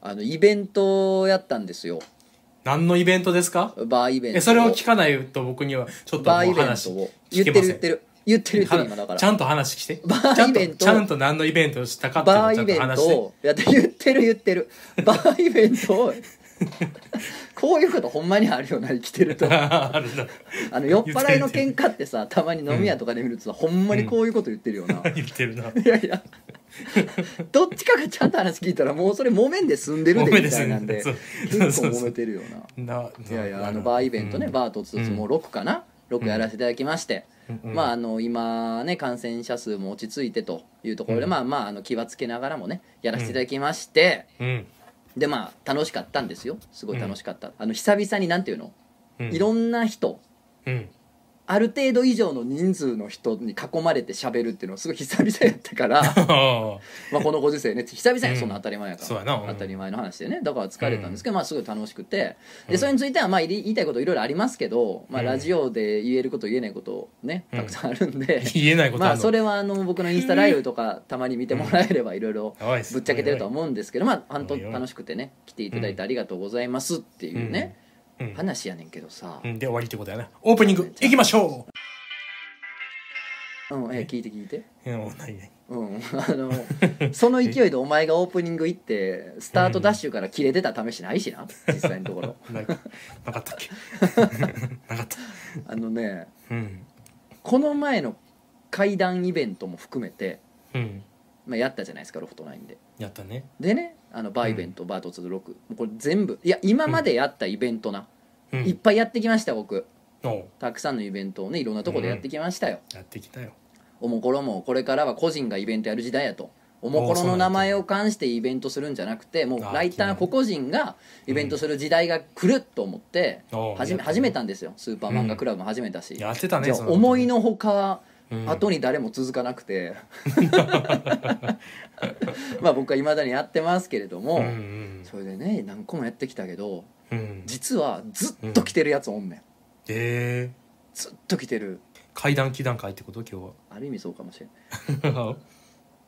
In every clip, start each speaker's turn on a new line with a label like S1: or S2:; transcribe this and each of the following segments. S1: あのイベントをやったんですよ
S2: 何のイベントですか
S1: バーイベント
S2: えそれを聞かないと僕にはちょっとも
S1: バーイ
S2: う
S1: ベン
S2: 話
S1: トを言
S2: 聞
S1: っ
S2: け
S1: て
S2: ま
S1: る言っ
S2: せん
S1: てる言ってる言ってる今だか
S2: は
S1: ら
S2: ちゃんと話して
S1: バーイベント
S2: ちゃんとちゃんと何のイベントをしたかっていうの
S1: バ
S2: を
S1: ー
S2: ちゃ
S1: イ
S2: んと
S1: ベン
S2: 話
S1: ト
S2: して
S1: をいや言ってる言ってるバーイベント をこういうことほんまにあるよな生きてる と
S2: あるな
S1: あの酔っ払いの喧嘩ってさたまに飲み屋とかで見るとさ、ほんまにこういうこと言ってるよな、
S2: 言ってるない
S1: やいやどっちかがちゃんと話聞いたらもうそれもめんで済んでる
S2: 揉
S1: で
S2: めんで
S1: みた
S2: 済
S1: い
S2: ん
S1: な
S2: で
S1: んで
S2: そう
S1: 結構揉めてるよな
S2: ない
S1: やいやあのバーイベントね、バーとつつもう6かな、6やらせていただきまして、
S2: うん
S1: まああの今ね感染者数も落ち着いてというところで、
S2: うん
S1: まあまああの気はつけながらもねやらせていただきまして、
S2: うん
S1: でまあ楽しかったんですよすごい楽しかった、あの久々になんていうの、
S2: うん
S1: いろんな人
S2: うん
S1: ある程度以上の人数の人に囲まれて喋るっていうのはすごい久々やったからまあこのご時世ね 久々にそんな当たり前やから、
S2: そうやなうん
S1: 当たり前の話でねだから疲れたんですけど、まあすごい楽しくてでそれについてはまあ言い言いたいこといろいろありますけど、まあ、
S2: うん
S1: ラジオで言えること言えないことねたくさんあるんで、
S2: 言えないこと
S1: ま
S2: あ
S1: あ
S2: る
S1: そ
S2: の
S1: れはあの僕のインスタライブとかたまに見てもらえればいろいろ
S2: やばいす
S1: ぶっちゃけてるとは思うんですけどまあ本当
S2: おいおい
S1: 楽しくてね来ていただいてありがとうございますっていうね
S2: うん
S1: 話やねんけどさ
S2: う、んで終わりってことやなオープニングいきましょ
S1: うん、え聞いて聞いて。
S2: ううんないない
S1: うん、あのその勢いでお前がオープニング行ってスタートダッシュから切れてた試しないしな実際のところ
S2: ななかったっけ なかった
S1: あのね
S2: うん
S1: この前の怪談イベントも含めて、
S2: うん
S1: まあ、やったじゃないですかロフトナインで
S2: やったね
S1: でねあのバーイベント、バートツー6もうこれ全部いや今までやったイベントな、
S2: うん
S1: いっぱいやってきました僕
S2: おう
S1: たくさんのイベントをねいろんなとこでやってきましたよ、
S2: やってきたよ
S1: おもころもこれからは個人がイベントやる時代やとおもころの名前を冠してイベントするんじゃなくてもう
S2: あー
S1: ライター個々人がイベントする時代が来ると思って
S2: おう
S1: 始め
S2: やったね
S1: 始めたんですよスーパー漫画クラブも始めたし、
S2: やってたね
S1: じゃあ
S2: その時
S1: 思いのほか
S2: うん
S1: 後に誰も続かなくて まあ僕はいまだにやってますけれども、
S2: うんうん
S1: それでね何個もやってきたけど
S2: うん
S1: 実はずっと来てるやつおんねん
S2: え
S1: ずっと来てる
S2: ー階段祈談会ってこと今
S1: ある意味そうかもしれん
S2: 日 は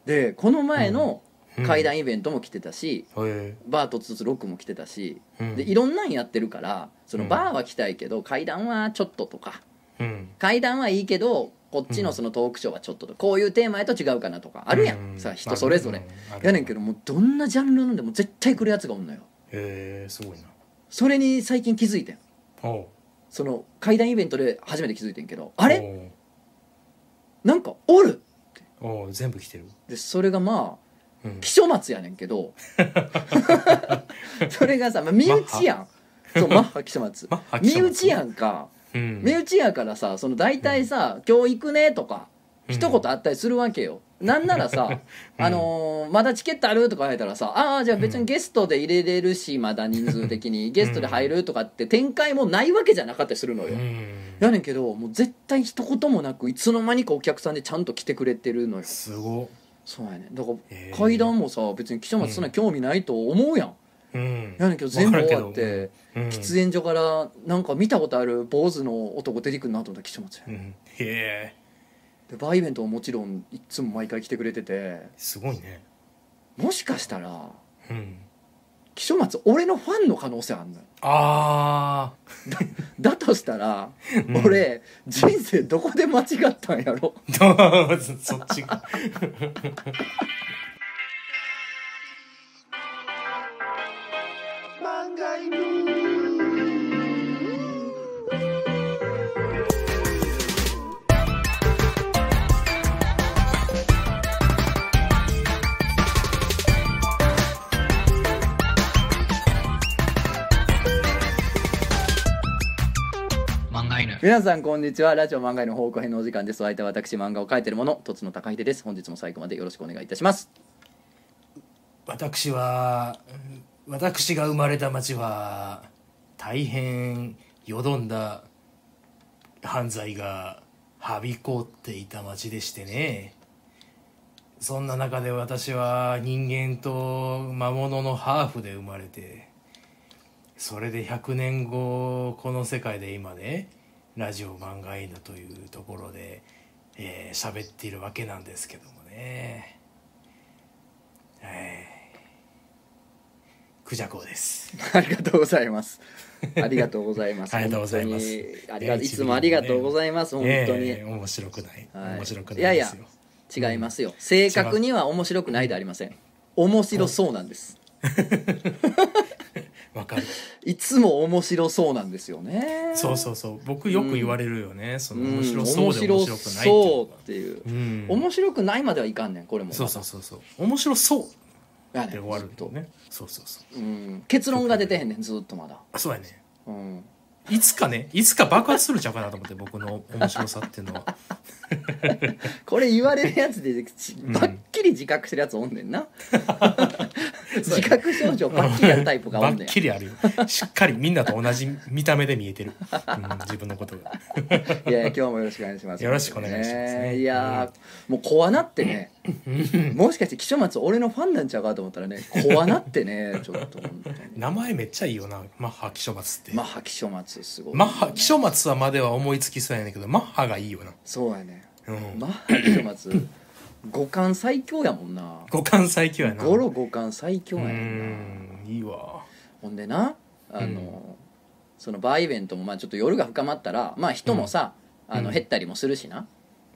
S1: でこの前の
S2: うん
S1: 怪談イベントも来てたし、
S2: へ
S1: バーとつつロックも来てたし、
S2: えうん
S1: でいろんなんやってるからその
S2: うん
S1: バーは来たいけど階段はちょっととか
S2: うん
S1: 階段はいいけどこっちのそのトークショーはちょっととこういうテーマやと違うかなとかあるやん、
S2: う
S1: さ人それぞれ、
S2: ある
S1: やねんけどもうどんなジャンルなんでも絶対来るやつがおんのよ
S2: へえすごいな
S1: それに最近気づいてん
S2: おう
S1: その怪談イベントで初めて気づいてんけどあれ
S2: おう
S1: なんかおる
S2: おう全部来てる
S1: でそれがまあ
S2: うん
S1: 起書松やねんけ ど それがさ、まあ、身内やんそうマッハ起書松
S2: まあ
S1: 身内やんか
S2: うん
S1: 身内やからさその大体さ「今日行くね」とか
S2: うん
S1: 一言あったりするわけよ、なんならさ「あのーまだチケットある?」とか言われたらさ「ああじゃあ別にゲストで入れれるしまだ人数的にゲストで入る」とかって展開もないわけじゃなかったりするのよ、
S2: うん
S1: やねんけどもう絶対一言もなくいつの間にかお客さんでちゃんと来てくれてるのよ
S2: すごっ
S1: そうやねだから
S2: へえ
S1: 階段もさ別に記者もそんな興味ないと思うやん、
S2: うん
S1: やねんけど全部終わっ
S2: わか
S1: て
S2: るうん
S1: 喫煙所からなんか見たことある坊主の男出てくるなと思ったら記者松や
S2: うんへえ
S1: でバーイベントももちろんいつも毎回来てくれてて
S2: すごいね
S1: もしかしたら
S2: うん
S1: 木書松俺のファンの可能性あんのよ
S2: あ
S1: だとしたら、
S2: ーうん
S1: 俺人生どこで間違ったんやろ
S2: そそっちか
S1: 皆さんこんにちはラジオ漫画への方向編のお時間ですお相手は私漫画を描いてるものとつの高秀です本日も最後までよろしくお願いいたします
S2: 私はうん私が生まれた町は大変よどんだ犯罪がはびこっていた町でしてねそんな中で私は人間と魔物のハーフで生まれてそれで100年後この世界で今ねラジオ漫画犬というところで喋、えー喋っているわけなんですけどもね。えークジャコウです
S1: ありがとうございます。ありがとうございます。
S2: ありがとうございます
S1: 本当にありがいつもありがとうございます。本当に。
S2: ええ面白くない、
S1: はい
S2: 面白くない
S1: いやい
S2: で
S1: や
S2: すよ
S1: 違いますよ。正確には面白くないでありません。面白そうなんです。
S2: わかる
S1: いつも面白そうなんですよね。
S2: そうそうそう僕よく言われるよね、その
S1: うん。
S2: 面
S1: 面白
S2: 白そうで面白くない
S1: そ
S2: っていうの
S1: う
S2: が
S1: っていう。
S2: うん
S1: 面白くないまではいかんねんこれも
S2: そうそうそうそう面白そう
S1: やね
S2: で終わるとねそうそうそう
S1: うん結論が出てへんねんずっとまだ
S2: あそうやね
S1: うん
S2: いつかねいつか爆発するんちゃうかなと思って僕の面白さっていうのは
S1: これ言われるやつでち
S2: ん
S1: ばっきり自覚してるやつおんね んな
S2: そうや
S1: 自覚症状ばっきりやるタイプがお
S2: ば
S1: ん
S2: っ
S1: ねん
S2: きりあるよしっかりみんなと同じ見た目で見えてる、うん、自分のことが
S1: いや今日もよろしくお願いします
S2: よろしくお願いしますね
S1: いやーもう怖なってね もしかして木曽松俺のファンなんちゃうかと思ったらね怖なって ねちょっと本当に
S2: 名前めっちゃいいよなマッハ気象松って、
S1: マッハ木曽松すごい
S2: マッハ気象松はまでは思いつきそうやねんけどマッハがいいよな、
S1: そうやね
S2: うん
S1: マッハ木曽松五感最強やもんな
S2: 五感最強やな
S1: ゴロ五感最強
S2: う
S1: やねんなん
S2: いいわ
S1: ほんでなあの、そのバーイベントもまあちょっと夜が深まったらまあ人もさ、
S2: ん
S1: あの
S2: うん
S1: 減ったりもするしな、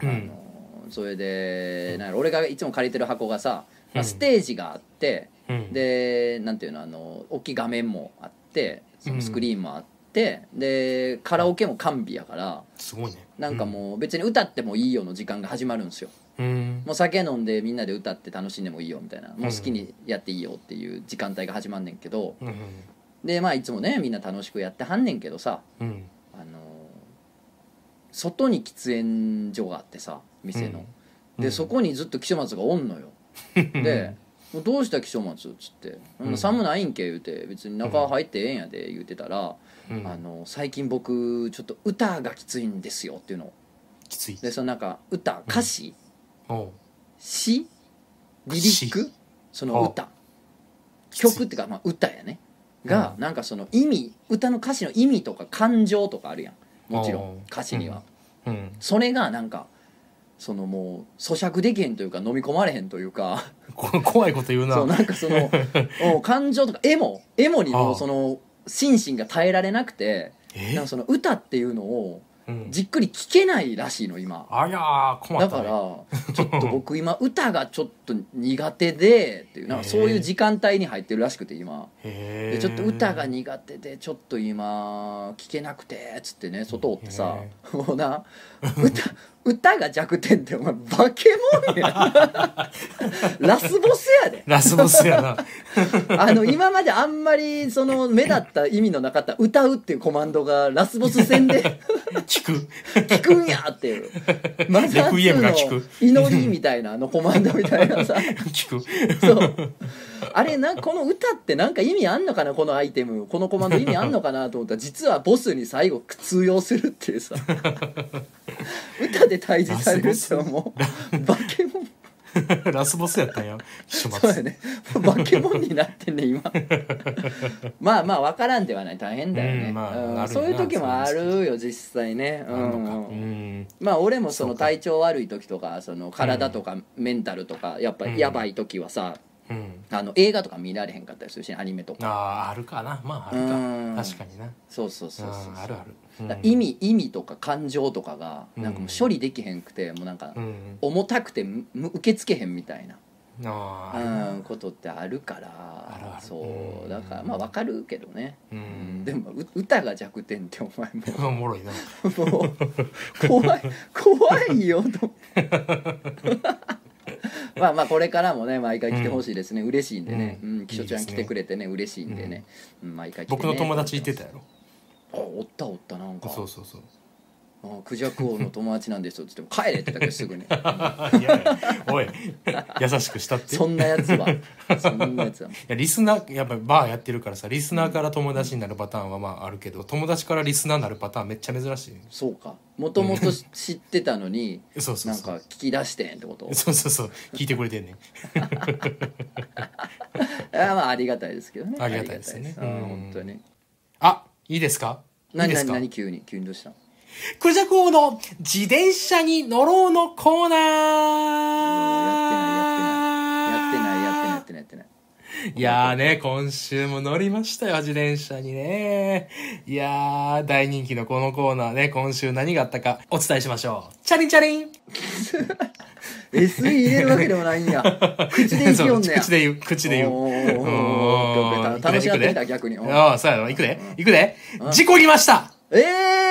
S2: う
S1: あ
S2: ん
S1: のそれでなんやろ俺がいつも借りてる箱がさ、まあ
S2: うん
S1: ステージがあって、
S2: うん
S1: でなんていうのあの大きい画面もあってそ
S2: うん
S1: のスクリーンもあって、でカラオケも完備やから
S2: すごいね
S1: なんかもう別に歌ってもいいよの時間が始まるんですよ
S2: うん
S1: もう酒飲んでみんなで歌って楽しんでもいいよみたいなもう好きにやっていいよっていう時間帯が始まんねんけど、
S2: うん
S1: でまあいつもねみんな楽しくやってはんねんけどさ
S2: うん
S1: あのー外に喫煙所があってさ店の、
S2: うんう
S1: で
S2: ん
S1: そこにずっと木曽松がおんのよ、で「もうどうした木曽松」っつって「
S2: うん
S1: 寒ないんけ」言うて「別に中入ってええんやで」言うてたら、
S2: うん
S1: あの「最近僕ちょっと歌がきついんですよ」っていうの
S2: きつい
S1: でそのなんか歌歌詞、
S2: おう
S1: 詩リリックその歌
S2: きつい
S1: 曲っていうか、まあ、歌やねが、
S2: う
S1: なんかその意味歌の歌詞の意味とか感情とかあるやんもちろ
S2: おうん
S1: 歌詞には、
S2: うん
S1: それがなんかそのもう咀嚼できへんというか飲み込まれへんというか
S2: こ怖いこと言うな
S1: そうなんかそ のお感情とかエモエモにも
S2: あ
S1: う
S2: あ
S1: その心身が耐えられなくて
S2: え
S1: なんかその歌っていうのを
S2: うん
S1: じっくり聴けないらしいの今
S2: ありゃー困
S1: だ
S2: った
S1: から
S2: ね
S1: ちょっと僕今歌がちょっと苦手でっていうなんかそういう時間帯に入ってるらしくて今
S2: へ
S1: で
S2: ー
S1: ちょっと歌が苦手でちょっと今聴けなくてっつってね外おってさ
S2: へ
S1: もうな歌歌が弱点ってお前化け物 やなラスボスやで
S2: ラスボスやな
S1: あの今まであんまりその目立った意味のなかった歌うっていうコマンドがラスボス戦 で
S2: 聞く
S1: 聞くんやっていうマザ
S2: レクイエムが
S1: ー2
S2: 聞く
S1: の祈りみたいなあのコマンドみたいな さ
S2: 聞く
S1: そうあれなこの歌ってなんか意味あんのかなこのアイテムこのコマンド意味あんのかなと思ったら実はボスに最後通用するっていう さ歌で退治されるってもう化け物
S2: ラスボスやったんや一緒待
S1: そう
S2: つ
S1: や ね化け物になってんね今まあまあ分からんではない大変だよね、
S2: うん
S1: う
S2: まあ
S1: ん
S2: なるよな
S1: そういう時もあるよ実際ね
S2: あんのか
S1: うん
S2: うん
S1: まあ俺もその
S2: そうか
S1: 体調悪い時とかその体とかメンタルとかやっぱ
S2: うん
S1: やばい時はさ、
S2: うん
S1: あの映画とか見られへんかったりするしアニメと
S2: あ
S1: か
S2: ああるかなまあある
S1: うん
S2: か確かにな
S1: そうそうそうそう
S2: うんあるあるうん
S1: だから意味意味とか感情とかがなんかもう
S2: うん
S1: 処理できへんくてもうなんか
S2: うん
S1: 重たくてむ受け付けへんみたいな、
S2: ああある
S1: うん、ことってあるから
S2: あるある
S1: そううんだからまあわかるけどね、
S2: う
S1: うんん、でもう歌が弱点ってお前も
S2: おもろいな
S1: も う怖い怖いよと まあまあこれからもね毎回来てほしいですね、嬉しいんでね、
S2: う
S1: うんん、キショちゃん来てくれてね嬉しいんでね、うん毎回来て、ね、
S2: 僕の友達いてたやろ
S1: あおったおったなんか
S2: そうそう そう
S1: あクジャク王の友達なんですよ」っつっても「帰れ」ってだけすぐ に
S2: あいやいやおい 優しくしたってい
S1: そんなやつはそんなやつは
S2: やリスナーやっぱバーやってるからさリスナーから友達になるパターンはまああるけど友達からリスナーになるパターンめっちゃ珍し
S1: そうかもともと知ってたのに
S2: いそうそう
S1: なん
S2: そう
S1: か聞き出してんってこと
S2: そうそうそう聞いてくれてんねん
S1: あまあありがたいですけどね
S2: ありがたいですよね
S1: ありがたいですあ
S2: うん
S1: 本当にね
S2: あいいですかいい
S1: 何
S2: です
S1: 何
S2: か
S1: 何急に急にどうしたの
S2: クジャク王の自転車に乗ろうのコーナー
S1: やってないやってないやってないやってないやってないやってない
S2: いやーね、今週も乗りましたよ、自転車にね。いやー、大人気のこのコーナーね、今週何があったかお伝えしましょう。チャリンチャリン
S1: SE 入れるわけでもないん や口で
S2: そ
S1: 言いよん
S2: う
S1: ねや
S2: 口で言う、口で言う。
S1: おー
S2: う
S1: おー楽しなってきた逆にうん
S2: ああ、そうやろ。行くで。行くで。事故りました
S1: ええ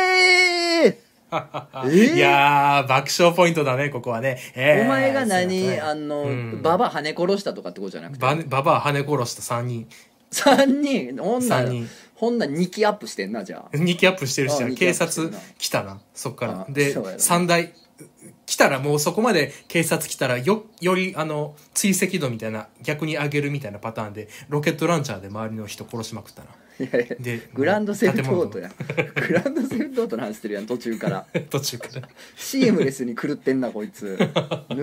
S1: ー、
S2: い
S1: え
S2: やー、爆笑ポイントだね、ここはね。えー
S1: お前が何
S2: そう
S1: あ
S2: や
S1: の、
S2: うん
S1: ババア跳ね殺したとかってことじゃなくて
S2: バネババア跳ね殺した3人。
S1: 3人
S2: 三
S1: 女
S2: 人
S1: 女2期アップしてんなじゃあ
S2: 日記アップしてるし
S1: ああ日記ア
S2: 警
S1: ップしてる
S2: 察
S1: な
S2: 来たなそっから
S1: あ
S2: で
S1: そうやろ
S2: 三大来たらもうそこまで警察来たらよよりあの追跡度みたいな逆に上げるみたいなパターンでロケットランチャーで周りの人殺しまく ったない
S1: やいや
S2: で
S1: グランドセフトオート
S2: 建
S1: やグランドセフトオートの話してるやん途中から
S2: 物 途中から
S1: シームレスに狂ってんなこいつぬ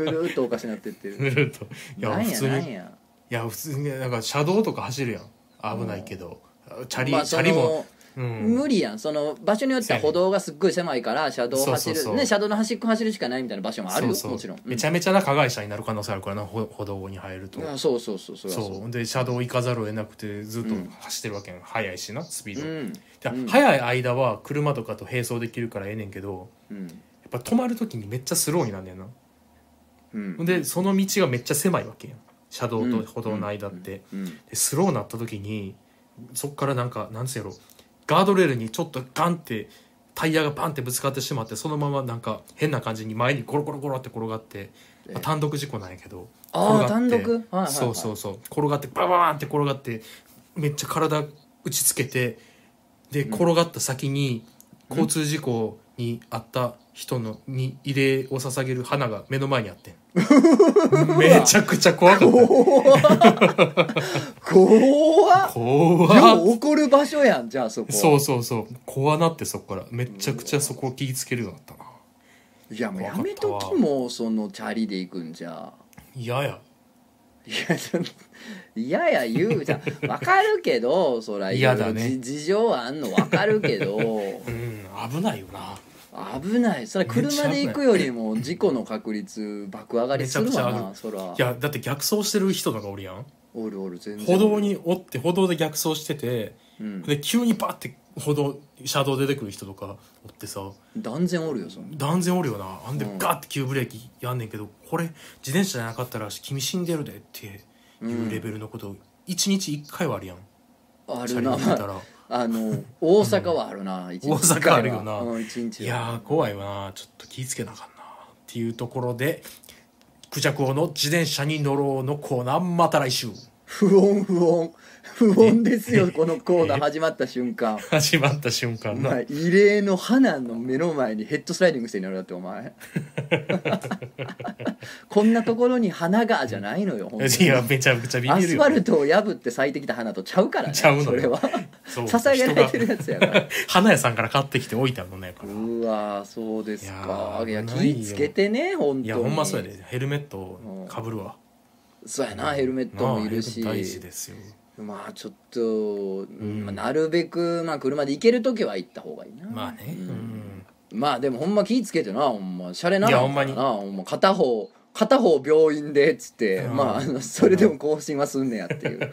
S1: るーっとおかしなってってる
S2: 塗るといや
S1: なん
S2: 普
S1: や
S2: 通
S1: な
S2: に
S1: ん
S2: い
S1: や
S2: や普通になんか車道とか走るやん危ないけどチャリ、
S1: まあ
S2: チ
S1: そ
S2: ャ
S1: の
S2: リも、うん、
S1: 無理やんその場所によっては歩道がすっごい狭いから車道を走る
S2: そうそうそう
S1: ね車道の端っこ走るしかないみたいな場所もあるよ
S2: そうそう
S1: もちろん、うん
S2: めちゃめちゃな加害者になる可能性あるからなほ歩道に入ると
S1: あそうそうそうそりゃそう
S2: そうで車道行かざるを得なくてずっと走ってるわけやん、速いしなスピード、
S1: うん
S2: で速い間は車とかと並走できるからええねんけど
S1: うん
S2: やっぱ止まる時にめっちゃスローになんねんな、
S1: うん
S2: でその道がめっちゃ狭いわけやん車道と歩道の間って、
S1: うん
S2: でスローになった時にそっからなんかなんつうやろガードレールにちょっとガンってタイヤがバンってぶつかってしまってそのままなんか変な感じに前にゴロゴロゴロって転がって、まあ単独事故なんやけど
S1: あー
S2: 転がって
S1: 単独はいはいはい
S2: そうそうそう転がってババーンって転がってめっちゃ体打ちつけてで転がった先に交通事故にあった人のに慰霊を捧げる花が目の前にあって んめちゃくちゃ怖かった
S1: 怖っ
S2: 怖
S1: よ
S2: っ
S1: う怒る場所やんじゃあそこ
S2: そうそうそう怖なってそこからめちゃくちゃそこを気ぃつけるようになったない
S1: やもうやめときもそのチャリで行くんじゃ
S2: 嫌や
S1: いやちょっといやいや言うじゃんわかるけどそら
S2: 嫌だね
S1: じ事情はあんのわかるけど
S2: うん危ないよな
S1: 危ないそら車で行くよりも事故の確率爆上がりするわ
S2: めちゃくちゃあ
S1: な
S2: る
S1: そら
S2: いやだって逆走してる人とかおるやん
S1: おるおる全然
S2: 歩道におって歩道で逆走してて
S1: うん
S2: で急にバッて歩道車道出てくる人とかおってさ
S1: 断然おるよそんな
S2: 断然おるよなあんで
S1: うん
S2: ガッて急ブレーキやんねんけどこれ自転車じゃなかったら君死んでるでっていうレベルのこと一日一回はあるやん
S1: あ
S2: チャ
S1: る
S2: リ
S1: な
S2: 乗ってたら
S1: あの大阪はあるな、一日
S2: 大阪あるよな
S1: うん、一日
S2: いやー怖いわなちょっと気ぃつけなあかんなっていうところで「クジャク王の自転車に乗ろう」のコーナーまた来週
S1: 不穏不 穏不穏ですよこのコーナー始まった瞬間
S2: 始まった瞬間
S1: お
S2: な
S1: 前異例の花の目の前にヘッドスライディングしてるんだってお 前こんなところに花がじゃないのよ本当に
S2: いやめちゃくちゃビビ
S1: ア
S2: る
S1: スフ
S2: よ
S1: ァルトを破って咲いてきた花とちゃうからね
S2: ちゃうのよ
S1: それは
S2: そう
S1: 捧げられて
S2: 人
S1: るやつやから
S2: が 花屋さんから買ってきて置いてあるのねから
S1: うわーそうですかい
S2: い
S1: や
S2: やー
S1: 気ぃつけてね本当に
S2: いやほんまそうやでヘルメットをかぶるわ
S1: そうやなヘルメットもいるし
S2: なあヘルメット大事ですよ
S1: まあちょっと、まあ、なるべく、まあ、車で行ける時は行った方がいいな
S2: まあね
S1: う
S2: うんん
S1: まあでもほんま気ぃつけてなほんまシャレならんから
S2: いや
S1: なほんま片方片方病院でっつって、
S2: うん
S1: まああのそれでも更新はすんねやっていう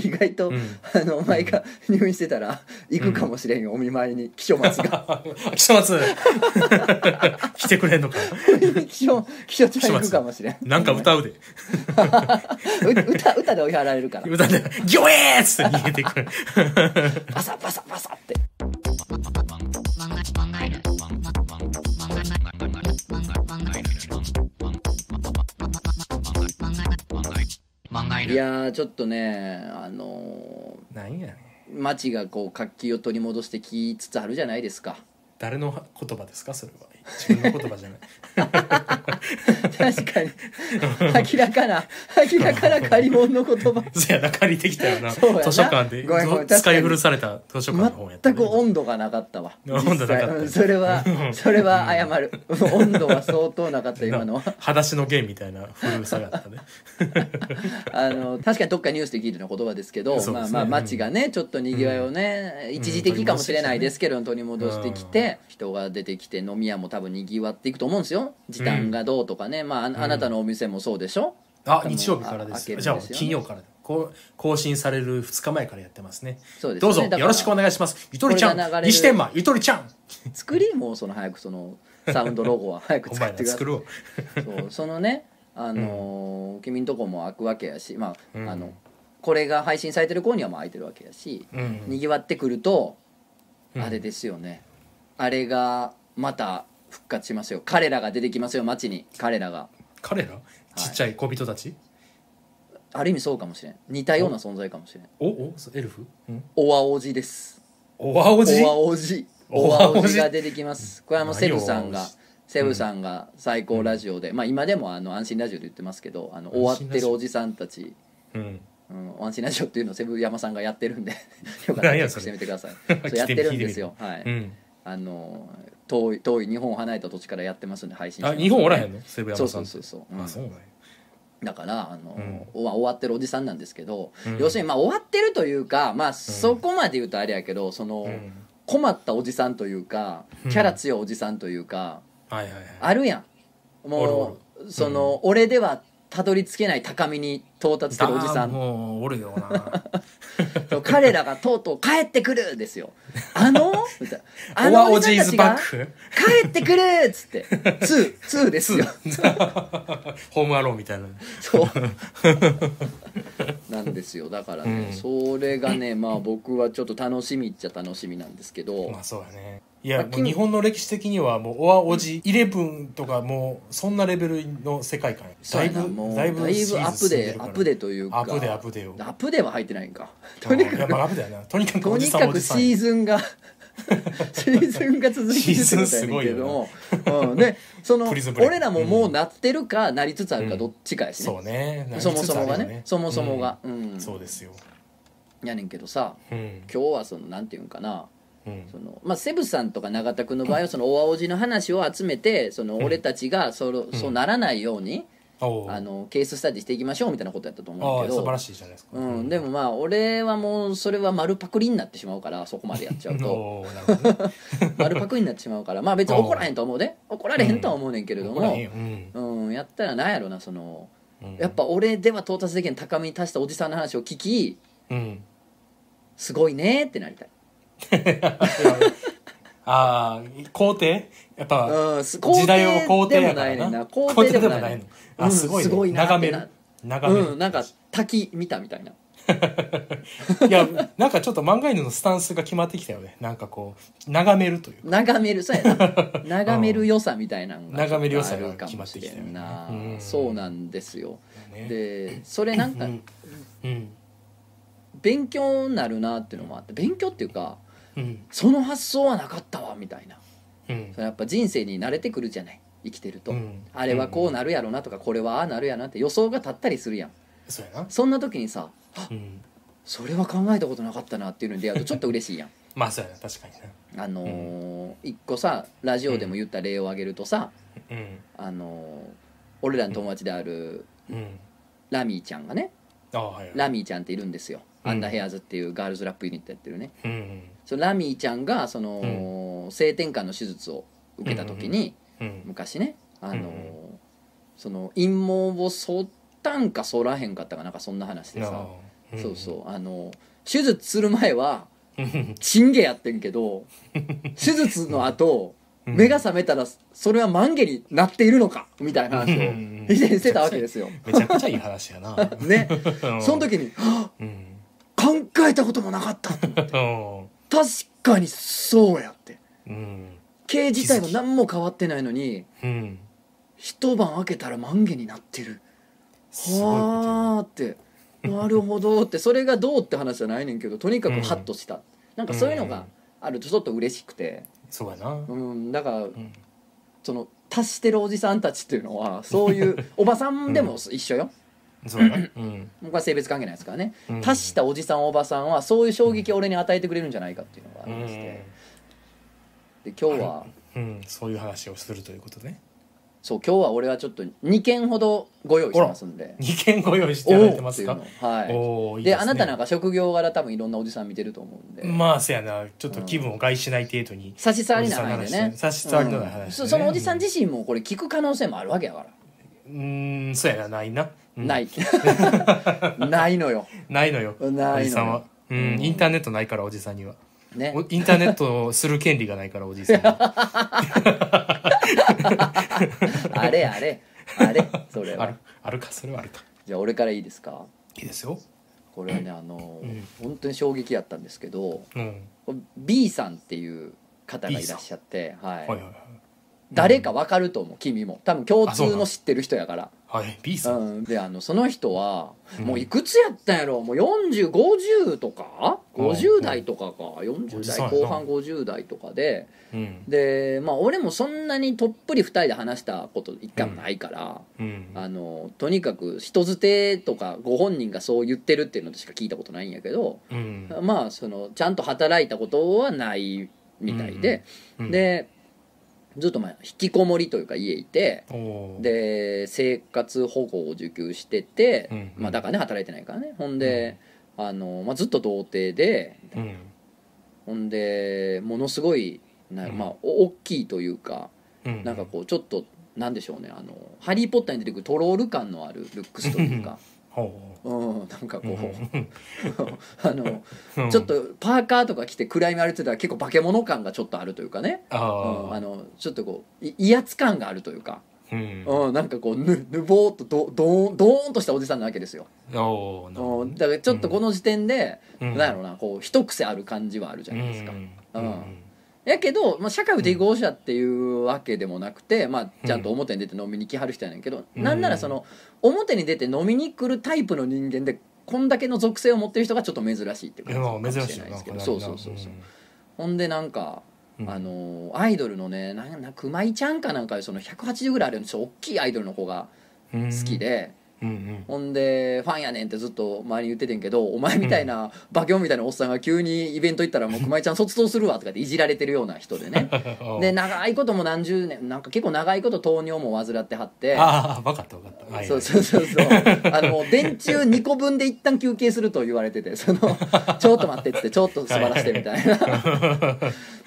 S1: 意外と、
S2: うん
S1: あのお前が入院してたら行くかもしれんよ、お見舞いに気象松 が
S2: あ来てます来てくれんのか
S1: 気象気象ちゃん行くかもしれん
S2: なんか歌うで
S1: う歌歌で追い払われるから
S2: 歌で「ギョエー!」っつって逃げてくる
S1: パサパサパサっていやーちょっとねあのー
S2: なんやねん
S1: 街がこう活気を取り戻してきつつあるじゃないですか
S2: 誰の言葉ですかそれは自分の言葉じゃない
S1: 確かに明らかな明らかな借り物の言葉
S2: そやな借りてきたよな
S1: そうやな
S2: 図書館で
S1: ごめんごめん
S2: ぞ使い古された図書館の本やった
S1: 全
S2: ね
S1: く温度がなかったわ
S2: 温度なかった
S1: 実際うんそれはそれは謝る温度は相当なかった今のは
S2: な裸足のゲンみたいな古さが あったね
S1: あの確かにどっかニュースで聞いての言葉ですけど
S2: そうです
S1: まあ
S2: ね
S1: まあ街がねちょっとにぎわいをね、一時的かもしれないですけど取り戻してきて、人が出てきて 飲み屋も多分にぎわっていくと思うんですよ時短がどうとかね、まあああなたのお店もそうでしょ、
S2: あ日曜日からで
S1: あ明ける
S2: す
S1: んです
S2: じゃ
S1: よ
S2: あ
S1: ね
S2: 金曜からこう更新される2日前からやってますね
S1: そうですね
S2: どうぞ
S1: だから
S2: よろしくお願いしますゆとりちゃ
S1: これが流れ
S2: ん
S1: る
S2: 西天満ゆとりちゃん
S1: 作りもうその早くそのサウンドロゴは早く
S2: お
S1: 作
S2: 前
S1: って
S2: ら
S1: くださ
S2: 作
S1: い
S2: ろう
S1: そ うそのねあのー君んとこも開くわけやしまあ,、
S2: うん
S1: あのこれが配信されてる頃にはもう開いてるわけやし、
S2: うん
S1: にぎわってくると、
S2: うん
S1: あれですよねあれがまた復活しますよ彼らが出てきますよ街に彼らが
S2: 彼らちっちゃい小人たち、
S1: ある意味そうかもしれん似たような存在かもしれん
S2: おおエルフ、うん、
S1: おわおじです
S2: おわおじ
S1: おわおじ
S2: お
S1: お
S2: わお
S1: わ
S2: じ
S1: おじが出てきますこれはもうセブさん
S2: 何
S1: が
S2: を
S1: セブさんが最高ラジオで、まあ今でもあの安心ラジオで言ってますけどあの終わってるおじさんたち
S2: うん
S1: うん、ワンシーラジオっていうのをセブ山さんがやって るんでよかったらチェックしてみてくださいそうやってるんですよはい、
S2: うん、
S1: あの遠い遠い日本を離れた土地からやってますんで配信して
S2: あ
S1: ます
S2: 日本おらへんのセブヤ
S1: そ
S2: マ
S1: う
S2: さ
S1: そ
S2: ん
S1: う
S2: って
S1: そうそう、うん
S2: あそうなんや
S1: だからあの、
S2: うん
S1: おわ終わってるおじさんなんですけど、
S2: うん
S1: 要するにまあ終わってるというかまあそこまで言うとあれやけどその、
S2: うん
S1: 困ったおじさんというかキャラ強いおじさんというか、
S2: はいはいはい
S1: あるやん
S2: おる
S1: もうその、俺ではたどり着けない高みに到達してるおじさ
S2: あー
S1: ん
S2: もうおるよな
S1: そう彼らがとうとう帰ってくるですよあのみたいな あ の
S2: おわお
S1: おじ
S2: じイ
S1: さんた
S2: ズ
S1: ち
S2: バッ
S1: が
S2: ク
S1: 帰ってくるっつって「ツーツーですよ
S2: ホームアローンみたいな
S1: そうなんですよだからね、
S2: うん
S1: それがねまあ僕はちょっと楽しみっちゃ楽しみなんですけど、
S2: まあそうやねいや
S1: まあ
S2: もう日本の歴史的にはもうおわおじイレブンとかもうそんなレベルの世界観や
S1: そうやなもうだいぶア
S2: シリー
S1: ップ
S2: ズ進んで
S1: デア
S2: るから
S1: ップデというか
S2: アップデアップデよ
S1: アップデは入ってないんか
S2: う
S1: と
S2: ん
S1: にか
S2: やっ
S1: く
S2: ぱアップデやなとにかく
S1: と
S2: おじ
S1: に
S2: さん
S1: か
S2: お
S1: く
S2: じさん
S1: シーズン がシーズンが続いてるってことやねんけども、うん、でその
S2: プリズンブレイク
S1: 俺らももうなってるかなりつつあるかどっちかやしね、
S2: そうねなり
S1: そもそもが
S2: つつある
S1: ね
S2: よ
S1: そもそもが、うん
S2: うんそうですよ
S1: やねんけどさ
S2: うん
S1: 今日はそのなんていうんかな
S2: うん
S1: そのまあ、セブさんとか永田君の場合はそのおわおじの話を集めてその俺たちがそ,、そうならないように、
S2: おう
S1: あのケーススタディしていきましょうみたいなことやったと思
S2: あ
S1: う
S2: あ
S1: んだけ
S2: 素晴ら
S1: ど、
S2: しいじゃないですか
S1: うん、でもまあ俺はもうそれは丸パクリになってしまうからそこまでやっちゃ うと
S2: おうなるほどね
S1: 丸パクリになってしまうからまあ別に怒らへんとは思うで怒られへんとは思うねんけれど
S2: これ
S1: も
S2: いい、ようん
S1: うん、やったらなんやろなその
S2: うん
S1: やっぱ俺では到達できん高みに達したおじさんの話を聞き
S2: うん
S1: すごいねってなりたい。
S2: ああ皇帝やっぱ
S1: うん、す
S2: 時代を皇帝やか
S1: 皇
S2: ら
S1: 帝でもないねんな
S2: な
S1: 皇帝でもない
S2: 皇
S1: ねん
S2: のあすごい
S1: うんすごい
S2: ね
S1: な
S2: 眺め
S1: って
S2: る眺め
S1: う
S2: る
S1: ん、なんか滝見たみたいな。
S2: いやなんかちょっと漫画犬のスタンスが決まってきたよねなんかこう眺めるという
S1: 眺める、そうや な。眺める良さみたいなのが。
S2: 眺める良さ
S1: あ
S2: が
S1: るかもしれんな
S2: 決まってきたよねう。ん
S1: そうなんですよ。
S2: ね
S1: で、それなん
S2: う
S1: か
S2: んうん
S1: 勉強になるなっていうのもあって、勉強っていうか、
S2: うん
S1: その発想はなかったわみたいな。
S2: うん
S1: それやっぱ人生に慣れてくるじゃない。生きてると、
S2: うん
S1: あれはこうなるやろなとかこれはああなるやなって予想が立ったりするやん
S2: そうやな
S1: そんな時にさ
S2: うん
S1: それは考えたことなかったなっていうのに出会うとちょっと嬉しいや ん
S2: まあそうやな確かにな
S1: あのー一個さラジオでも言った例を挙げるとさ、
S2: うん
S1: あの俺らの友達である
S2: うん
S1: ラミーちゃんがね
S2: ああはい
S1: ラ
S2: ミ
S1: ミーちゃんっているんですよ、
S2: うん
S1: アンダーヘアーズっていうガールズラップユニットやってるね
S2: うん
S1: そのラミーちゃんがその、性転換の手術を受けた時に、
S2: うん
S1: 昔ねあの、
S2: うんうん
S1: その陰謀を剃ったんか剃らへんかったかなんかそんな話で
S2: な
S1: さ
S2: あ、ん
S1: そうそうあの手術する前は
S2: うん
S1: チンゲやってんけ ど手術の後
S2: うん
S1: 目が覚めたらそれはマンゲになっているのかみたいな話
S2: うんう
S1: を
S2: んうん
S1: 以前してたわけですよ。
S2: めちゃくちゃいい話やな
S1: ね、
S2: う ん
S1: その時には
S2: うん
S1: あ考えたこともなかったと思って
S2: うん
S1: 確かにそうやって
S2: うん
S1: 毛自体は何も変わってないのに
S2: うん
S1: 一晩開けたら万華になってる
S2: すごいことや
S1: は
S2: な
S1: あってなるほどってそれがどうって話じゃないねんけどとにかくハッとした、なんかそういうの
S2: うん
S1: があるとちょっと嬉しくて、
S2: そうやなう
S1: うん、だから
S2: ん
S1: その達してるおじさんたちっていうのはそういうおばさんでも一緒よ
S2: そうやなうん
S1: 僕は性別関係ないですからね
S2: うん
S1: 達したおじさんおばさんはそういう衝撃を俺に与えてくれるんじゃないかっていうのがありまして、で今日は
S2: うんそういう話をするということね
S1: そう今日は俺はちょっと2件ほどご用意してますんで
S2: 二件ご用意してい
S1: お
S2: た
S1: お
S2: だ
S1: う
S2: いてま
S1: って
S2: す
S1: いう
S2: か
S1: のはい
S2: おおいい
S1: で
S2: ですね
S1: あなたなんか職業柄多分いろんなおじさん見てると思うんで
S2: まあせやなちょっと気分を害しない程度に
S1: 差し障りない話でね
S2: 差し障りない話でね
S1: うんそそのおじさん自身もこれ聞く可能性もあるわけやから
S2: うーんそうやなないな、うん
S1: ない ないのよ
S2: ないのよ
S1: ないのよ
S2: おじさんは、うん
S1: うん
S2: インターネットないからおじさんには、
S1: ね
S2: おインターネットをする権利がないからおじさんに は
S1: あれあれあれそれ
S2: ある
S1: は
S2: あるかそれはあるか
S1: じゃあ俺からいいですか
S2: いいですよ
S1: これはねあの、
S2: うん
S1: 本当に衝撃やったんですけど
S2: うん、
S1: B さんっていう方がいらっしゃって、はい
S2: はいはいはい
S1: 誰かわかると思う君も多分共
S2: あそう
S1: 通
S2: な
S1: の
S2: の
S1: 知ってる人やから
S2: はい B
S1: う
S2: さん、
S1: ん、であのその人は、
S2: うん
S1: もういくつやったんやろもう4050とか
S2: うん
S1: 50代とかか、
S2: お
S1: 40
S2: じさん
S1: 代
S2: や
S1: 後
S2: な
S1: 半50代とかで
S2: うん
S1: でまあ俺もそんなにとっぷり2人で話したこと一回もないから、
S2: うん
S1: あのとにかく人づてとかご本人がそう言ってるっていうのしか聞いたことないんやけど、
S2: うん
S1: まあそのちゃんと働いたことはないみたいで、
S2: うん
S1: でずっとまあ引きこもりというか家いて。
S2: おー
S1: で生活保護を受給してて、
S2: うん
S1: まあ、だからね働いてないからねほんで、あのまあ、ずっと童貞で
S2: うん
S1: ほんでものすごいな、
S2: うん
S1: まあ、お大きいというか
S2: うん
S1: なんかこうちょっとなんでしょうね「あのハリー・ポッター」に出てくるトロール感のあるルックスというか、
S2: ほ
S1: うん、なんかこ
S2: う
S1: う、
S2: うん
S1: あの
S2: うん
S1: ちょっとパーカーとか着て暗闇歩いてたら結構化け物感がちょっとあるというかね、う
S2: あ
S1: ん、
S2: ー
S1: あのちょっとこうい威圧感があるというか。
S2: うん
S1: うん、なんかこうぬぬぼーっとどどーんどーんとしたおじさんなわけですよ、
S2: おーなるほ
S1: う
S2: ど
S1: ん、
S2: ね
S1: だからちょっとこの時点で、
S2: うん
S1: なんやろうなこう一癖ある感じはあるじゃないですか、
S2: うん
S1: う
S2: うんん
S1: やけど、まあ、社会不適合者っていうわけでもなくて、まあ、ちゃんと表に出て飲みに来はる人やねんけど、
S2: うん
S1: なんならその表に出て飲みに来るタイプの人間でこんだけの属性を持ってる人がちょっと珍しいっていう
S2: いやまあ
S1: か
S2: 珍
S1: も
S2: し
S1: し
S2: い
S1: れないで
S2: よな
S1: すけ
S2: か
S1: ど
S2: なりな
S1: そうそうそうそう、
S2: ん
S1: ほんでなんか
S2: うん
S1: あのアイドルのねなんな熊井ちゃんかなんかいうその180ぐらいあるようなちょっと大きいアイドルの子が好きで、
S2: うんうん
S1: ほんでファンやねんってずっと周りに言っててんけどお前みたいなバケモンみたいなおっさんが急にイベント行ったらもう熊井ちゃん卒倒するわとかっていじられてるような人でねで長いことも何十年なんか結構長いこと糖尿も患ってはって
S2: ああ分かった分かったはい
S1: そうそうそうそうあのもう電柱2個分で一旦休憩すると言われててそのちょっと待ってっつってちょっと座らせてみたいな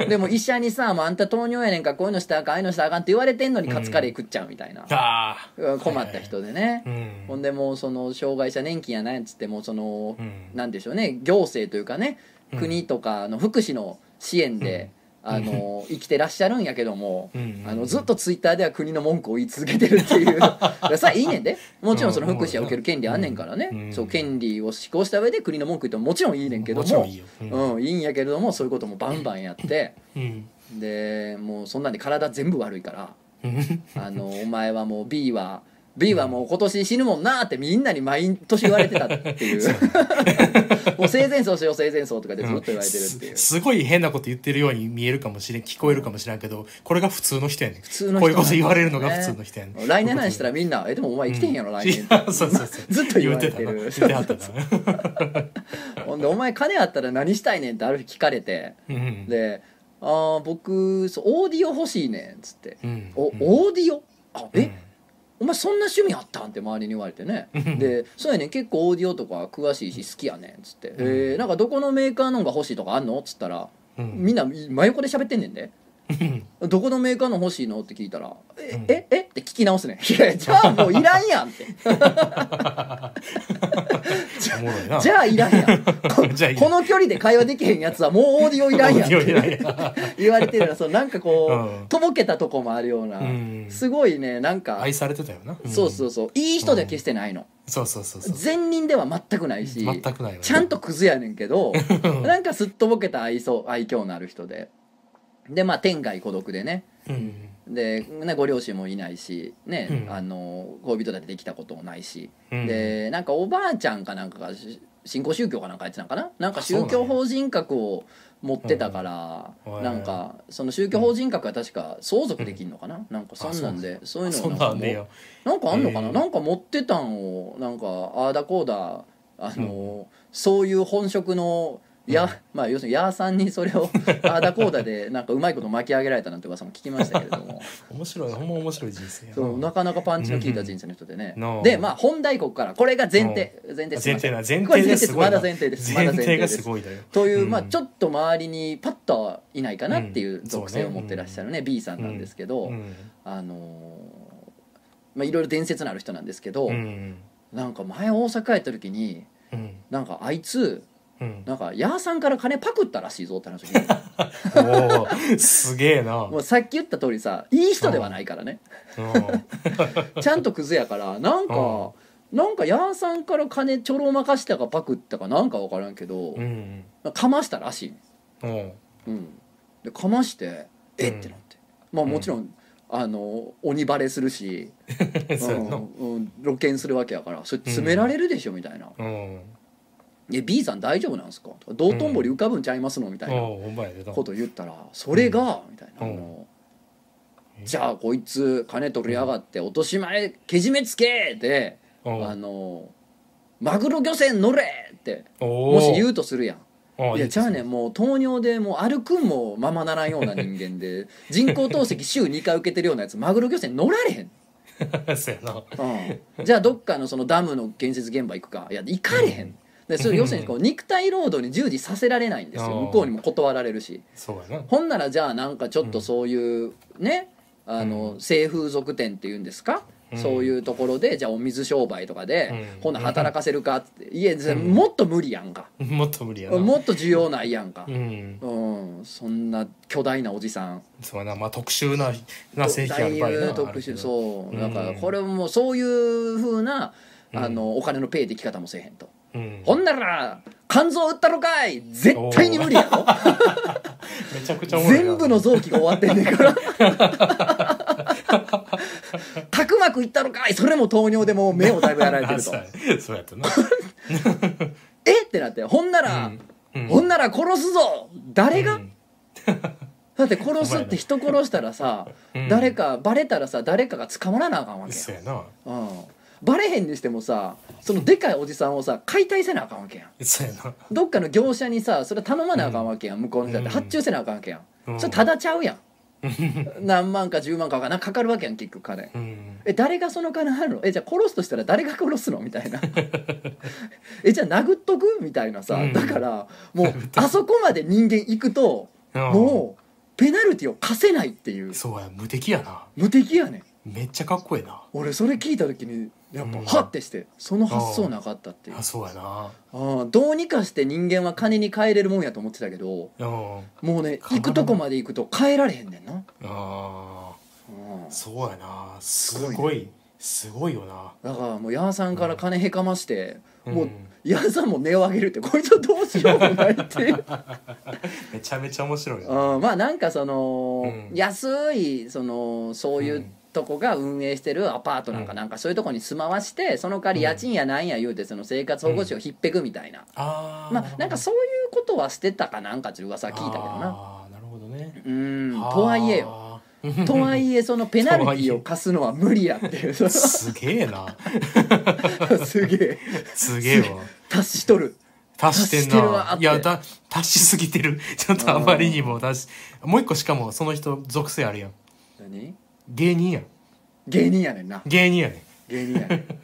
S1: でも医者にさ「もうあんた糖尿やねんからこういうのしたらあかんああいうのしたらあかん」って言われてんのにカツカレー食っちゃうみたいな、
S2: ああ
S1: 困った人でね、
S2: うん
S1: ほんでもうその障害者年金やなんつってもうその、
S2: うん
S1: なんでしょうね行政というかね
S2: うん
S1: 国とかの福祉の支援で、あの生きてらっしゃるんやけども、
S2: うん
S1: あのずっとツイッターでは国の文句を言い続けてるって いうさあいいねんでもちろんその福祉は受ける権利あんねんからね、
S2: うん
S1: そう権利を施行した上で国の文句言ってももちろんいいねんけど
S2: もちろ
S1: も
S2: んいいよ
S1: うんいいんやけれどもそういうこともバンバンやって
S2: うん
S1: でもうそんなんで体全部悪いから。
S2: うん
S1: あのお前はもう B は B はもう今年死ぬもんなってみんなに毎年言われてたって いうもう生前葬しよう生前葬とかでずっと言われてるっていう
S2: すすごい変なこと言ってるように見えるかもしれん聞こえるかもしれんけどこれが普通の人やねん普
S1: 通の人
S2: こういうこと言われるのが普通の人やねん
S1: 来年なんしたらみんな「えでもお前生きてへんやろ来年」
S2: うんそうそうそう
S1: ずっと言われてる
S2: 言うてたな言ってはったな
S1: ほんで「お前金あったら何したいねん」ってある日聞かれて
S2: うん
S1: で「ああ僕そうオーディオ欲しいねん」っつって
S2: うん
S1: 「お
S2: うん
S1: オーディオあえ、お前そんな趣味あったん?」って周りに言われてね
S2: うん
S1: で「そうやねん結構オーディオとか詳しいし好きやねん」っつって「
S2: ん
S1: えーなんかどこのメーカーのが欲しいとかあんの?」っつったら
S2: うん
S1: みんな真横で喋ってんねんで
S2: う
S1: 「
S2: ん
S1: どこのメーカーの欲しいの?」って聞いたら「え
S2: うん
S1: ええっ?」て聞き直すねん「 いやじゃあもういらんやん」って
S2: おもろい
S1: 「
S2: な
S1: じゃあいらんやん」こ
S2: じゃあいい
S1: この距離で会話できへんやつはもうオーディオいらんやん」
S2: オーディオいらん
S1: って
S2: やん
S1: 言われてるのそのなんかこ
S2: う
S1: うんとぼけたとこもあるような
S2: うん
S1: すごいねなんか
S2: 愛されてたよな
S1: そうそうそういい人では決してないの
S2: うんそうそうそうそう
S1: 善人では全くないし
S2: 全くないわ
S1: ちゃんとクズやねんけどなんかすっとぼけた愛想愛嬌のある人ででまあ天涯孤独でね
S2: うん
S1: で、ね、ご両親もいないし、ね
S2: うん
S1: あの恋人だってできたこともないし、
S2: うん
S1: でなんかおばあちゃんかなんかがし新興宗教かなんかやってたんかななんか
S2: あそうなん
S1: 宗教
S2: や
S1: 法人格を持ってたから、
S2: うんうん
S1: なんかその宗教法人格は確か相続できんのかな、なんかそんなんでそういうの
S2: そ
S1: をな
S2: ん
S1: ん
S2: な
S1: か
S2: ん
S1: も
S2: ねよ
S1: なんかあんのかな、
S2: えー
S1: なんか持ってたんをなんかああだこうだあの、そういう本職のや、
S2: うん
S1: まあ要するにヤーさんにそれを ああだこうだでなんかうまいこと巻き上げられたなんて噂も聞きましたけれども
S2: 面白いほんま面白い人生やな
S1: そうなかなかパンチの効いた人生の人でね、
S2: うんなあ
S1: でまあ本題国からこれが前提、前提すい
S2: 前
S1: ませ
S2: 提
S1: ん
S2: な前
S1: これ
S2: 提ですごいな
S1: まだ前提ですまだ
S2: 前
S1: 前提
S2: 提
S1: で
S2: が
S1: す
S2: すごいだよ
S1: という、まあ
S2: うん
S1: ちょっと周りにパッとはいないかなっていう
S2: うん
S1: 属性を
S2: そうね
S1: 持ってらっしゃるね、B さんなんですけど、
S2: うん
S1: あのーまあ、いろいろ伝説のある人なんですけど、
S2: うん
S1: なんか前大阪やった時に
S2: うん
S1: なんかあいつ
S2: うん
S1: なんかヤーさんから金パクったらしいぞって話を聞い て
S2: おーすげえ な
S1: もうさっき言った通りさいい人ではないからね
S2: うん
S1: ちゃんとクズやからなんかなんかヤーさんから金ちょろまかしたかパクったかなんか分からんけど
S2: うん
S1: かましたらしい、
S2: うん
S1: うん、でかましてえ
S2: う
S1: っ
S2: ん
S1: てなってまあもちろん、あの鬼バレするし、
S2: うん そうや
S1: うん
S2: な
S1: うん露見するわけやからそれ詰められるでしょみたいな
S2: うん
S1: 「え B さん大丈夫なんですか?」とか「道頓堀浮かぶんちゃいますの?」みたいな
S2: おーほんまやでな
S1: こと言ったら「それが」みたいな。
S2: うん
S1: あのじゃあこいつ金取りやがって落とし前けじめつけで
S2: うん
S1: あのマグロ漁船乗れって
S2: おー
S1: もし言うとするやん
S2: あー
S1: い
S2: い
S1: や
S2: い
S1: じゃあねもう糖尿でもう歩くんもままならんような人間 で人工透析週2回受けてるようなやつマグロ漁船乗られへん、
S2: です そうやな
S1: うん、 じゃあどっかのそのダムの建設現場行くかいや行かれへん、でそれ要する にこう肉体労働に従事させられないんですよ
S2: あー
S1: 向こうにも断られるし
S2: そうやな
S1: ほんならじゃあなんかちょっとそういうね、あの性風俗店っていうんですか、
S2: うん
S1: そういうところでじゃあお水商売とかで、
S2: うん
S1: ほんなら働かせるかっつっていや、
S2: ん
S1: もっと無理やんか、
S2: もっと無理やな
S1: もっと需要ないやんか
S2: う、ん
S1: うんそんな巨大なおじさん
S2: そうやなまあ特殊なな正規あ
S1: だ
S2: る
S1: い
S2: 場合
S1: ぶ
S2: な
S1: 特殊
S2: う
S1: そう
S2: うん
S1: だからこれもそういうふうなあのお金のペイでき方もせえへんと、
S2: うん
S1: ほんなら肝臓売ったろかい絶対に無理やろ
S2: めちゃくちゃおもろいな
S1: 全部の臓器が終わってんねんから角膜いったのかいそれも糖尿でもう目をだいぶやられて
S2: あ
S1: ると
S2: そうやそうやっ たな
S1: えってなってほんなら、
S2: うん
S1: ほんなら殺すぞ誰が、
S2: うん
S1: だって殺すって人殺したらさ、
S2: うん
S1: 誰かバレたらさ誰かが捕まらなあかんわけ
S2: そう
S1: や、
S2: やな
S1: うん、バレへんにしてもさそのでかいおじさんをさ解体せなあかんわけやん
S2: そうやな
S1: どっかの業者にさそれ頼まなあかんわけやん向こうの人だって
S2: うん
S1: 発注せなあかんわけや
S2: うん
S1: んそれただちゃうやん 何万か10万かわからんかかるわけやん結局金
S2: うん
S1: え誰がその金払うのえじゃあ殺すとしたら誰が殺すのみたい なえじゃあ殴っとくみたいなさ、
S2: うん
S1: だからもうあそこまで人間行くともうペナルティを課せないっていう
S2: そうや無敵やな
S1: 無敵やねん
S2: めっちゃかっこええな
S1: 俺それ聞いた時にやっぱ
S2: うん
S1: ハッてしてその発想なかったっていう
S2: あそうやな
S1: ああどうにかして人間は金に変えれるもんやと思ってたけど
S2: うん
S1: もうね
S2: かな
S1: 行くとこまで行くと変えられへんねんな、
S2: あ
S1: うん
S2: ーそうやなす
S1: ごいね
S2: ごいすごいよな
S1: だからもう矢野さんから金へかまして、
S2: うん
S1: もう矢野さんも値を上げるってこいつはどうしようもないって いう
S2: めちゃめちゃ面白いな
S1: うんまあなんかその、
S2: うん
S1: 安いそのそういううんとこが運営してるアパートなんか
S2: うん
S1: なんかそういうとこに住まわしてその代わり家賃やなんや言うてその生活保護士をひっぺくみたいな、
S2: あー
S1: まあなんかそういうことはしてたかなんかっていう噂は聞いたけどな
S2: あーなるほどね
S1: うん
S2: あー
S1: とはいえよとはいえそのペナルティーを課すのは無理やって いうす
S2: すげえな
S1: げえ
S2: すげえわ
S1: 達しとる
S2: 足してん
S1: 足してるわ
S2: な
S1: っ。て
S2: いや、た、足しすぎてる。 ちょっとあまりにも足し、もう一個しかもその人属性あるやん。
S1: 何
S2: 芸人やん。
S1: 芸人やねんな
S2: 芸人やねん。
S1: 芸人や ねん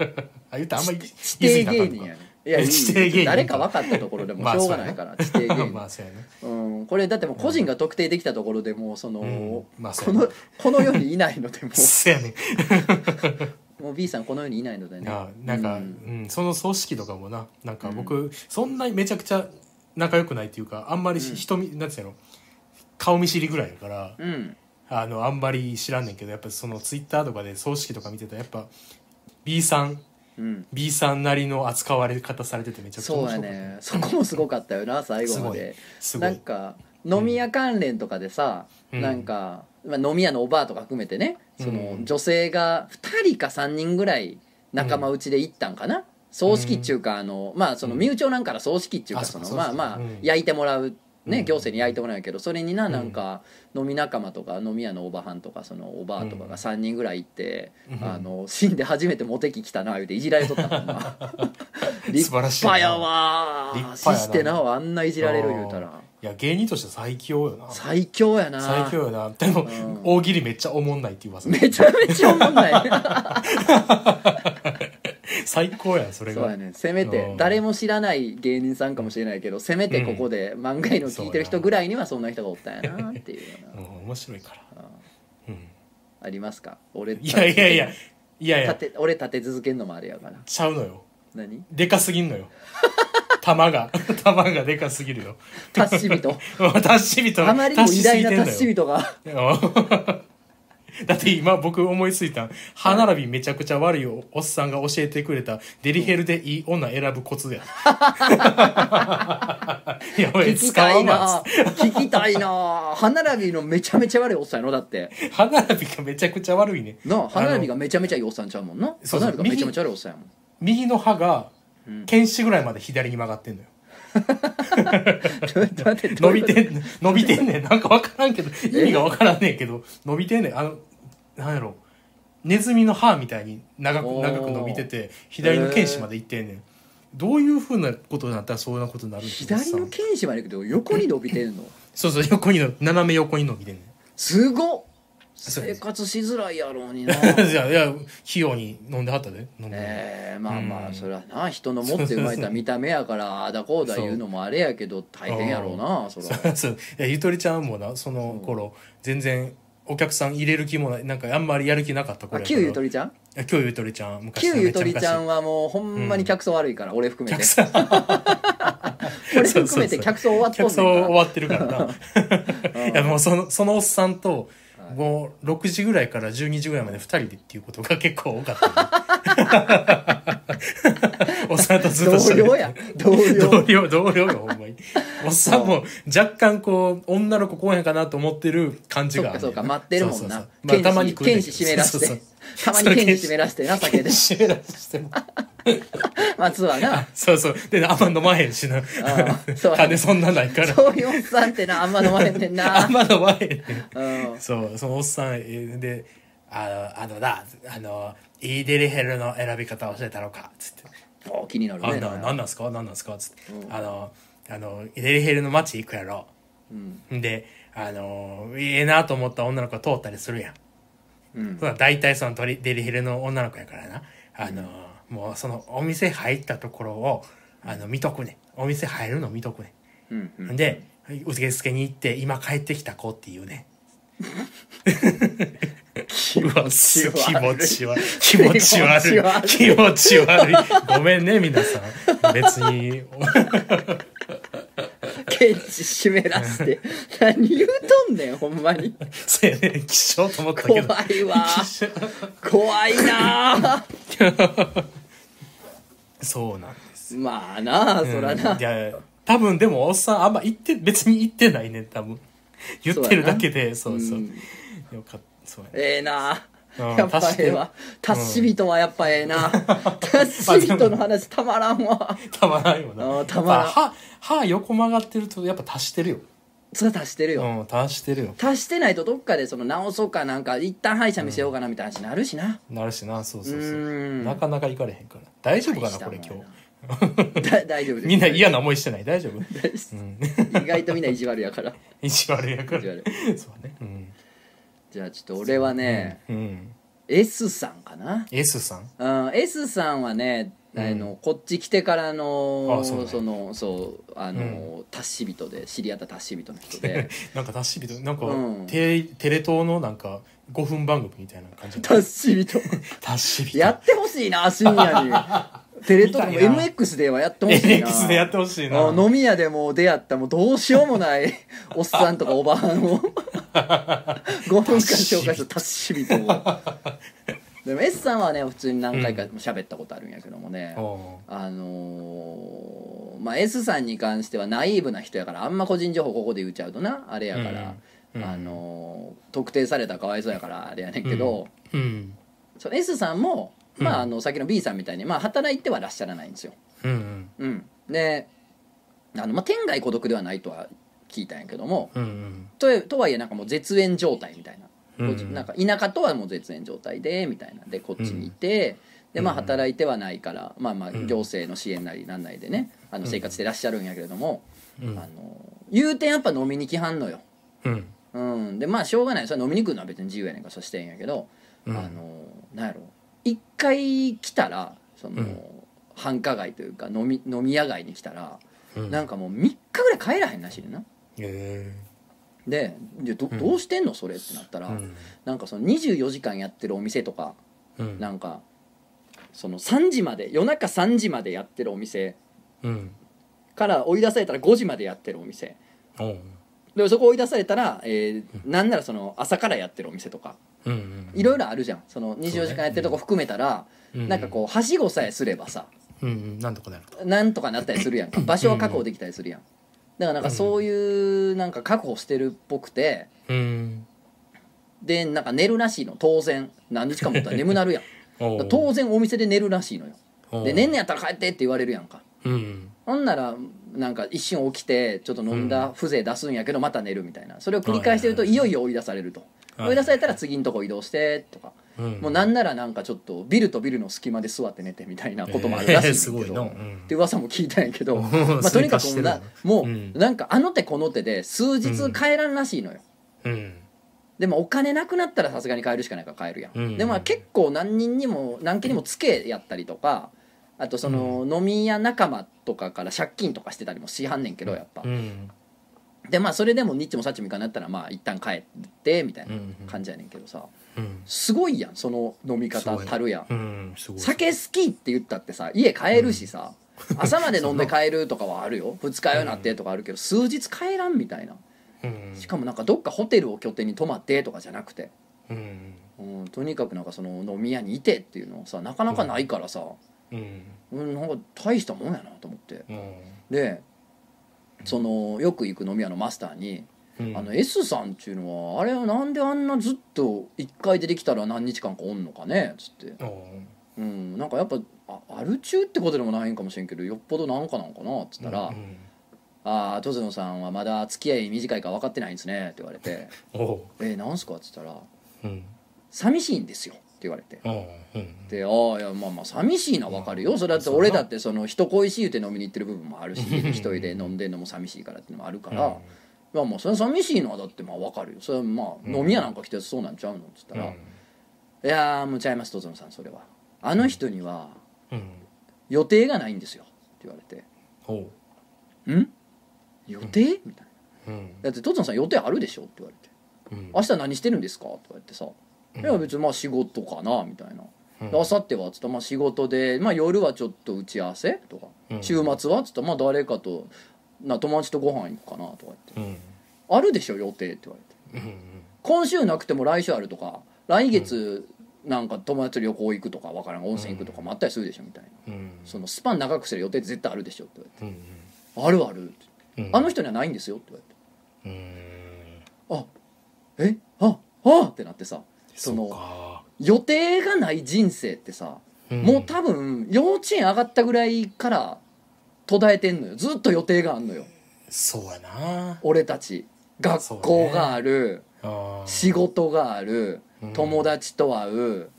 S2: あ、言ったあんまり
S1: 地
S2: 言い
S1: 底
S2: 過ぎ
S1: 芸
S2: たらあ
S1: 人や
S2: かんの
S1: ね
S2: か
S1: んいやいい
S2: 地底芸人か
S1: 誰か分かったところでも
S2: まあ
S1: しょうがないから、地底芸
S2: まあ
S1: 人、
S2: そうやね。
S1: うん、これだってもう個人が特定できたところでもうその、
S2: うんまあそ
S1: こ
S2: うや
S1: の
S2: ね
S1: この世にいないのでも
S2: そうやね。
S1: う もう B さんこの世にいないのでね
S2: ななんか、
S1: う
S2: うんん、その葬式とかもな、なんか僕、そんなにめちゃくちゃ仲良くないっていうか、あんまり
S1: うん
S2: し人見、なんつうやろ、顔見知りぐらいやから、
S1: うん
S2: あの、あんまり知らんねんけど、やっぱそのツイッターとかで葬式とか見てたら、やっぱ、B さん、
S1: うん、
S2: B さんなりの扱われ方されててめちゃくちゃ
S1: そう
S2: 面
S1: や
S2: 白かった
S1: ねそこもすごかったよな最後まで。
S2: すごい
S1: なんか飲み屋関連とかでさ、
S2: うん
S1: なんか、まあ、飲み屋のおばあとか含めてねその
S2: うん
S1: 女性が2人か3人ぐらい仲間内で行ったんかな、葬式っちゅうかあのまあその身内をなんから葬式っちゅうか
S2: あ
S1: その
S2: そうそう
S1: ま
S2: そ
S1: あ
S2: う
S1: まあ
S2: うん
S1: 焼いてもらう。ね、
S2: うん
S1: 行政に焼いてもらうんやけどそれにな
S2: うん
S1: なんか飲み仲間とか飲み屋のおばはんとかそのおばあとか
S2: うん
S1: が3人ぐらい行って、
S2: うん
S1: あの死んで初めてモテ期来たな言うていじられとったもんな立
S2: 素晴らしいな
S1: 派やわ
S2: 立派やな
S1: 死してなおあんないじられる言うたら
S2: いや芸人として最強よな
S1: 最強やな
S2: 最強よなでも、
S1: ん
S2: 大喜利めっちゃおもんないっていう噂
S1: めちゃめちゃおもん ない
S2: 最高やんそれが
S1: そうやねせめて
S2: うん
S1: 誰も知らない芸人さんかもしれないけどせめてここで漫画の聞いてる人ぐらいにはそんな人がおったんやなっていうよう
S2: う
S1: なん
S2: 面白いから、うん、
S1: ありますか俺
S2: いやいやいやいやい
S1: 立
S2: や
S1: て俺立て続けんのもあれやから
S2: ちゃうのよ
S1: 何
S2: でかすぎんのよ玉が 玉がでかすぎるよ
S1: 達し人
S2: 達し人
S1: あまりにも偉大な
S2: 達
S1: 達
S2: し
S1: し
S2: すぎ
S1: 人が
S2: てんのよ だって今僕思いついた歯並びめちゃくちゃ悪いおおっさんが教えてくれたデリヘルでいい女選ぶコ ツややば
S1: 聞
S2: い
S1: き
S2: 使
S1: た
S2: わ
S1: い
S2: ん
S1: な
S2: わ
S1: 聞きたいな歯並びのめちゃめちゃ悪いおっさんやろだって
S2: 歯並びがめちゃくちゃ悪いね
S1: なあ歯並び
S2: あの
S1: がめちゃめちゃいいおっさんちゃうもんな
S2: そ
S1: 歯
S2: うそう
S1: 並びがめちゃめちゃ悪いおっさんやもん
S2: 右の歯が
S1: うん
S2: 剣士ぐらいまで左に曲がってんのよ
S1: ちょ っと待ってど
S2: 伸
S1: うい
S2: び
S1: うこと
S2: てんねん伸びてんねんなんか分からんけど意味が分からんねんけど伸びてんねんあのなんやろネズミの歯みたいに長く
S1: おー
S2: 長く伸びてて左の剣士まで行ってんねん、どういうふうなことになったらそんなことになるんです
S1: 左の剣士まで行くけど横に伸びてんの
S2: そうそう横にの斜め横に伸びてんねん
S1: すごっ
S2: そうで
S1: 生
S2: す
S1: 活しづらいやろうに な
S2: いやいや費用に飲んではったで飲んで、
S1: えー、まあまあ
S2: うん
S1: そりゃな人の持って生まれた見た目やからあだこうだ言うのもあれやけど大変やろうなそら
S2: そうそういやゆとりちゃんもなその頃全然お客さん入れる気もないなんかあんまりやる気なかった
S1: あ
S2: 頃やから
S1: 旧ゆとりちゃん
S2: いや今日ゆとりちゃん昔
S1: 旧
S2: の
S1: ゆ
S2: めち
S1: と
S2: ゃ
S1: り
S2: 昔
S1: ちゃんはもうほんまに客層悪いから、俺含めて
S2: 客 さん
S1: 俺含めて客層終わっとんねん
S2: 客さん
S1: か
S2: 終
S1: ら
S2: わってるからな いやもうそのそのおっさんともう6時ぐらいから12時ぐらいまで2人でっていうことが結構多か ったねおっさんとずっと
S1: 同
S2: 喋
S1: 僚
S2: っ
S1: や
S2: て
S1: 同
S2: 同
S1: 僚
S2: 僚同僚よほ んまにおっさんも若干こう女の子来へんかなと思ってる感じ
S1: そ
S2: が
S1: っか
S2: ある
S1: そうか待ってるもん
S2: そ
S1: な
S2: うそうそうまあたまに
S1: 剣士剣士湿らして たまに剣士湿らしてな酒で
S2: しめらしても
S1: 松はな
S2: そうそう。で、あんま飲まへんしな。
S1: そうやね
S2: 金そんなないから。
S1: そういうおっさんってなあんま飲まれてんな
S2: あ
S1: ん
S2: ま飲まへんねん。
S1: うん
S2: そう、そのおっさんえーで、あの、あのだ、あの、イーデリヘルの選び方教えたろか、つって。
S1: お気になる
S2: あ
S1: ね
S2: んな、なんなんすかなんなんすかつって。あの、あの、イーデリヘルの街行くやろ。で、あの、ええなと思った女の子が通ったりするやん。
S1: うん
S2: その大体そのデリデリヘルの女の子やからな。あの、もうそのお店入ったところを、あの、見とくね。お店入るの見とくね。
S1: うんうん
S2: で受付に行って「今帰ってきた子」って言うね 気持ち
S1: 気持
S2: 悪い気持ち悪い気持ち悪いごめんね皆さん別に
S1: ケンチ湿ら して何言うとんねんほんまに
S2: そうやね気象と思った
S1: 怖
S2: け
S1: い
S2: ど
S1: わ怖いなあ
S2: そうなんです
S1: まあなあそらな、
S2: うんいや多分でもおっさんあんま言って別に言ってないね多分言ってるだけでそうう
S1: やな
S2: そう
S1: う
S2: よかったそうやね
S1: ええなあ
S2: うん
S1: やっぱええわ達し人はやっぱええな達し人の話たまらん わ
S2: たまらんよ
S1: あ
S2: な
S1: ーたまらん
S2: やっぱ歯歯横曲がってるとやっぱ足してるよ
S1: それは足してるよ、
S2: うん足してるよ
S1: 足してないとどっかでその直そうかなんか一旦歯医者見せようかなみたいな話になるしな、
S2: なるしなそうそう
S1: う
S2: そう
S1: ーん
S2: なかなか行かれへんから大丈夫かなこれ今
S1: 日だ大丈夫で
S2: 日
S1: す
S2: みんな嫌な思いしてない大丈夫う ん
S1: 意外とみんな意地悪やから
S2: 意地悪やから
S1: 意地悪
S2: そうねうん、
S1: じゃあちょっと俺はね、
S2: うん、
S1: S さんかな
S2: S さん
S1: うん、S さんはね、
S2: うん
S1: あのこっち来てからの
S2: あそう
S1: そ,、
S2: ね
S1: のそうあの、達し人で知り合った達し人の人 で
S2: なんか達し人なんか、
S1: うん
S2: テレテレ東のなんか5分番組みたいな感じ
S1: 達し 人
S2: 達し人
S1: やってほしいな深夜にテレ東 でも
S2: 見たいな
S1: MX ではやってほしいな
S2: NX でやってほしいな
S1: あ飲み屋でもう出会ったもうどうしようもない おっさんとかおばは んを5分間紹介する達し人 をでも S さんはね普通に何回か喋ったことあるんやけどもね、
S2: お
S1: あのーまあ S さんに関してはナイーブな人やからあんま個人情報ここで言っちゃうとなあれやから、
S2: うんうん
S1: あのー特定されたらかわいそうやからあれやねんけど、
S2: ううん
S1: その S さんも、まあ、
S2: うん
S1: あのさっきの B さんみたいに、まあ、働いてはいらっしゃらないんですよ。
S2: うんうん
S1: うん、であの、まあ、天外孤独ではないとは聞いたんやけども
S2: うんうん
S1: ととはいえなんかもう絶縁状態みたいな
S2: うん
S1: こっちなんか田舎とはもう絶縁状態でみたいなでこっちにいて、でまあ
S2: うん
S1: 働いてはないから、まあまあ
S2: ん
S1: 行政の支援なりなんなりでねあの生活してらっしゃるんやけれども、
S2: うん
S1: あの言うてやっぱ飲みに来はんのよ。
S2: うん
S1: うん、でまあしょうがないそれ飲みに来るのは別に自由やねんからそしてんやけど、
S2: うん
S1: あのなんやろ一回来たらその、
S2: うん
S1: 繁華街というか飲み飲み屋街に来たら、
S2: うん
S1: なんかもう3日ぐらい帰らへんらしいねんな。
S2: え
S1: ででど
S2: ん
S1: どうしてんのそれってなったら、
S2: ーうん
S1: なんかその24時間やってるお店とか
S2: うん
S1: なんかその3時まで夜中3時までやってるお店
S2: うん
S1: から追い出されたら5時までやってるお店
S2: おう
S1: でそこ追い出されたら、えーなんならその朝からやってるお店とか
S2: うんうん
S1: いろいろあるじゃんその24時間やってるとこ含めたら、
S2: うん
S1: なんかこうはしごさえすればさ
S2: うんうんなんとかなると
S1: なんとかなったりするやんか場所は確保できたりするやんだからなんかそういうなんか確保してるっぽくて
S2: うん
S1: でなんか寝るらしいの当然何日間もったら眠なるやん
S2: お
S1: だ
S2: う
S1: から当然お店で寝るらしいのよ
S2: おう
S1: で寝んねやったら帰ってって言われるやんか
S2: うん
S1: ほんならなんか一瞬起きてちょっと飲んだ風情出すんやけどまた寝るみたいなそれを繰り返してると
S2: はいはい
S1: いよいよ追い出されると
S2: はい
S1: 追い出されたら次のとこ移動してとか
S2: うん
S1: もうなんならなんかちょっとビルとビルの隙間で座って寝てみたいなこともあるらしい
S2: え
S1: ん
S2: ー
S1: だ
S2: すご
S1: け
S2: い
S1: ど
S2: なう
S1: っ
S2: ん
S1: て噂も聞いたんやけどまあと
S2: 生
S1: にか
S2: 活
S1: く
S2: し
S1: も
S2: て
S1: う
S2: るな
S1: なも
S2: うん
S1: うなんかあの手この手で数日帰らんらしいのよ
S2: うん
S1: でもお金なくなったらさすがに買えるしかないから買えるやん、
S2: うん
S1: でもまあ結構何人にも何件にもつけやったりとかあとその飲み屋仲間とかから借金とかしてたりもしはんねんけどやっぱ、
S2: うん
S1: でまあそれでもニッチもサッチもいかなったらまあ一旦帰ってみたいな
S2: うん
S1: 感じやねんけどさ
S2: うん
S1: すごいやんその飲み
S2: す
S1: 方
S2: ごい
S1: たるやん
S2: うんすごい
S1: 酒好きって言ったってさ家帰るしさ、朝まで飲んで帰るとかはあるよ二日酔いなってとかあるけど数日帰らんみたいな
S2: うん
S1: しかもなんかどっかホテルを拠点に泊まってとかじゃなくて
S2: うん
S1: うん、とにかくなんかその飲み屋にいてっていうのはさなかなかないからさ、
S2: うん
S1: うん、なんか大したもんやなと思って
S2: うん
S1: でそのよく行く飲み屋のマスターに
S2: う
S1: 「
S2: ん
S1: あの S さんっていうのはあれはなんであんなずっと1回出てきたら何日間かおんのかね」っつって、
S2: おう
S1: うん、なんかやっぱあアル中ってことでもないんかもしれんけどよっぽどなんかなんかなっつったら「
S2: うん
S1: ああ戸野さんはまだ付き合い短いから分かってないんですね」って言われて
S2: おう
S1: 「えなんすか?」っつったら
S2: うん
S1: 「寂しいんですよ」って言われて。
S2: おううん
S1: でああいやまあまあ寂しいのはわかるよそれだって俺だってその人恋しいって飲みに行ってる部分もあるし一人で飲んでんのも寂しいからっていうのもあるから、まあもうそれ寂しいのはだってまあわかるよそれはまあ飲み屋なんか来てそうなんちゃうのっつった
S2: うん
S1: ら「いやーもうちゃいますとぞのさんそれはあの人には
S2: うん
S1: 予定がないんですよ」って言われて
S2: おう
S1: 「ん予定?」みたいな
S2: うん
S1: 「だってとぞのさん予定あるでしょ?」って言われて
S2: うん
S1: 「明日何してるんですか?」って言われてさ「いや別にまあ仕事かな」みたいな。
S2: うん
S1: あさっては?」っつったらまあ仕事で、まあ、夜はちょっと打ち合わせ」とか
S2: う
S1: 「
S2: ん
S1: 週末は?」っつったら「まあ誰かとな友達とご飯行くかな」とか言って
S2: うん
S1: 「あるでしょ予定」って言われて
S2: うん
S1: 「今週なくても来週ある」とか「来月なんか友達と旅行行く」とか「わからん温泉行く」とかもあったりするでしょみたいな
S2: うん
S1: そのスパン長くする予定って絶対あるでしょって言われて
S2: うん
S1: 「あるある」って
S2: うん
S1: あの人にはないんですよ」って言われて
S2: うん
S1: 「あえああってなってさそ
S2: そう
S1: の
S2: か
S1: 予定がない人生ってさ
S2: うん
S1: もう多分幼稚園上がったぐらいから途絶えてんのよずっと予定があんのよ
S2: そうやな
S1: 俺たち学校がある、
S2: あー
S1: 仕事がある、
S2: うん
S1: 友達と会う、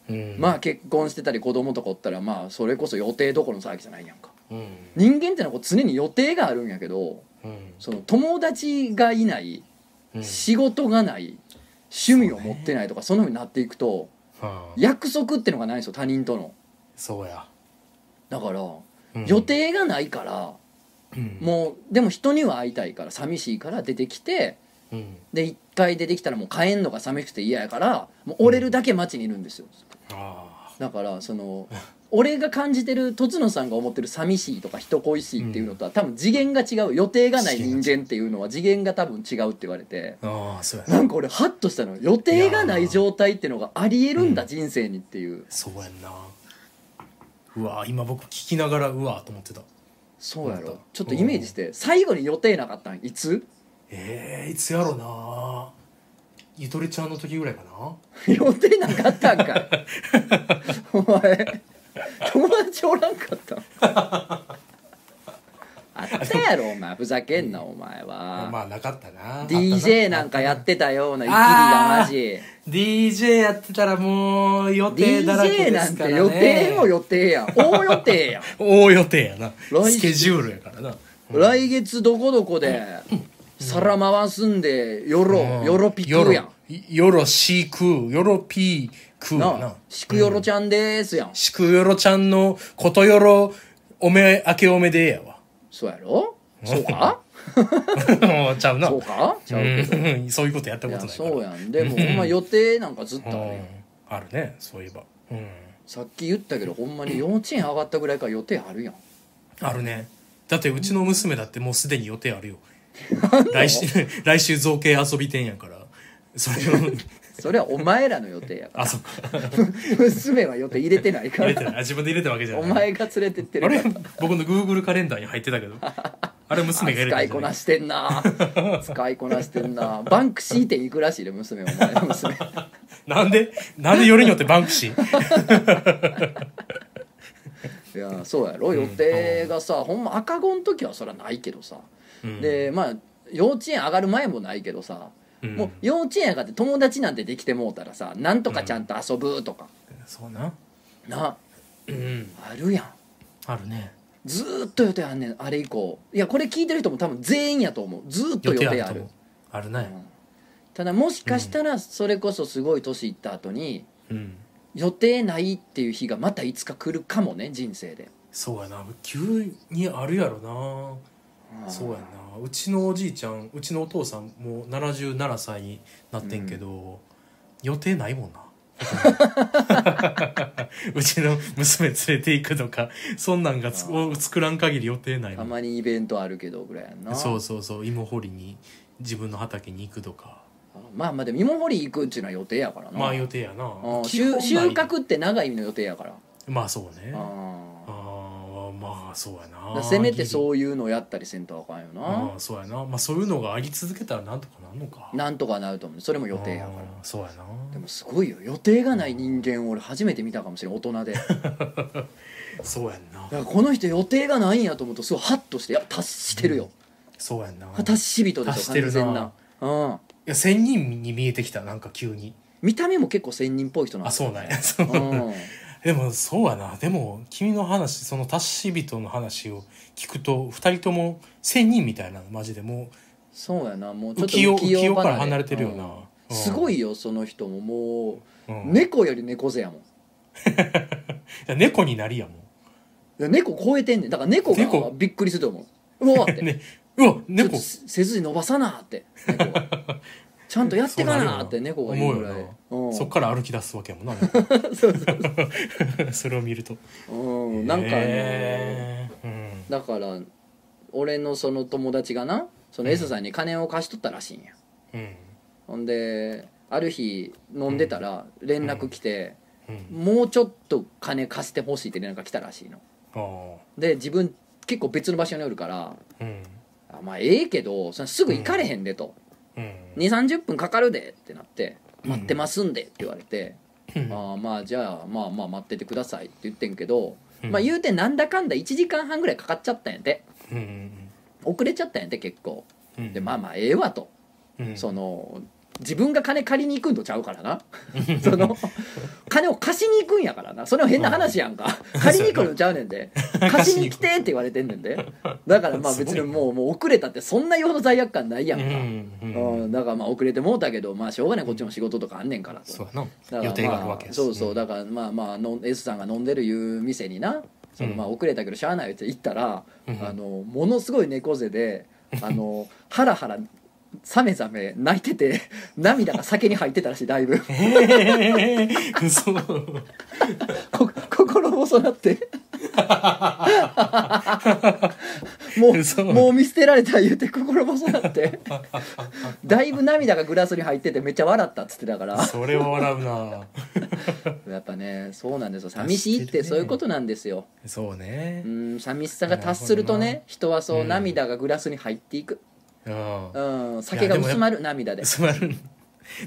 S2: うん
S1: まあ結婚してたり子供とかおったらまあそれこそ予定どころの騒ぎじゃないやんか
S2: うん
S1: 人間ってのはこう常に予定があるんやけど
S2: うん
S1: その友達がいない
S2: うん
S1: 仕事がない趣味を持ってないとかそんなふうになっていくと
S2: あー
S1: 約束ってのがないんですよ他人との
S2: そうや
S1: だから
S2: うん
S1: 予定がないから
S2: うん
S1: もうでも人には会いたいから寂しいから出てきて
S2: うん
S1: で一回出てきたらもう帰んのが寂しくて嫌やからもう折れるだけ街にいるんですよ
S2: あ
S1: だからその俺が感じてるとつのさんが思ってる寂しいとか人恋しいっていうのとは多分次元が違う予定がない人間っていうのは次元が多分違うって言われて
S2: ーあーそうやな
S1: なんか俺ハッとしたのよ予定がない状態っていうのがありえるんだ
S2: うん
S1: 人生にっていう
S2: そうやんなうわ今僕聞きながらうわと思ってた
S1: そうや
S2: 本
S1: ろ
S2: 当
S1: ちょっとイメージして最後に予定なかったんいつ
S2: えー、いつやろなゆとりちゃんの時ぐらいかな
S1: 予定なかったんか いお前友達おらんか ったんあったやろお前ふざけんなお前は、
S2: まあなかったな
S1: DJ なんかやってたようなイキリがマジ
S2: DJ やってたらもう予定だらけ
S1: DJ
S2: で
S1: な
S2: す
S1: ん
S2: か
S1: て
S2: らね
S1: 予定も予定やん大予定やん
S2: 大予定やな
S1: 来
S2: スケジュールやからな
S1: 来月どこどこで皿回すんでよろよろピク
S2: よろ
S1: やん
S2: よろしくよろぴーくや
S1: な
S2: な
S1: しくよろちゃんですやん
S2: しくよろちゃんのことよろおめ明けおめでええやわ
S1: そうやろそうか
S2: ちゃうな
S1: そうかちゃうけど
S2: うんそういうことやった
S1: い
S2: こ
S1: や
S2: とないから
S1: そうやんでもほんま予定なんかずっとあるやん
S2: うんあるねそういえばうん
S1: さっき言ったけどほんまに幼稚園上がったぐらいから予定あるやん
S2: あるねだってうちの娘だってもうすでに予定あるよ来週 来週造形遊び店やからそれを
S1: それはお前らの予定やか
S2: あ
S1: ら
S2: そっか
S1: 娘は予定入れてないか
S2: 入れ
S1: ら
S2: てないあ自分で入れたわけじゃな
S1: お
S2: い
S1: 前が連れてって
S2: あ
S1: る
S2: れ
S1: から
S2: 僕の Google カレンダーに入ってたけどあれ娘が入れ
S1: 使
S2: たん
S1: い
S2: じゃ
S1: こ
S2: な
S1: ないしてんな 使いこなしてんなバンクシー店行くらしいで娘お前 の娘
S2: なんでなんでよりによってバンクシー
S1: いやそうやろ予定がさ、ほんま赤子の時はそらないけどさ、
S2: うん
S1: でまあ幼稚園上がる前もないけどさ、
S2: うん
S1: もう幼稚園上がって友達なんてできてもうたらさなんとかちゃんと遊ぶとか、
S2: そうな
S1: な
S2: うん
S1: あるやん
S2: あるね
S1: ずーっと予定あんねんあれ以降いやこれ聞いてる人も多分全員やと思うずーっと予定ある
S2: と思うあるね
S1: ただもしかしたらそれこそすごい年いった後に、
S2: うん
S1: 予定ないっていう日がまたいつか来るかもね人生で
S2: そうやな急にあるやろなそうやなうちのおじいちゃんうちのお父さんもう77歳になってんけど、予定ないもんな うちの娘連れて行くとかそんなんがつ
S1: あ
S2: を作らん限り予定ない
S1: た
S2: もん
S1: まにイベントあるけどぐらいやんな
S2: そうそうそう芋掘りに自分の畑に行くとか
S1: まあまあでも芋掘り行くっていうのは予定やからな、
S2: まあ予定やな
S1: うん
S2: 基
S1: 収
S2: 本ない
S1: 収穫って長い意味の予定やから
S2: まあそうねあ
S1: あ
S2: あまあそうや
S1: あ
S2: な
S1: せめて
S2: う
S1: そういうのやったりせんとあかんよ
S2: あ
S1: な
S2: あそうやなまあそういうのがあり続けたらなんとかなんのか
S1: なんとかなると思うそれも予定やから
S2: あーそうやな
S1: でもすごいよ予定がない人間俺初めて見たかもしれん大人でだか
S2: そうやんな
S1: らこの人予定がないんやと思うとすごいハッとしていや達してるよ、
S2: そうやんな
S1: 達し人で
S2: 達
S1: し
S2: し
S1: ょ
S2: て
S1: 完
S2: るな
S1: 全な、うん、
S2: いや仙人に見えてきたなんか急に
S1: 見た目も結構仙人っぽい人なん
S2: あ
S1: だ
S2: そうなんやそう
S1: うん
S2: でもそうやなでも君の話その達し人の話を聞くと二人とも仙人みたいなマジでも
S1: そうやなもう
S2: う浮世浮世
S1: 離
S2: か
S1: れ
S2: ら離れてるよな、
S1: うん
S2: うん
S1: すごいよその人ももう、
S2: うん
S1: 猫より猫背やもん
S2: いや猫になりやも
S1: いや猫超えてんねんだから猫が
S2: 猫
S1: びっくりすると思ううわーっ
S2: ん、
S1: て、
S2: ね、う
S1: ち
S2: わ
S1: ょっと
S2: 猫
S1: 背筋伸ばさなーって猫 がちゃんとやってかなーって猫が言うぐらい
S2: 思うよなそっ
S1: ん
S2: から歩き出すわ けやもんな
S1: そうそう
S2: それを見ると
S1: そううんなんかね
S2: へーうん
S1: だから俺のその友達がなその S さんに金を貸しとったらしいんや、
S2: うん
S1: ほんである日飲んでたら連絡来て、
S2: うん
S1: もうちょっと金貸してほしいって連絡が来たらしいの
S2: ああ
S1: で自分結構別の場所におるから
S2: うん
S1: あまあええけどそのすぐ行かれへんでと、
S2: うん
S1: 2 3 0分かかるでってなって
S2: うん
S1: 待ってますんでって言われて、
S2: うん
S1: ああまあじゃあまあまあ待っててくださいって言ってんけど、
S2: うん
S1: まあ言うてなんだかんだ1時間半ぐらいかかっちゃったんやて
S2: うん
S1: 遅れちゃったんやて結構
S2: うん
S1: でまあまあええわと、
S2: うん
S1: その自分が金借りに行くんとちゃうからな その金を貸しに行くんやからなそれは変な話やんか借りに行くのちゃうねんで貸しに来てって言われてんねん でだからまあ別にもうもう遅れたってそんな言うほど罪悪感ないやんか、
S2: うん
S1: う
S2: うん
S1: ん、だからまあ遅れてもうたけどまあしょうがないこっちも仕事とかあんねんからと
S2: そうや
S1: だ
S2: な
S1: から
S2: 予定があるわ
S1: ま
S2: けや
S1: あ
S2: し
S1: そうそう
S2: だ
S1: だからまあまあの S さんが飲んでるいう店になその
S2: うん
S1: まあ遅れたけどしゃあないって行ったら、
S2: うん
S1: あのものすごい猫背 であのハラハラさめざめ泣いてて涙が酒に入ってたらしいだい ぶ
S2: えー嘘
S1: こ心細なっても
S2: そうう
S1: もう見捨てられた言うて心細なってだいぶ涙がグラスに入っててめっちゃ笑ったっつってたから
S2: それは笑うな
S1: やっぱねそうなんですよ寂しいってそういうことなんですよ
S2: そうね
S1: うん寂しさが達すると
S2: なる
S1: ね人はそう
S2: うん
S1: 涙がグラスに入っていく、
S2: うん
S1: うん、酒が
S2: いやでもやっ
S1: 薄まる涙で
S2: 薄まる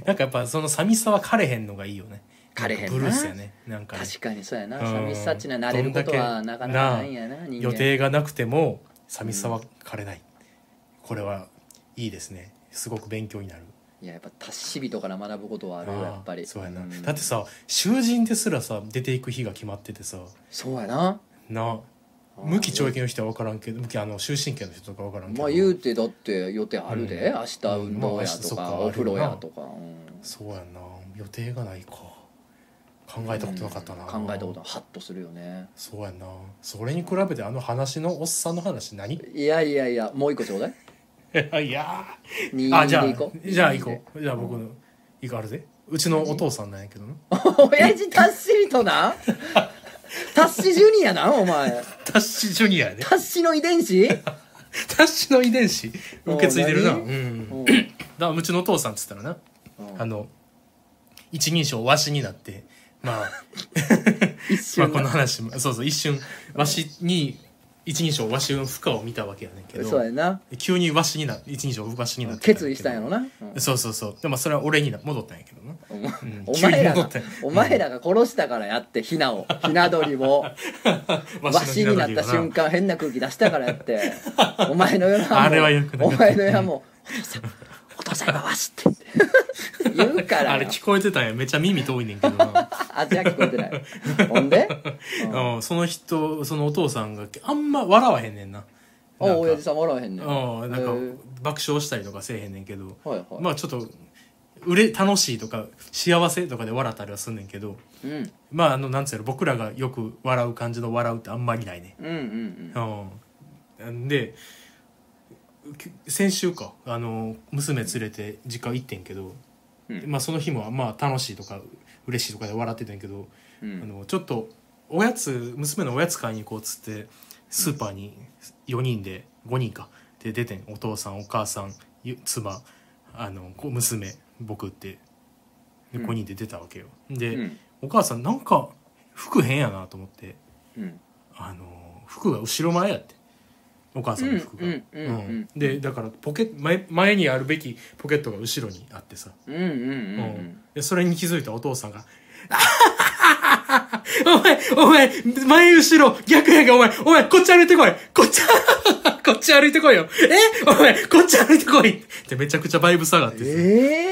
S2: なんかやっぱその寂しさは枯れへんのがいいよね
S1: 枯れへんな
S2: ブルースやねなんかね
S1: 確かにそうやな
S2: うん
S1: 寂しさっちゅうのは慣れることは
S2: どんだ
S1: な
S2: け
S1: かなかないんやな人間
S2: 予定がなくても寂しさは枯れないこれはいいですねすごく勉強になる
S1: いややっぱ達し人から学ぶことはある
S2: あ
S1: よ
S2: ー
S1: やっぱり
S2: そうやな、
S1: ん
S2: だってさ囚人ですらさ出ていく日が決まっててさ
S1: そうやな
S2: な
S1: ー
S2: 無期懲役の人は分からんけど無期あの終身刑の人とか分からんけど、
S1: まあ言うてだって予定あるで、
S2: うん
S1: 明日運動やと
S2: まあ
S1: か、
S2: 明日そっか
S1: お風呂やとか、うん
S2: そうやんな予定がないか考えたことなかったな、
S1: うん考えたことはハッとするよね
S2: そうやんなそれに比べてあの話のおっさんの話何い
S1: いやいやいやもう一個ちょうだい
S2: やー
S1: に
S2: あじゃ
S1: に行こ
S2: あ
S1: う
S2: じゃあ行こうじゃあ僕の行くあるぜうちのお父さんなんやけどな
S1: 親父タッシリとなタッシジュニアなお前
S2: タッシジュニアやね
S1: タッシの遺伝子
S2: タッシの遺伝子受け継いでるな
S1: あ
S2: う
S1: 何
S2: ん
S1: うん
S2: だからうちのお父さんっつったらなあの一人称わしになってまあ
S1: 一
S2: まあ
S1: 瞬
S2: この話もそうそう一瞬わしに一人称わしの負荷を見たわけやねんけ
S1: そうや
S2: ど
S1: な
S2: 急にわしにな一人称わしになって
S1: 決意したんやろな、うん
S2: そうそうそうでもそれは俺にな戻ったんやけどな
S1: お前
S2: うん
S1: お前ら
S2: 急に戻
S1: が
S2: って
S1: お前らが殺したからやってひなをひな鳥 をわしになった瞬間変な空気出したからや ってお前のような
S2: あれはよくなか
S1: お
S2: った
S1: 前のようなもうお父さんお父さん今わしって言うから
S2: あれ
S1: よ
S2: 聞こえてたんやめっちゃ耳遠いねんけど な
S1: あじゃあ聞こえてないほんで
S2: うんその人そのお父さんがあんま笑わへんねんな
S1: お
S2: なんか
S1: 親父さんもおらへんねん
S2: うんなんか
S1: へえ
S2: 爆笑したりとかせえへんねんけど、
S1: はいはい
S2: まあちょっと売れ楽しいとか幸せとかで笑ったりはすんねんけど
S1: うんうん
S2: まああのなんつうやろ僕らがよく笑う感じの笑うってあんまりないね
S1: うんうん
S2: うんなんでき先週かあの娘連れて実家行ってんけど、
S1: うん
S2: まあその日もまあ楽しいとか嬉しいとかで笑ってたんやけど、
S1: うん
S2: あのちょっとおやつ娘のおやつ買いに行こうっつってスーパーに4人で5人かで出てんお父さんお母さんゆ妻あのこ娘僕って
S1: う
S2: で
S1: ん
S2: 5人で出たわけよ、で、
S1: うん
S2: お母さんなんか服変やなと思って
S1: うん
S2: あの服が後ろ前やってお母さんの服が、
S1: うんうんうんうん
S2: うでだからポケ前前にあるべきポケットが後ろにあってさ、
S1: うんうんうんう
S2: うんんでそれに気づいたお父さんが「 お前お前前後ろ逆やんかお前お前こっち歩いてこいこっち こっち歩いてこいよえお前こっち歩いてこい!」ってめちゃくちゃバイブ下がってさ、
S1: ええ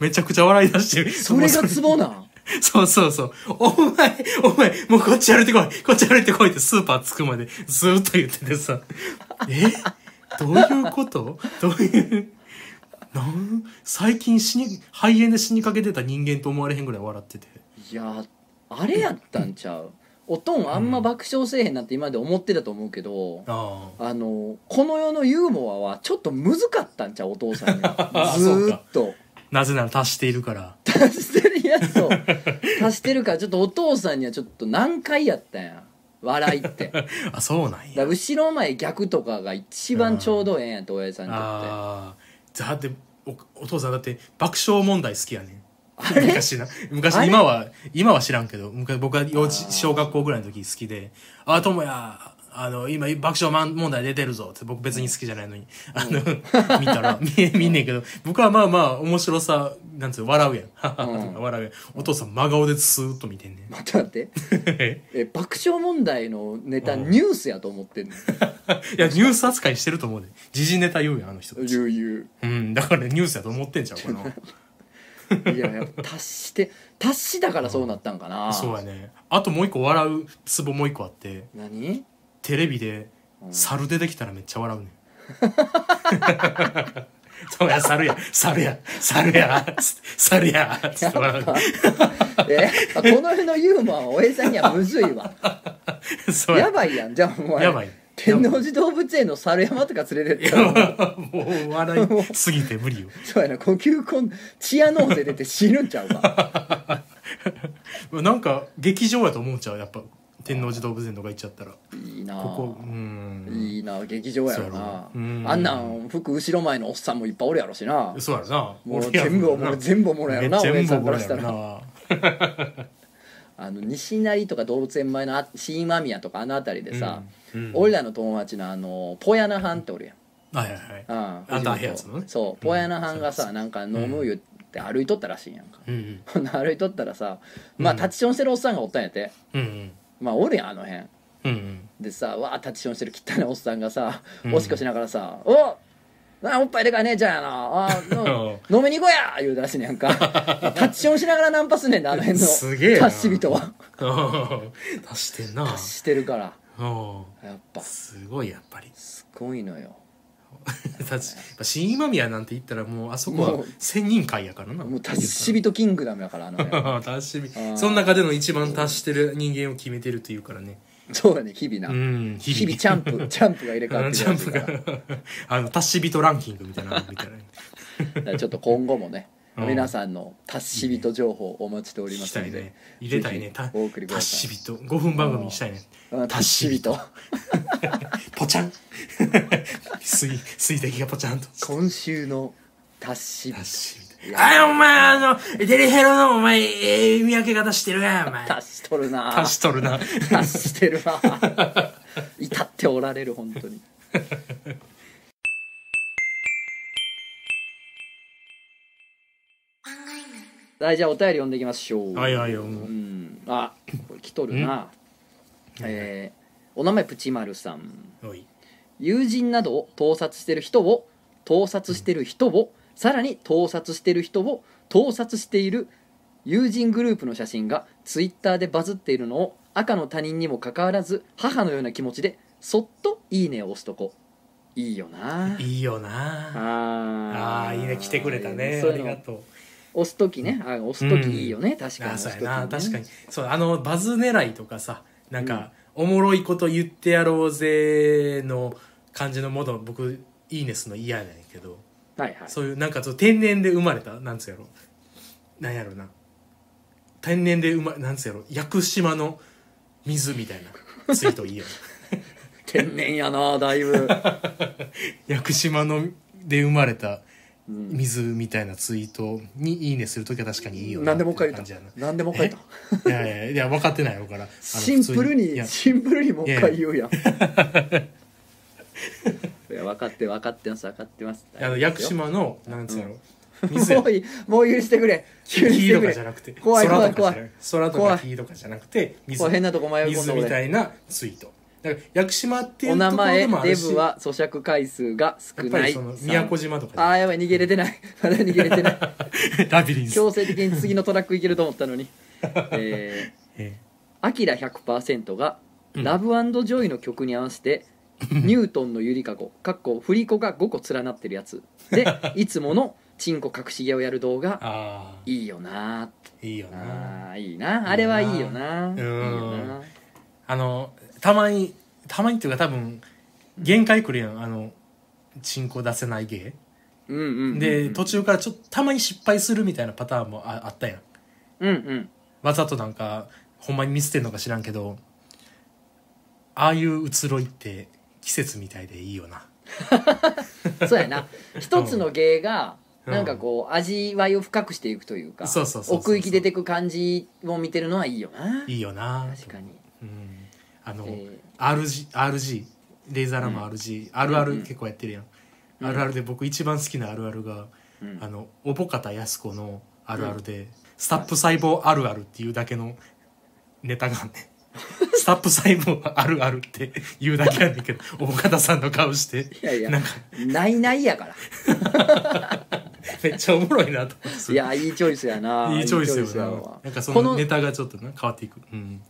S2: めちゃくちゃ笑い出してる
S1: それがツボなん
S2: そうそうそう。お前、お前、もうこっち歩いてこい、こっち歩いてこいってスーパー着くまでずーっと言っててさ。えどういうことどういう、なん、最近死に、肺炎で死にかけてた人間と思われへんぐらい笑ってて。
S1: いやあれやったんちゃうおとんあんま爆笑せえへんなって今まで思ってたと思うけど、
S2: あ
S1: あのこの世のユーモアはちょっと難かったんちゃうお父さんには
S2: あ
S1: ず
S2: そうか
S1: ーっと
S2: あ。なぜなら達しているから。
S1: 足してるやつを足してるからちょっとお父さんにはちょっと難解やったんや笑いってだか
S2: あ、そうなんや。
S1: ら後ろ前逆とかが一番ちょうどええんやって親父さんにとって
S2: ああ。だって、おお父さんだって爆笑問題好きやねん。
S1: あれ
S2: 昔な昔
S1: あれ
S2: 今は今は知らんけど昔僕は幼稚小学校ぐらいの時好きで「あともやあの今爆笑マン問題出てるぞ」って僕別に好きじゃないのに、あの見 たら見見んねんけど僕はまあまあ面白さなんつうの笑うやんとか笑うやんお父さん真顔でスーッと見てんね ん
S1: 待って待ってえ爆笑問題のネタニュースやと思ってんの
S2: いやニュース扱いしてると思うね時事ネタ言うやんあの人たち
S1: ゆうゆ
S2: うんだからニュースやと思ってんちゃうかな
S1: う いややっぱ達して達したからそうなったんかな
S2: そうやねあともう一個笑うツボもう一個あって
S1: 何
S2: テレビで猿出てきたらめっちゃ笑うねん。そうや、猿や、猿や、猿や、猿や、つって笑
S1: え あこの世のユーモアは親父さんにはむずいわ
S2: う。そう
S1: や
S2: や。
S1: ばいやんじゃあお前
S2: やばい
S1: 天王寺動物園の猿山とか連れてったら
S2: もう笑いすぎて無理よ。
S1: そうやな呼吸困チアノーゼ出て死ぬんちゃう か
S2: なんか劇場やと思うちゃう、やっぱ。天王寺動物園とか行っちゃったら。こ
S1: いいなあ
S2: こ、うん。
S1: いいなあ劇場やろな
S2: そうやろうん
S1: あんなん服後ろ前のおっさんもいっぱいおるやろしな
S2: そうやろな。
S1: もう
S2: 俺やろ
S1: 全部おもろい全部おもろいやろな
S2: めっちゃ
S1: おやじさん
S2: 全部おもろい
S1: からした
S2: やろな
S1: あの西成とか動物園前のあ新間宮とかあの辺りでさ、
S2: うんうん
S1: 俺らの友達のあのポヤナハンっておるやん
S2: はいはい
S1: うん
S2: はい。あんた部屋のね
S1: そうポヤナハンがさ、なんか飲む言って歩いとったらしいやんか、
S2: うんうん。
S1: ほんなら 歩いとったらさまあ
S2: うん
S1: 立ちションしてるおっさんがおったんやて、
S2: うん
S1: まあおるやんあの辺
S2: うん。うんうん。
S1: でさわあ立ちションしてる汚いおっさんがさ、
S2: うん
S1: おしっこしながらさ「おなおっぱいでかい姉ちゃんやなあ の飲みに行こうや!」言うたらしいねやんか立ちションしながらナンパすんねんなあの辺の
S2: すげえ な
S1: 達し人 は
S2: 出してんな
S1: 達してるから
S2: うん
S1: やっぱ
S2: すごいやっぱり
S1: すごいのよ
S2: だってやっぱ新今宮なんて言ったらもうあそこ
S1: もう
S2: は千人会やからな
S1: もう 達し人キングダムやからあの辺
S2: 達し
S1: ー
S2: その中での一番達してる人間を決めてるっていうからね
S1: そうだね日々な、
S2: うん
S1: 日々チャンプチャンプが入れ替わって
S2: チ
S1: るら
S2: ャン
S1: しい
S2: プ
S1: から
S2: があの達し人ランキングみたいなのみたいな
S1: だからちょっと今後もね
S2: うん
S1: 皆さんの達し人情報をお待ちしておりま
S2: し
S1: す
S2: た
S1: の
S2: い
S1: で、
S2: ね入れたいねた
S1: ぜひお送りくだ
S2: 達
S1: さ
S2: し
S1: い
S2: 人5分番組にしたいね
S1: うん達し人
S2: ポチャン 水水滴がポチャンと
S1: 今週の達し
S2: 達
S1: 人
S2: し人あお前あのデリヘロのお前ええ見分け方してるやんお前
S1: 達しとるな
S2: 達しとるな
S1: 達してるな至っておられる本当にはいじゃあお便り読んでいきましょう
S2: はいはいよ
S1: う
S2: も
S1: んあこれ来とるなえーお名前プチマルさん
S2: うおい
S1: 友人などを盗撮してる人を盗撮してる人をさらに盗撮してる人を盗撮している友人グループの写真がツイッターでバズっているのを赤の他人にもかかわらず母のような気持ちでそっと「いいね」を押すとこいいよない
S2: いよな
S1: あ
S2: あーいいね来てくれたね
S1: そう
S2: あ
S1: い
S2: り
S1: う
S2: が
S1: の
S2: とう
S1: 押す時ねあ押す時いいよね確かに
S2: あ
S1: 押
S2: そう
S1: す
S2: や
S1: 時
S2: な確か
S1: に
S2: にそうあのバズ狙いとかさなんか、おもろいこと言ってやろうぜの感じのもの僕いいねすの嫌やねんけど、
S1: はいはい
S2: そういうなんかそう天然で生まれたなんつうやろなんやろな天然で生まなんつうやろ屋久島の水みたいなツイートいいよ
S1: 天然やなだいぶ、
S2: 屋久島ので生まれた
S1: うん、
S2: 水みたいなツイートにいいねするときは確かにいいよな
S1: 何でも書い
S2: って
S1: た
S2: 感じやな
S1: 何でも書いた
S2: いやいやいや分かってないよからあの
S1: シンプル
S2: 普通い
S1: に
S2: や
S1: シンプルにもう一回
S2: い
S1: 言うやん いや分かって分かってます分かってます
S2: あの屋久島のなんつうやろ水や
S1: もういいもう許してくれ許し
S2: 木
S1: て
S2: と
S1: く
S2: か
S1: れ
S2: じゃなくて
S1: 怖い怖い
S2: 空とか
S1: 怖
S2: じゃない空と
S1: 怖
S2: か
S1: い
S2: 木とかじゃなくて水
S1: こう変なとこ迷い込ん
S2: 水
S1: だ
S2: みた
S1: 俺
S2: いなツイートだから屋久島ってい
S1: お
S2: うと
S1: 名
S2: ころで
S1: 前
S2: もあ
S1: デ
S2: るし
S1: ブは咀嚼回数が少
S2: やっぱ
S1: な
S2: り
S1: い
S2: その
S1: さん
S2: 宮古島とかじゃ
S1: あー
S2: ない
S1: やばい逃げれてない まだ逃げれてない
S2: ラビリンス
S1: 強制的に次のトラック行けると思った のにえー
S2: え
S1: アキラ100%が「
S2: うん
S1: ラブジョイ」の曲に合わせて、ニュートンのゆりかごかっこ振り子が5個連なってるやつ でいつものチンコ隠し毛をやる動
S2: え
S1: 画
S2: あ
S1: いいよな
S2: あいいよな
S1: あーいいなあれはいいよな
S2: うん
S1: いいよな
S2: あのたまにたまにっていうか多分限界くるやんあのチンコ出せない芸
S1: うんうんうんうん
S2: で途中からちょっとたまに失敗するみたいなパターンもああったやん
S1: うんうん
S2: わざとなんかほんまに見捨てんのか知らんけどああいう移ろいって季節みたいでいいよな
S1: そうや な一つの芸が
S2: うん
S1: なんかこう味わいを深くしていくというか
S2: そうそうそうそう
S1: 奥行き出てく感じを見てるのはいいよない
S2: いよな
S1: 確かに
S2: うん、あの、
S1: え
S2: RG, RG レイザーラマ RG、あるある結構やってるやん、
S1: うん
S2: あるあるで僕一番好きなあるあるが、
S1: うん
S2: あのおぼかたやすこのあるあるで、スタップ細胞あるあるっていうだけのネタがあんねんスタップ細胞あるあるって言うだけやねんけどおぼかたさんの顔して
S1: いやいや
S2: なんか
S1: ないないやから
S2: めっちゃおもろいなと思って
S1: いやいいチョイスやない
S2: いいチョイスよ
S1: いいチや
S2: な
S1: わ
S2: なんかそ
S1: こ
S2: の
S1: の
S2: ネタがちょっとな変わっていく、うん、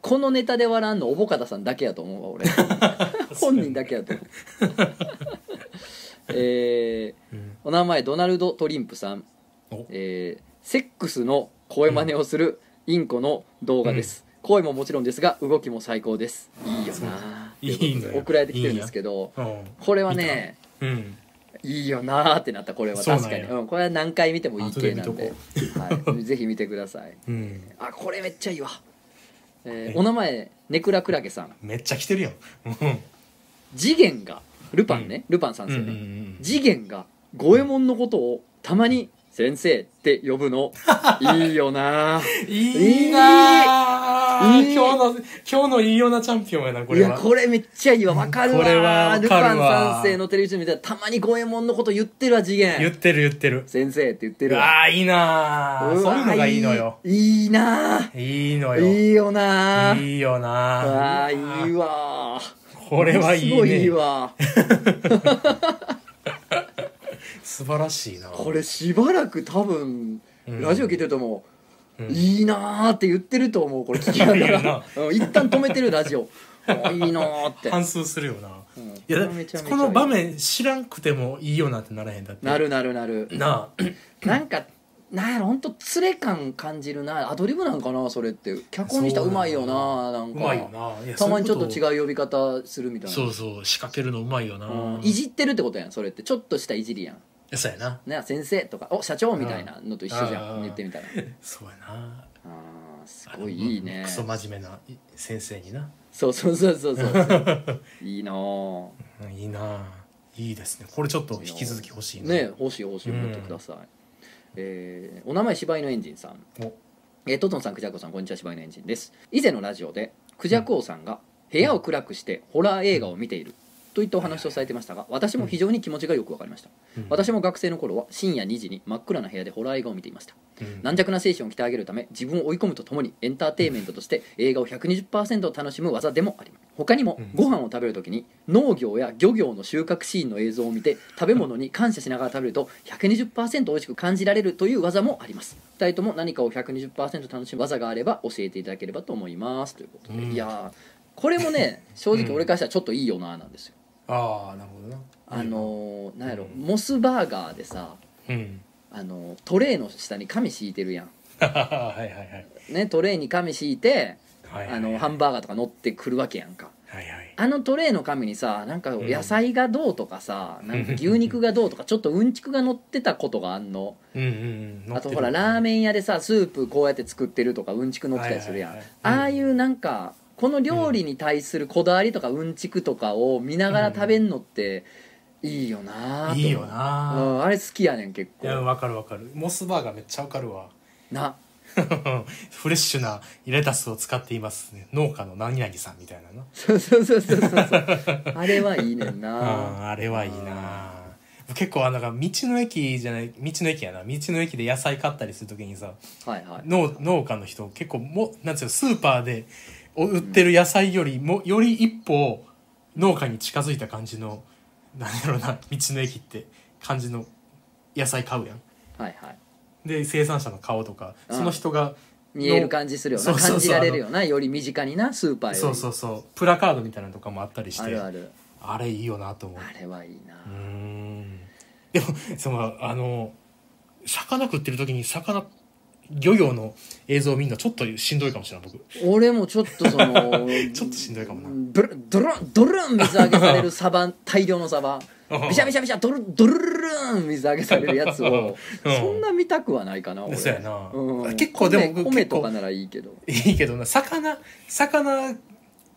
S1: このネタで笑うの小保方さんだけやと思うわ 俺本人だけやと思うえー
S2: うん
S1: お名前ドナルド・トリンプさん、
S2: お
S1: えーセックスの声真似をするインコの動画です、声ももちろんですが動きも最高ですいいよない
S2: いいんだよ
S1: 送られてきてるんですけど
S2: う
S1: これはね
S2: んうん
S1: いいよなーってなったこれは
S2: そうなん
S1: 確
S2: や
S1: かにう、ん、これは何回見てもいい系なん
S2: 後で
S1: ではい、ぜひ見てください
S2: うん、
S1: あこれめっちゃいいわ、えー
S2: え
S1: お名前ネクラクラゲさん
S2: めっちゃ来てるやんうん
S1: 次元がルパンね、ルパン三世ね、
S2: うんうんうん
S1: 次元が五右衛門のことをたまに「先生」って呼ぶ のいいよない
S2: いなあ
S1: いい
S2: 今日の、今日のいいようなチャンピオンやな、こ
S1: い
S2: れ
S1: や
S2: は。
S1: これめっちゃいいわわかるわ
S2: これはわ
S1: ル
S2: か
S1: パン
S2: るわ
S1: 三世のテレビ中見たらたまに五右衛門のこと言ってるわ次
S2: 言っ
S1: 元
S2: てる言ってる。
S1: 先生って言ってるわ
S2: ああ、いいなあ
S1: わ
S2: そういうのがいいのよ。
S1: いいいいない
S2: いのよ。い
S1: いいよない
S2: よな
S1: あーいいわ
S2: これはい
S1: す
S2: い
S1: ごいいい
S2: ね。
S1: わ
S2: 素晴らしいな
S1: これしばらく多分、
S2: うん
S1: ラジオ聞いてると思う、
S2: うん
S1: いいなーって言ってると思うこれ聞きなが
S2: いやい
S1: ら
S2: や
S1: うん一旦止めてるラジオ あいいなーって
S2: 反数するよな。
S1: うん
S2: いや、
S1: めちゃめちゃいい
S2: この場面知らんくてもいいよなってならへんだって。
S1: なるなるなる
S2: なあ。
S1: なんかなんやろほんとつれ感感じるなアドリブなんかなそれって脚本にしたらうまいよななん
S2: う
S1: か
S2: まいよな。いや
S1: たまにちょっと
S2: そういう
S1: 違う呼び方するみた
S2: こ
S1: たいな
S2: そうそう、仕掛けるのうまいよな
S1: うん。いじってるってことやんそれってちょっとしたいじりやん
S2: そうやな
S1: ね、先生とか「お社長」みたいなのと一緒じゃ
S2: うんん
S1: 言ってみたら
S2: そうやな
S1: あーすごいいいね
S2: クソ真面目な先生 にな
S1: そうそうそうそう そういいなあ
S2: うんいいないいですねこれちょっと引き続き欲しいな
S1: ね欲しい欲しい送ってください、えーお名前柴犬エンジンさん
S2: お
S1: えートトンさんクジャコさんこんにちは柴犬エンジンです以前のラジオでクジャコウさんが部屋を暗くしてホラー映画を見ているといったお話をされてましたが私も非常に気持ちがよくわかりました
S2: うん
S1: 私も学生の頃は深夜2時に真っ暗な部屋でホラー映画を見ていました
S2: うん
S1: 軟弱な精神を鍛え上げるため自分を追い込むとともにエンターテインメントとして映画を120%楽しむ技でもあります他にも
S2: うん
S1: ご飯を食べる時に農業や漁業の収穫シーンの映像を見て食べ物に感謝しながら食べると120%美味しく感じられるという技もあります2人とも何かを120%楽しむ技があれば教えていただければと思いますということで、
S2: うん
S1: いやーこれもね正直俺からしたらちょっといいよなーなんですよ、
S2: ああなるほどな
S1: あのー、なんやろ
S2: うん
S1: モスバーガーでさ
S2: うん
S1: あのートレイの下に紙敷いてるやん
S2: はいはいはい
S1: ね、トレイに紙敷いて
S2: はいはい
S1: あのハンバーガーとか乗ってくるわけやんか
S2: はいはい
S1: あのトレイの紙にさなんか
S2: ん
S1: 野菜がどうとかさ、なんか牛肉が どうとかちょっとうんちくが乗ってたことがあんの
S2: うんうんうん
S1: あとほらラー
S2: ン
S1: メン屋でさスープこうやって作ってるとかうんちく乗ってたりするやん、
S2: はいはいはい
S1: ああいうなんかこの料理に対するこだわりとかうんちくとかを見ながら食べんのっていいよなぁと思う
S2: いいよ
S1: う
S2: なん
S1: あれ好きやねん結
S2: いや
S1: 構
S2: わかるわかるモスバーガーめっちゃわかるわ
S1: な
S2: フレッシュなレタスを使っていますね農家の何々さんみたいなな
S1: そうそうそうそう そうあれはいいねんなぁ
S2: ああれはいいな結構あなんか道の駅じゃない道の駅やな道の駅で野菜買ったりするときにさ
S1: はいはい
S2: 農農家の人結構もなんつうのスーパーでお売ってる野菜よりもより一歩農家に近づいた感じのなんだろうな道の駅って感じの野菜買うやん
S1: はいはい
S2: で生産者の顔とか
S1: うん
S2: その人が
S1: 見える感じするよな
S2: そうそうそう
S1: 感じられるよなより身近になスーパーより
S2: そうそうそうプラカードみたいなのとかもあったりして
S1: あるある
S2: あれいいよなと思う
S1: あれはいいう
S2: ー
S1: な、
S2: んでもそのあの魚食ってる時に魚漁業の映像を見るのちょっとしんどいかもしれない僕
S1: 俺もちょっとその
S2: ちょっとしんどいかもな
S1: ブルドルンドルン水揚げされるサバ大量のサバビシャビシャビシャドルドルルルン水揚げされるやつを
S2: うん
S1: そんな見たくはないかな俺
S2: そうやな
S1: うん
S2: 結構でも
S1: 米
S2: 僕
S1: 米
S2: 結構
S1: とかならいいけど
S2: いいけどな魚魚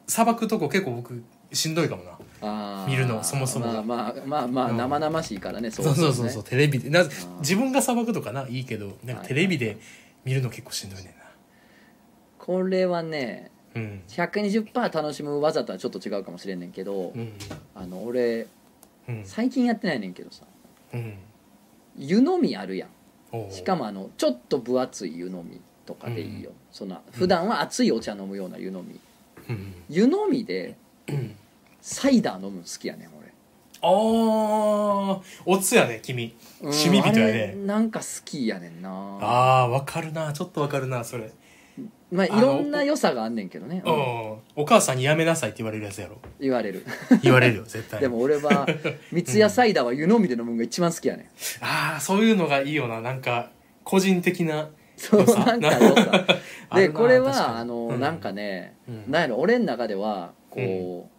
S2: さばくとこ結構僕しんどいかもな
S1: あー
S2: 見るのそもそも
S1: まあまあまあまあ
S2: うん
S1: 生々しいからねそ
S2: そうそうそうそうテレビでな
S1: ー
S2: 自分がさばくとかないいけどなんかテレビで見るの結構しんどいね
S1: これはね
S2: んなうん
S1: 120%楽しむ技とはちょっと違うかもしれんねんけど、
S2: うん
S1: あの俺
S2: うん
S1: 最近やってないねんけどさ
S2: うん
S1: 湯飲みあるやん
S2: おう
S1: しかもあのちょっと分厚い湯飲みとかでいいよ、そんな普段は熱いお茶飲むような湯飲み
S2: うん
S1: 湯飲みでサイダー飲むの好きやねん俺
S2: あーおつやね君
S1: うん
S2: 趣味人や
S1: あれ
S2: ね
S1: なんか好きやねんな
S2: あーわかるなちょっとわかるなそれ
S1: まあい
S2: あの
S1: ろんな良さがあんねんけどね、
S2: う
S1: うん
S2: んお母さんにやめなさいって言われるやつやろ
S1: 言われる
S2: 言われ るよ絶対
S1: でも俺 は三ツ矢サイダーは湯飲みで飲むのが一番好きやねん
S2: ああそういうのがいいよななんか個人的な
S1: そう
S2: 良さ
S1: なんか良さ
S2: あ
S1: で
S2: るな
S1: これ
S2: 確かに
S1: はあの、
S2: うん
S1: なんかね、
S2: うん
S1: なんやろ俺の中ではこ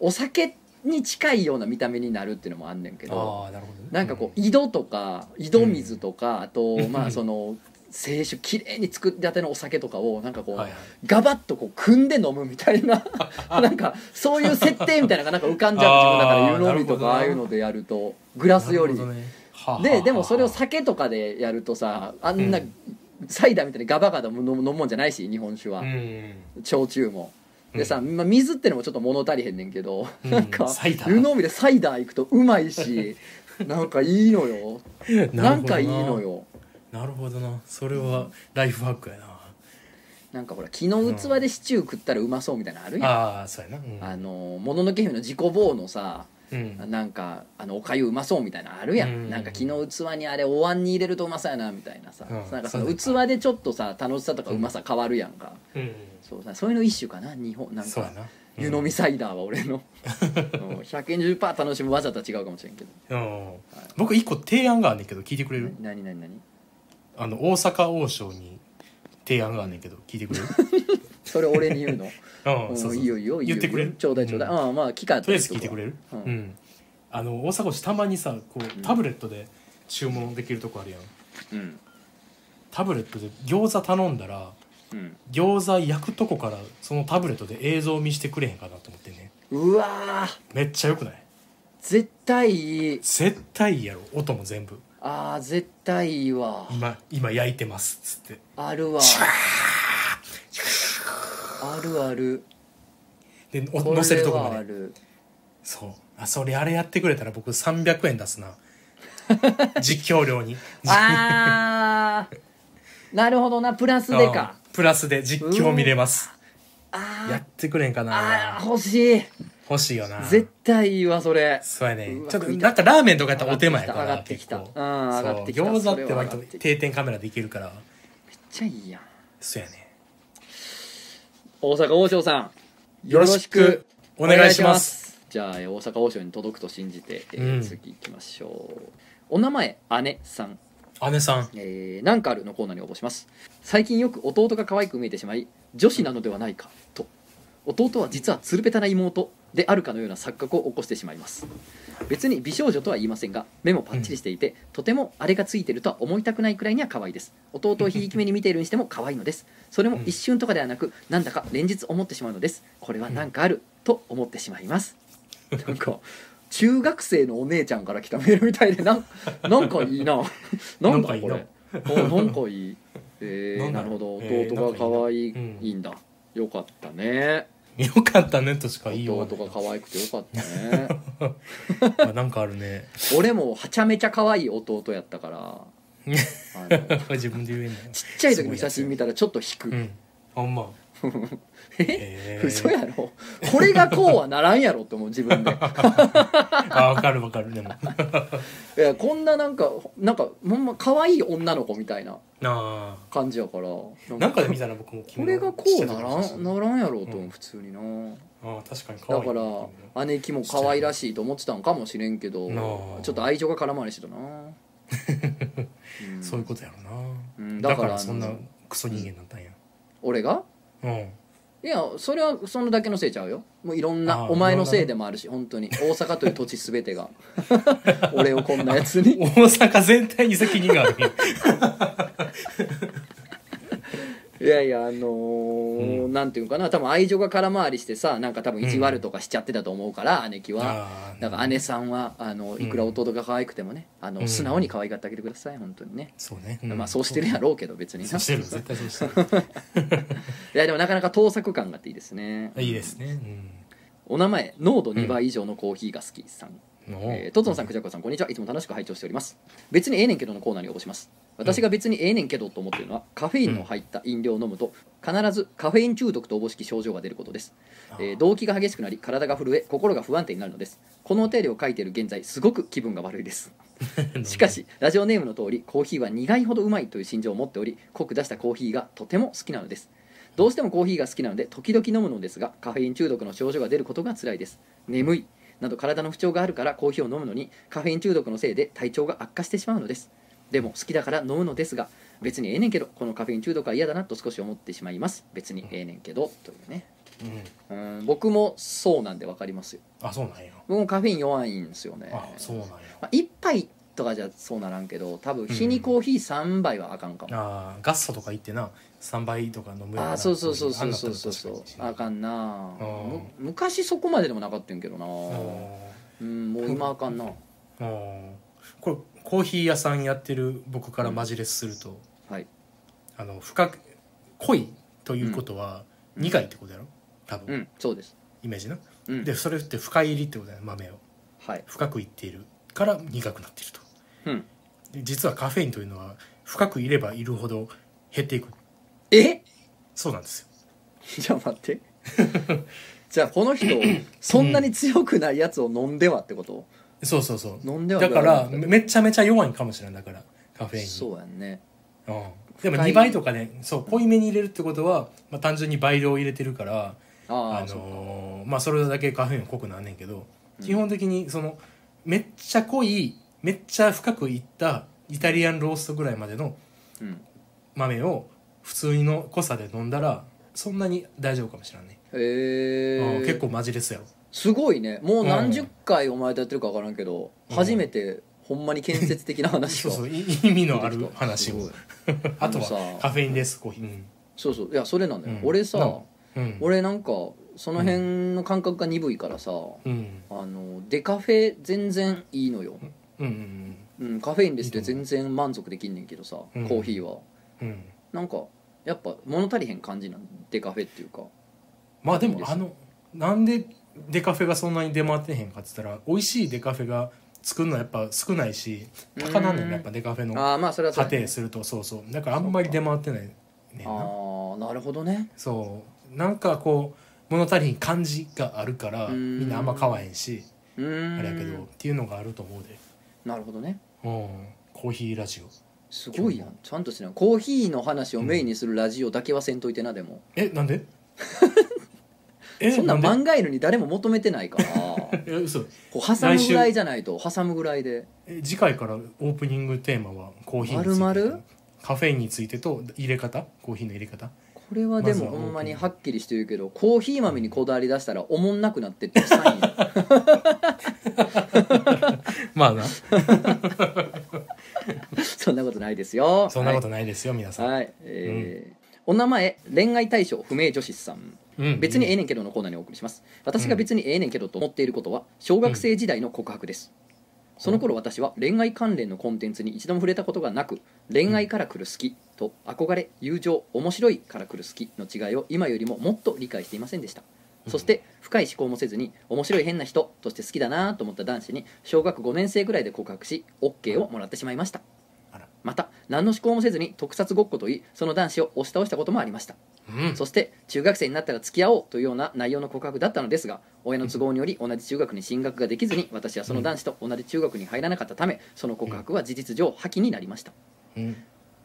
S1: う、お酒に近いような見た目になるっていうのもあんねんけど
S2: ああなるほどね
S1: なんかこう井戸とか井戸水とか、あとまあその清酒きれいに作りたてのお酒とかをなんかこう、
S2: はいはい
S1: ガバッとこう組んで飲むみたい な なんかそういう設定みたいなのがなんか浮かんじゃう
S2: あー
S1: 自分の中で湯飲みと
S2: なるほど
S1: か
S2: な
S1: ああいうのでやるとグラスより。
S2: なるほどねはあはあは
S1: で
S2: あ
S1: でもそれを酒とかでやるとさあんな
S2: うん
S1: サイダーみたいにガバガバ飲む飲むもんじゃないし日本酒は、
S2: うん
S1: 焼酎もでさ、まあ、水ってのもちょっと物足りへんねんけど、
S2: う ん
S1: なんか
S2: サイダー
S1: 湯飲みでサイダー行くとうまい しなんかいいのよなんかいいのよ
S2: なるほどなそれはライフハックやな
S1: なんかほら木の器でシチュー食ったらうまそうみたいなのあるやん、
S2: ああそうやなうん
S1: あのもののけ姫の自己棒のさ
S2: うん
S1: なんかあのおかゆうまそうみたいなのあるやん、
S2: うん
S1: なんか昨日器にあれお椀に入れるとうまそうやなみたいなさ、
S2: うん
S1: なんかその器でちょっとさ楽しさとかうまさ変わるやんか、
S2: うん
S1: そうさそういうの一種かな日本なん
S2: そうや
S1: か
S2: な
S1: 湯飲みサイダーは俺 の、うん、120%楽しむ技とは違うかもしれんけど
S2: うん僕一個提案があんねんけど聞いてくれる
S1: 何何何
S2: あの大阪王将に提案があんねんけど聞いて くれる
S1: それ俺に言うの
S2: うん
S1: うん
S2: そうそう
S1: いいよいいよいいよ
S2: 言ってくれる
S1: ちょうだいちょうだい、
S2: うん
S1: ああまあ機会あった
S2: とりあ
S1: ら
S2: えず聞いてくれる
S1: うん
S2: うんあの大阪市たまにさこうタブレットで注文できるとこあるやん
S1: うん
S2: タブレットで餃子頼んだら
S1: うん
S2: 餃子焼くとこからそのタブレットで映像見してくれへんかなと思ってね
S1: うわー
S2: めっちゃよくない
S1: 絶対いい
S2: 絶対いいやろ音も全部
S1: あー絶対いいわ
S2: 今今焼いてますっつって
S1: あるわあるある
S2: でお
S1: こ
S2: 乗せる
S1: れ
S2: とこ
S1: は
S2: ま
S1: あ
S2: で
S1: る
S2: そうあそれあれやってくれたら僕300円出 すな実況料に
S1: あーなるほどなプラスでか
S2: うんプラスで実況見れます
S1: あ
S2: や
S1: ー
S2: ってくれんか
S1: あ
S2: な
S1: ー欲しい
S2: 欲しいよな
S1: 絶対いいわそれ
S2: そうやね
S1: うわ
S2: ちょっと
S1: 食いた
S2: なんかラーメンとかやったらお手前やから
S1: 上がってきた
S2: 結構
S1: 上がってきたうん上がってきた
S2: そう
S1: それ
S2: 餃子っ
S1: は
S2: て
S1: 上がっ
S2: 割
S1: てきた
S2: と定点カメラでいけるから
S1: めっちゃいいやん
S2: そうやね
S1: 大阪王将さん
S2: よろしくお願いします
S1: じゃあえー大阪王将に届くと信じて、えー
S2: うん
S1: 次行きましょうお名前姉さん
S2: 姉さん
S1: えーなんかあるのコーナーに応募します最近よく弟が可愛く見えてしまい女子なのではないかと弟は実はつるべたな妹であるかのような錯覚を起こしてしまいます別に美少女とは言いませんが目もパッチリしていて、とてもあれがついてるとは思いたくないくらいには可愛いです弟をひいき目に見ているにしても可愛いのですそれも一瞬とかではなくなんだか連日思ってしまうのですこれはなんかあると思ってしまいますなんか中学生のお姉ちゃんから来たメールみたいで なんなんかいいななんかこれおなんかいいえー、
S2: な
S1: なん
S2: だ
S1: る
S2: ろ
S1: ほ
S2: う
S1: ど
S2: えー
S1: 弟が可愛い,、
S2: なんかいいない
S1: いんだよかったね
S2: よかったねとしか言いよう
S1: 弟が可愛くてよかったね
S2: がないなんかあるね
S1: 俺もはちゃめちゃ可愛い弟やったからあ の
S2: 自分で言えんの
S1: ちっちゃい時の写真見たらちょっと引く、
S2: うんほんまえー
S1: 嘘やろこれがこうはならんやろって思う自 分で
S2: あわかるわかるでも
S1: いやこんななんかなんかほんま可愛い女の子みたいな
S2: な
S1: 感じやから
S2: あ
S1: な
S2: なん
S1: んか
S2: かで見たら僕も
S1: これがこうならんならんやろうと思う普通にな、
S2: ああ確かに可
S1: だ
S2: 愛い
S1: から姉貴も可愛らしいと思ってたんかもしれんけど
S2: なあ
S1: ちょっと愛情が絡まれしてたな、うん
S2: そういうことやろな、
S1: うん
S2: だ
S1: だ
S2: か
S1: からら
S2: そんなクソ人間だったんや
S1: 俺が
S2: うん
S1: いやそれはそのだけのせいちゃうよもういろん
S2: あ
S1: な
S2: あ
S1: お前のせいでもあるし本当に大阪という土地全てが俺をこんなやつ に
S2: 大阪全体に責任があるんや
S1: いやいやあのーなんていうかな多分愛情が空回りしてさなんか多分意地悪とかしちゃってたと思うから、姉貴は
S2: ああ
S1: だから姉さんはあのいくら弟が可愛くてもねあ
S2: う
S1: の
S2: ん
S1: 素直に可愛がってあげてください本当にね、
S2: そうね、
S1: まあそうしてるやろうけど別に
S2: そう
S1: な
S2: してる絶対そう して
S1: いやでもなかなか盗作感があっていいですね
S2: るいいですねうん
S1: お名前濃度2倍以上のコーヒーが好きさん、
S2: の
S1: えートツノさんクジャコさんこんにちはいつも楽しく拝聴しております別にええねんけどのコーナーに応募します私が別にええねんけどと思っているのはカフェインの入った飲料を飲むと必ずカフェイン中毒とおぼしき症状が出ることです、えー動悸が激しくなり体が震え心が不安定になるのですこのお便りを書いている現在すごく気分が悪いです しかしラジオネームの通りコーヒーは苦いほどうまいという心情を持っており濃く出したコーヒーがとても好きなのですどうしてもコーヒーが好きなので時々飲むのですがカフェイン中毒の症状が出ることが辛いです眠いなど体の不調があるからコーヒーを飲むのにカフェイン中毒のせいで体調が悪化してしまうのですでも好きだから飲むのですが別にええねんけどこのカフェイン中毒は嫌だなと少し思ってしまいます別にええねんけどというね
S2: うん
S1: うん僕もそうなんで分かりますよ
S2: あそうなんや
S1: 僕もカフェイン弱いんですよね
S2: あそうなんや
S1: まあ、1杯とかじゃそうならんけど多分日にコーヒー3杯はあかんかも、
S2: あーガッソとか行ってな3倍とか飲むよ
S1: あ
S2: な
S1: あそうそうそうそうそうそう
S2: あんな
S1: あ
S2: ったら確かに
S1: かんなあ
S2: うん
S1: む昔そこまででもなかったんやけどな
S2: あ
S1: うんもう今あかんな
S2: ーあーこれコーヒー屋さんやってる僕からマジレスすると、
S1: はい
S2: あの深く濃いということは
S1: うん
S2: 苦いってことやろ多分、
S1: うんそうです
S2: イメージな、
S1: うん
S2: でそれって深入りってことや豆を
S1: はい
S2: 深くいっているから苦くなっていると
S1: うん
S2: で実はカフェインというのは深くいればいるほど減っていく
S1: え
S2: そうなんですよ
S1: じゃあ待って じゃあこの人そんなに強くないやつを飲んではってこと、
S2: そうそうそう
S1: 飲んでは
S2: だから
S1: どうな
S2: め
S1: ん
S2: めちゃめちゃ弱いかもしれないだからカフェインに
S1: そうやんね
S2: うん、でも
S1: 深い
S2: 2倍とかねそう濃いめに入れるってことは、まあ、単純に倍量入れてるから
S1: あ
S2: あ
S1: あ、そう
S2: のーまあ、それだけカフェインは濃くなんねんけど、
S1: うん
S2: 基本的にそのめっちゃ濃いめっちゃ深くいったイタリアンローストぐらいまでの
S1: うん
S2: 豆を普通の濃さで飲んだらそんなに大丈夫かもしれない、
S1: へえ
S2: うん結構マジレスやろ
S1: すごいねもう何十回お前とやってるか分からんけど、初めてほんまに建設的な話
S2: そう
S1: を
S2: そうい意味のある話を
S1: す
S2: あ
S1: あの
S2: とは
S1: さ
S2: カフェインですコーヒー
S1: そうそういやそれなんだよ、
S2: うん
S1: 俺さ、
S2: うんうん
S1: 俺なんかその辺の感覚が鈍いからさ、
S2: うん
S1: あのデカフェ全然いいのよ、
S2: うんうん
S1: うん、カフェインレスで全然満足できんねんけどさ、
S2: うん
S1: コーヒーは
S2: うん
S1: なんかやっぱ物足りへん感じなんデカフェっていうか
S2: まあで
S1: いいで
S2: も
S1: す
S2: あのなんでデカフェがそんなに出回ってへんかって言ったら美味しいデカフェが作るのはやっぱ少ないし高なんだよ
S1: うん
S2: ねやっぱデカフェの
S1: ああまあそれはそ
S2: 家
S1: うだね
S2: 庭するとそうそうだからあんまり出回ってないねん
S1: あ
S2: な
S1: ーなるほどね
S2: そうなんかこう物足りひん感じがあるから
S1: うん
S2: みんなあんま買わへんし
S1: うーん
S2: あれやけどっていうのがあると思うで
S1: なるほどね
S2: うんコーヒーラジオ
S1: すごいやんちゃんとしないコーヒーの話をメインにするラジオだけはせんといてなでも
S2: えな んでえ
S1: そんなん
S2: で
S1: 漫画犬に誰も求めてないから
S2: え嘘
S1: こう挟むぐらいじゃないと挟むぐらいで
S2: え次回からオープニングテーマはコーヒーについて
S1: 丸々
S2: カフェインについてと入れ方コーヒーの入れ方
S1: これはでも
S2: まず
S1: ほ
S2: は
S1: んまにはっきりしてるけどコーヒー豆にこだわり出したらおもんなくなってってサインよ
S2: まあな
S1: そんなことないですよ
S2: そんなことないですよ、皆さん、
S1: はい、はいえーお名前恋愛対象不明女子さん
S2: うん
S1: 別にええねんけどのコーナーにお送りします私が別にええねんけどと思っていることは小学生時代の告白です、その頃私は恋愛関連のコンテンツに一度も触れたことがなく恋愛から来る好きと憧れ友情面白いから来る好きの違いを今よりももっと理解していませんでしたそして深い思考もせずに面白い変な人として好きだなと思った男子に小学5年生ぐらいで告白し OK をもらってしまいました
S2: あら
S1: また何の思考もせずに特撮ごっこと言いその男子を押し倒したこともありました
S2: うん
S1: そして中学生になったら付き合おうというような内容の告白だったのですが親の都合により同じ中学に進学ができずに私はその男子と同じ中学に入らなかったためその告白は事実上破棄になりました
S2: うん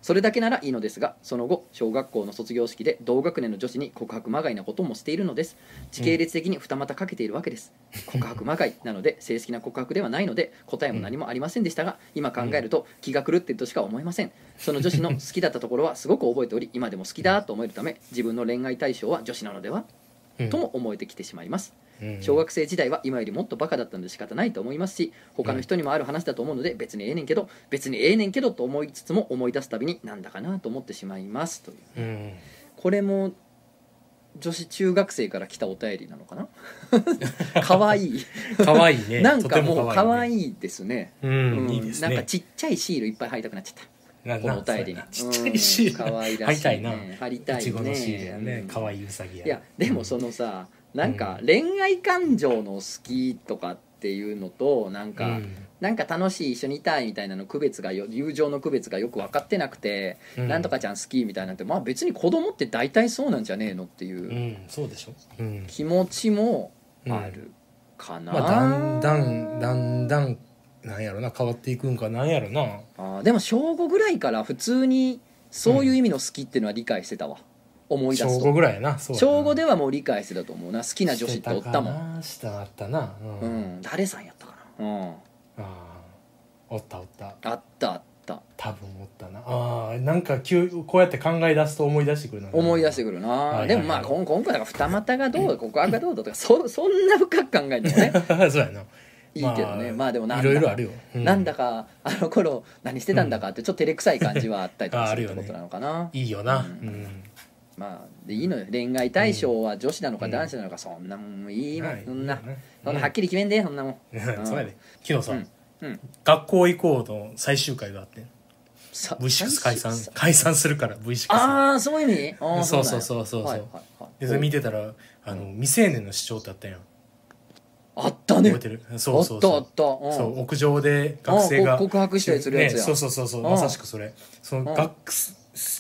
S1: それだけならいいのですがその後小学校の卒業式で同学年の女子に告白まがいなこともしているのです時系列的に二股かけているわけです告白まがいなので正式な告白ではないので答えも何もありませんでしたが今考えると気が狂っているとしか思えませんその女子の好きだったところはすごく覚えており今でも好きだと思えるため自分の恋愛対象は女子なのでは
S2: うん
S1: とも思えてきてしまいます
S2: うん
S1: 小学生時代は今よりもっとバカだったので仕方ないと思いますし他の人にもある話だと思うので別にええねんけど別にええねんけどと思いつつも思い出すたびになんだかなと思ってしまいますという
S2: うん
S1: これも女子中学生から来たお便りなの かな可愛い
S2: 可愛いね
S1: なんかもう可
S2: い
S1: 愛いですね
S2: う
S1: うん
S2: んいいですね
S1: なんかちっちゃいシールいっぱい貼りたくなっちゃった
S2: な
S1: このお便りに
S2: なちっちゃいシール
S1: うん可愛ら
S2: 貼
S1: し
S2: り
S1: い
S2: たいな
S1: ね貼りたいね
S2: いちごのシールや
S1: う
S2: ね
S1: ん
S2: 可愛いうさぎや
S1: いやでもそのさなんか恋愛感情の好きとかっていうのとなん
S2: う
S1: か、
S2: ん
S1: なんか楽しい一緒にいたいみたいなの区別がよ友情の区別がよく分かってなくて、
S2: うん
S1: なんとかちゃん好きみたいなんてまあ別に子供って大体そうなんじゃねえのっていううん
S2: そうでしょうん
S1: 気持ちもあるかな、
S2: まあだんだんだんだんなんやろな変わっていくんかなんやろな
S1: あーでも小5ぐらいから普通にそういう意味の好きっていうのは理解してたわ、思い出
S2: 小
S1: す
S2: 5
S1: と
S2: ぐらいやなそうやな
S1: 小5ではもう理解してたと思うな好きな女子っておったもん
S2: してたかなしたあったな
S1: う
S2: う
S1: んん誰さんやったかなうん
S2: あーおったおった
S1: あったあった
S2: 多分おったなあーなんか急こうやって考え出すと思い出してくるな
S1: 思い出して
S2: く
S1: くるな、
S2: いはい
S1: でもまあこん今回だから二股がどうだ告白がどうだとかそそんな深く考えるのね
S2: るそうやない
S1: いけどね、まあ、でもなん
S2: い
S1: だ
S2: ろいろあるよう
S1: なんだかあの頃何してたんだかってちょっと照れくさい感じはあったりとか
S2: あ あ
S1: す
S2: る
S1: るって
S2: よね
S1: ことなのかな、
S2: いいよな
S1: う
S2: うんん
S1: まあでいいのよ恋愛対象は女子なのか
S2: うん
S1: 男子なのかそんなもんいいもん、
S2: はい
S1: そんな、
S2: うん
S1: そんなはっきり決めんでそんなもん
S2: そうやで昨日さ
S1: うんうん
S2: 学校行こうの最終回があって
S1: さ
S2: V6 解散解散するから V6
S1: ああそういう意味あー
S2: そうそう
S1: なん
S2: そう
S1: や
S2: そうそう
S1: はいはいはい
S2: でそれ見てたらあの未成年の主張ってあったやん
S1: あったね
S2: 覚えてるそうそ
S1: あっ
S2: うそう
S1: たあった、うん、
S2: そう屋上で学生
S1: あ
S2: が
S1: こ告白したりするやつや
S2: ねそうそうそうそう
S1: うん
S2: まさしくそれその
S1: うん
S2: 学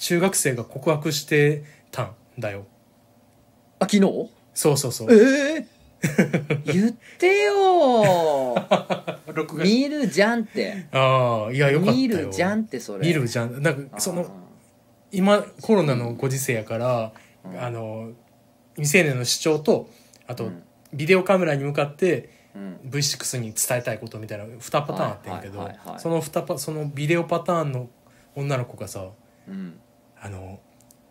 S2: 中学生が告白してたんだよ
S1: あ昨日
S2: そうそうそう
S1: ええ 言ってよ ー
S2: 録画し
S1: 見るじゃんって
S2: ああいやよかったよ
S1: 見るじゃんってそれ
S2: 見るじゃんな
S1: あ
S2: んか
S1: ー
S2: その今コロナのご時世やから、あの未成年の主張とあと、
S1: うん
S2: ビデオカメラに向かって
S1: うん
S2: V6 に伝えたいことみたいな2パターンあってんけど、
S1: はいはいはいはい
S2: その2パそのビデオパターンの女の子がさ
S1: うん
S2: あの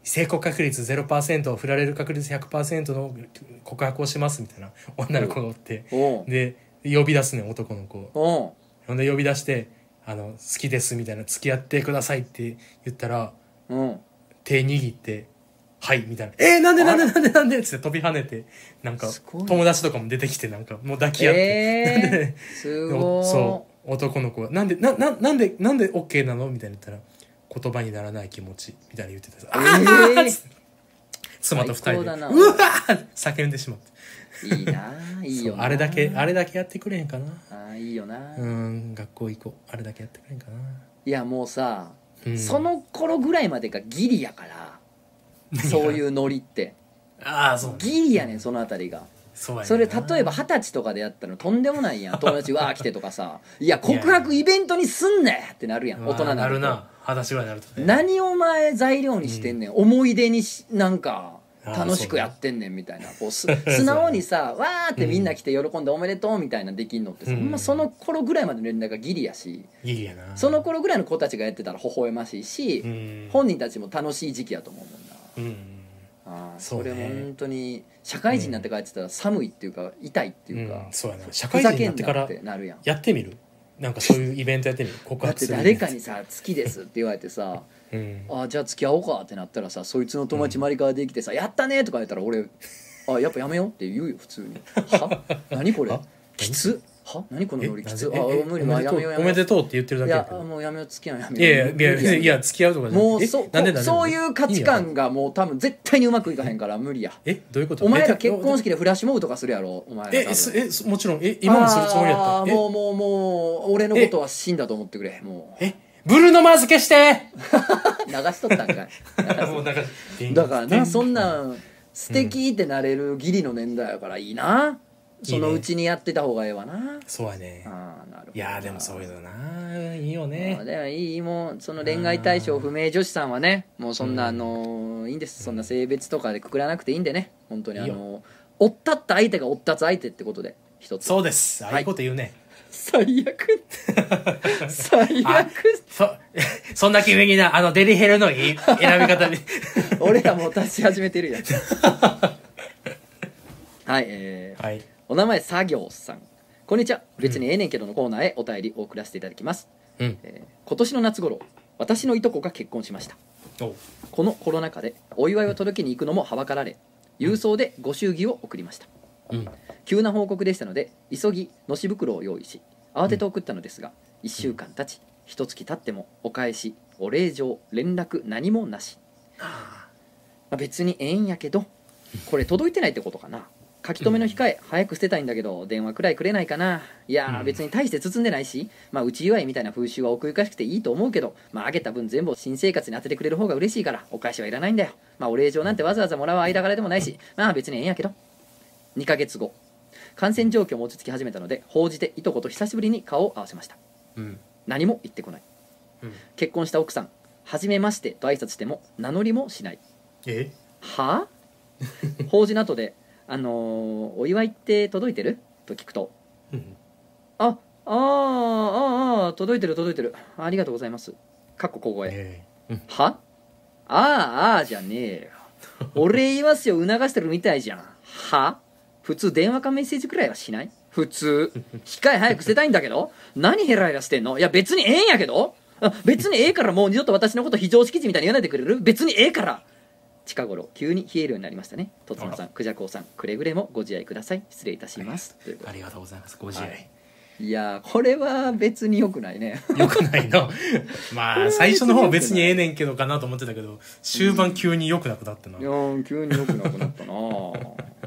S2: 成功確率0%振られる確率100%の告白をしますみたいな女の子がおって
S1: おう
S2: で呼び出すねん男の子を
S1: おう
S2: ほんで呼び出して「あの好きです」みたいな「付き合ってください」って言ったら
S1: うん
S2: 手握って「はい」みたいな「えー、なんでなんでなんでなんで」っつって飛び跳ねてなんか
S1: すごいね
S2: 友達とかも出てきてなんかもう抱き合って、
S1: え ー、すご
S2: お
S1: い
S2: そう男の子は「なんでなななんでなんで OK なの?」みたいな言ったら「言葉にならない気持ち」みたいな言ってた
S1: え
S2: あ
S1: ー
S2: ーっ つって妻と二人
S1: 最
S2: で
S1: 高
S2: う
S1: だ
S2: わ
S1: な
S2: ー叫んでしまって
S1: いいないいよ
S2: そう
S1: な
S2: あれだけあれだけやってくれへんかな
S1: あーいいよな、
S2: うん学校行こうあれだけやってくれへんかな、
S1: いやもうさ、
S2: うん
S1: その頃ぐらいまでがギリやからそういうノリって
S2: ああそう
S1: ギリやねんそのあたりが
S2: そうやねん
S1: それ
S2: な
S1: 例えば二十歳とかでやったらとんでもない やん友達わー来てとかさ「いや告白イベントにすんなよ!」ってなるやん
S2: うわ
S1: 大
S2: ー
S1: 人に
S2: な
S1: な
S2: る
S1: ると
S2: な裸足ぐらいになるとね
S1: 何お前材料にしてんねん、思い出にしなんか
S2: あー
S1: 楽しくやってんねんみたいなこう す素直にさ「わー!」ってみんな来て喜んで「おめでとう」みたいなできんのってさ、
S2: うん
S1: ほんまその頃ぐらいまでの連絡がギリやし
S2: ギリやな
S1: その頃ぐらいの子たちがやってたら微笑ましいし、
S2: うん
S1: 本人たちも楽しい時期やと思うもんな
S2: うん
S1: あー
S2: そ
S1: そう
S2: ね
S1: れも本当に社会人になって帰ってたら寒いっていうか痛いっていうか、
S2: うんそうやな社
S1: ふ
S2: 会人
S1: ざ
S2: に
S1: け
S2: なっ
S1: ん
S2: てか
S1: なっ
S2: ら
S1: てなるやん
S2: やってみるなんかそういうイベントやってみる告
S1: だっ
S2: 白
S1: て
S2: する
S1: 誰かにさ「好きです」って言われてさ
S2: うん
S1: 「あーじゃあ付き合おうか」ってなったらさそいつの友達周りからできてさ「やったね」とか言ったら俺「あやっぱやめよう」って言うよ普通に「 は何これ
S2: あ
S1: きつは何この
S2: え
S1: ノリき
S2: な
S1: つ
S2: ぜ
S1: あ
S2: ええ
S1: ー無理まあやめようや
S2: お
S1: め
S2: め
S1: よう
S2: でとうって言ってるだ
S1: い
S2: けや
S1: や
S2: けど
S1: もうやめよう付き合うや
S2: い
S1: めよう
S2: やいやいやいや付き合うとかじゃな
S1: も
S2: いうえ
S1: そう
S2: なんでなんで
S1: そういう価値
S2: いい
S1: 観
S2: や
S1: がもう多分絶対にうまくいかへんから無理や
S2: えどういうこと
S1: お前
S2: え
S1: ら結婚式でフラッシュモブとかするやろお前ら
S2: え
S1: 多分
S2: えすえすもちろんえ今もするつもりや
S1: あ
S2: っ
S1: ー
S2: た
S1: もうもうもう俺のことは死んだと思ってくれも
S2: ええブルーノマーズ消して
S1: う流しとったんかい
S2: もうなんか
S1: だからなそん
S2: な
S1: なん素敵ってなれるギリの年代やからいいな、そのうちにやってた方がええわな
S2: そうやね
S1: ああなるほど
S2: いやーでもそういうのないいよ
S1: まあ
S2: ね
S1: でもいいもうその恋愛対象不明女子さんはねもうそんな、あのーいいんですそんな性別とかでくくらなくていいんでね本当にあ
S2: いいよ
S1: のー追ったった相手が追ったつ相手ってことで一つ
S2: そうですああいうこと言うね
S1: 最 悪最
S2: あ
S1: 悪
S2: そ そんな君になあのデリヘルのいい選び 方に
S1: 俺らもう出し始めて るやんはいえー
S2: はい
S1: お名前作業さんこんにちは別にええねんけどのコーナーへお便りを送らせていただきます、
S2: うん
S1: えー今年の夏頃私のいとこが結婚しました
S2: お
S1: このコロナ禍でお祝いを届けに行くのもはばかられ郵送でご祝儀を送りました
S2: うん
S1: 急な報告でしたので急ぎのし袋を用意し慌てて送ったのですが1週間経ち1月経ってもお返しお礼状連絡何もなし、まあ、別にええんやけどこれ届いてないってことかな書き留めの控え早く捨てたいんだけど電話くらいくれないかないや
S2: う
S1: ー
S2: ん
S1: 別に大して包んでないし、まあ、うち祝いみたいな風習は奥ゆかしくていいと思うけど、まあ、あげた分全部を新生活に当ててくれる方が嬉しいからお返しはいらないんだよ、まあ、お礼状なんてわざわざもらう間柄でもないしまあ別にええんやけど2ヶ月後感染状況も落ち着き始めたので報じていとこと久しぶりに顔を合わせました
S2: うん
S1: 何も言ってこない
S2: うん
S1: 結婚した奥さん「はじめまして」と挨拶しても名乗りもしない
S2: え
S1: は あ法事の後で「あのーお祝いって届いてる?」と聞くと
S2: うん
S1: 「ああーあーあー届いてる届いてるありがとうございます」かっこ小声
S2: え
S1: はああああじゃねえよ俺言いますよ促してるみたいじゃんは普通電話かメッセージくらいはしない普通控え早く捨てたいんだけど何ヘラヘラしてんのいや別にええんやけどあ別にええからもう二度と私のこと非常識人みたいに言わないでくれる別にええから近頃急に冷えるようになりましたねとつの
S2: あ
S1: さんくじゃこうさんくれぐれもご自愛ください失礼いたしますということ
S2: ありがとうござい ます。ご自
S1: は
S2: 愛。
S1: でいやーこれは別に良くないね。
S2: よくないな。まあ、最初の方別にええねんけどかなと思ってたけど、終盤急に良くなくなってない
S1: やー急に良くなくなったなあ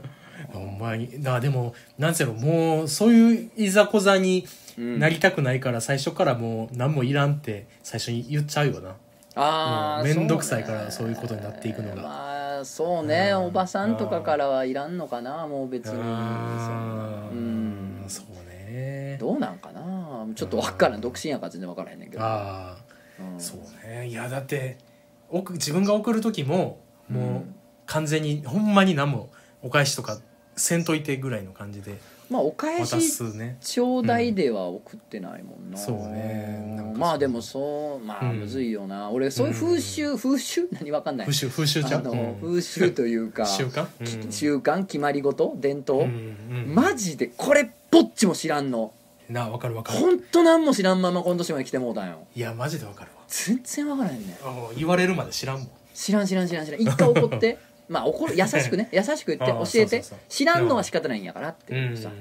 S2: ほんまに。だでも、なんせろ、もう、そういういざこざに
S1: うん
S2: なりたくないから、最初からもう、何もいらんって、最初に言っちゃうよな。
S1: ああ、
S2: うん
S1: そうね
S2: めんどくさいからそういうことになっていくのが
S1: まあそうね、
S2: うん
S1: おばさんとかからはいらんのかなもう別にそんな
S2: あ
S1: う
S2: ー
S1: ん
S2: そうね。
S1: どうなんかなちょっと分からん独身やから全然分からへんねんけど
S2: あ
S1: うん
S2: あ、そうね。いや、だって、送自分が送る時も、もう、完全に、ほんまに何も、お返しとか、せんといてぐらいの感じで。
S1: まあお返
S2: 渡
S1: し
S2: すね
S1: ちょうだいでは送ってないもんな、
S2: うんそうねなんかそう
S1: まあでもそうまあ
S2: うん
S1: むずいよな、俺そういう風習、風習 何わかんない
S2: 風習風習ち
S1: あ
S2: ゃん、う
S1: の
S2: ん、
S1: 風習というか
S2: 習慣、
S1: き習慣決まり事伝
S2: うんう
S1: 統、
S2: ん
S1: マジでこれぼっちも知らんの
S2: うん、なわかるわかる
S1: ほんと何も知らんまま今年まで来てもうたんよ
S2: いやマジでわかるわ
S1: 全然わからへんねん
S2: あ言われるまで知らんもん
S1: 知らん知らん知らん知らん一回怒って まあ怒る優しくね優しく言って
S2: あ
S1: 教
S2: ー
S1: え
S2: そう
S1: て
S2: そうそう
S1: 知らんのは仕方ないんやからって
S2: うん
S1: さ、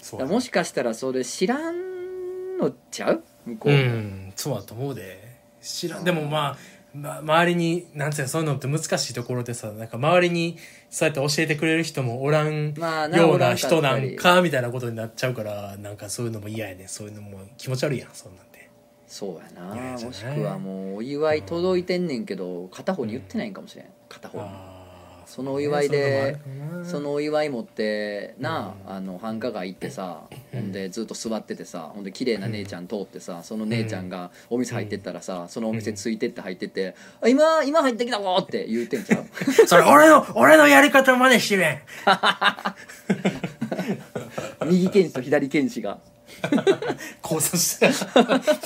S2: そう
S1: だからもしかしたらそれ知らんのちゃう向こ
S2: う
S1: う、
S2: んそうだと思うで知らんでもまあ、ま、周りになんていうのそういうのって難しいところでさなんか周りにそうやって教えてくれる人もおらん
S1: まあな
S2: よ
S1: お
S2: う
S1: らん
S2: な
S1: かったり
S2: 人なんかみたいなことになっちゃうからなんかそういうのも嫌やねそういうのも気持ち悪いやんそんなんて
S1: そうやない
S2: やじゃない
S1: もしくはもうお祝い届いてんねんけど片方に言ってないんかもしれん片方に
S2: あー
S1: そのお祝いで
S2: そういうのもあるかな
S1: そのお祝い持ってなああの繁華街行って さほんでずっと座っててさほんで綺麗な姉ちゃん通ってさその姉ちゃんがお店入ってったらさそのお店ついてって入ってって「あ今今入ってきたぞ!」って言うてん ちゃう
S2: それ俺の俺のやり方までしてねん
S1: 右剣士と左剣士が
S2: 交差して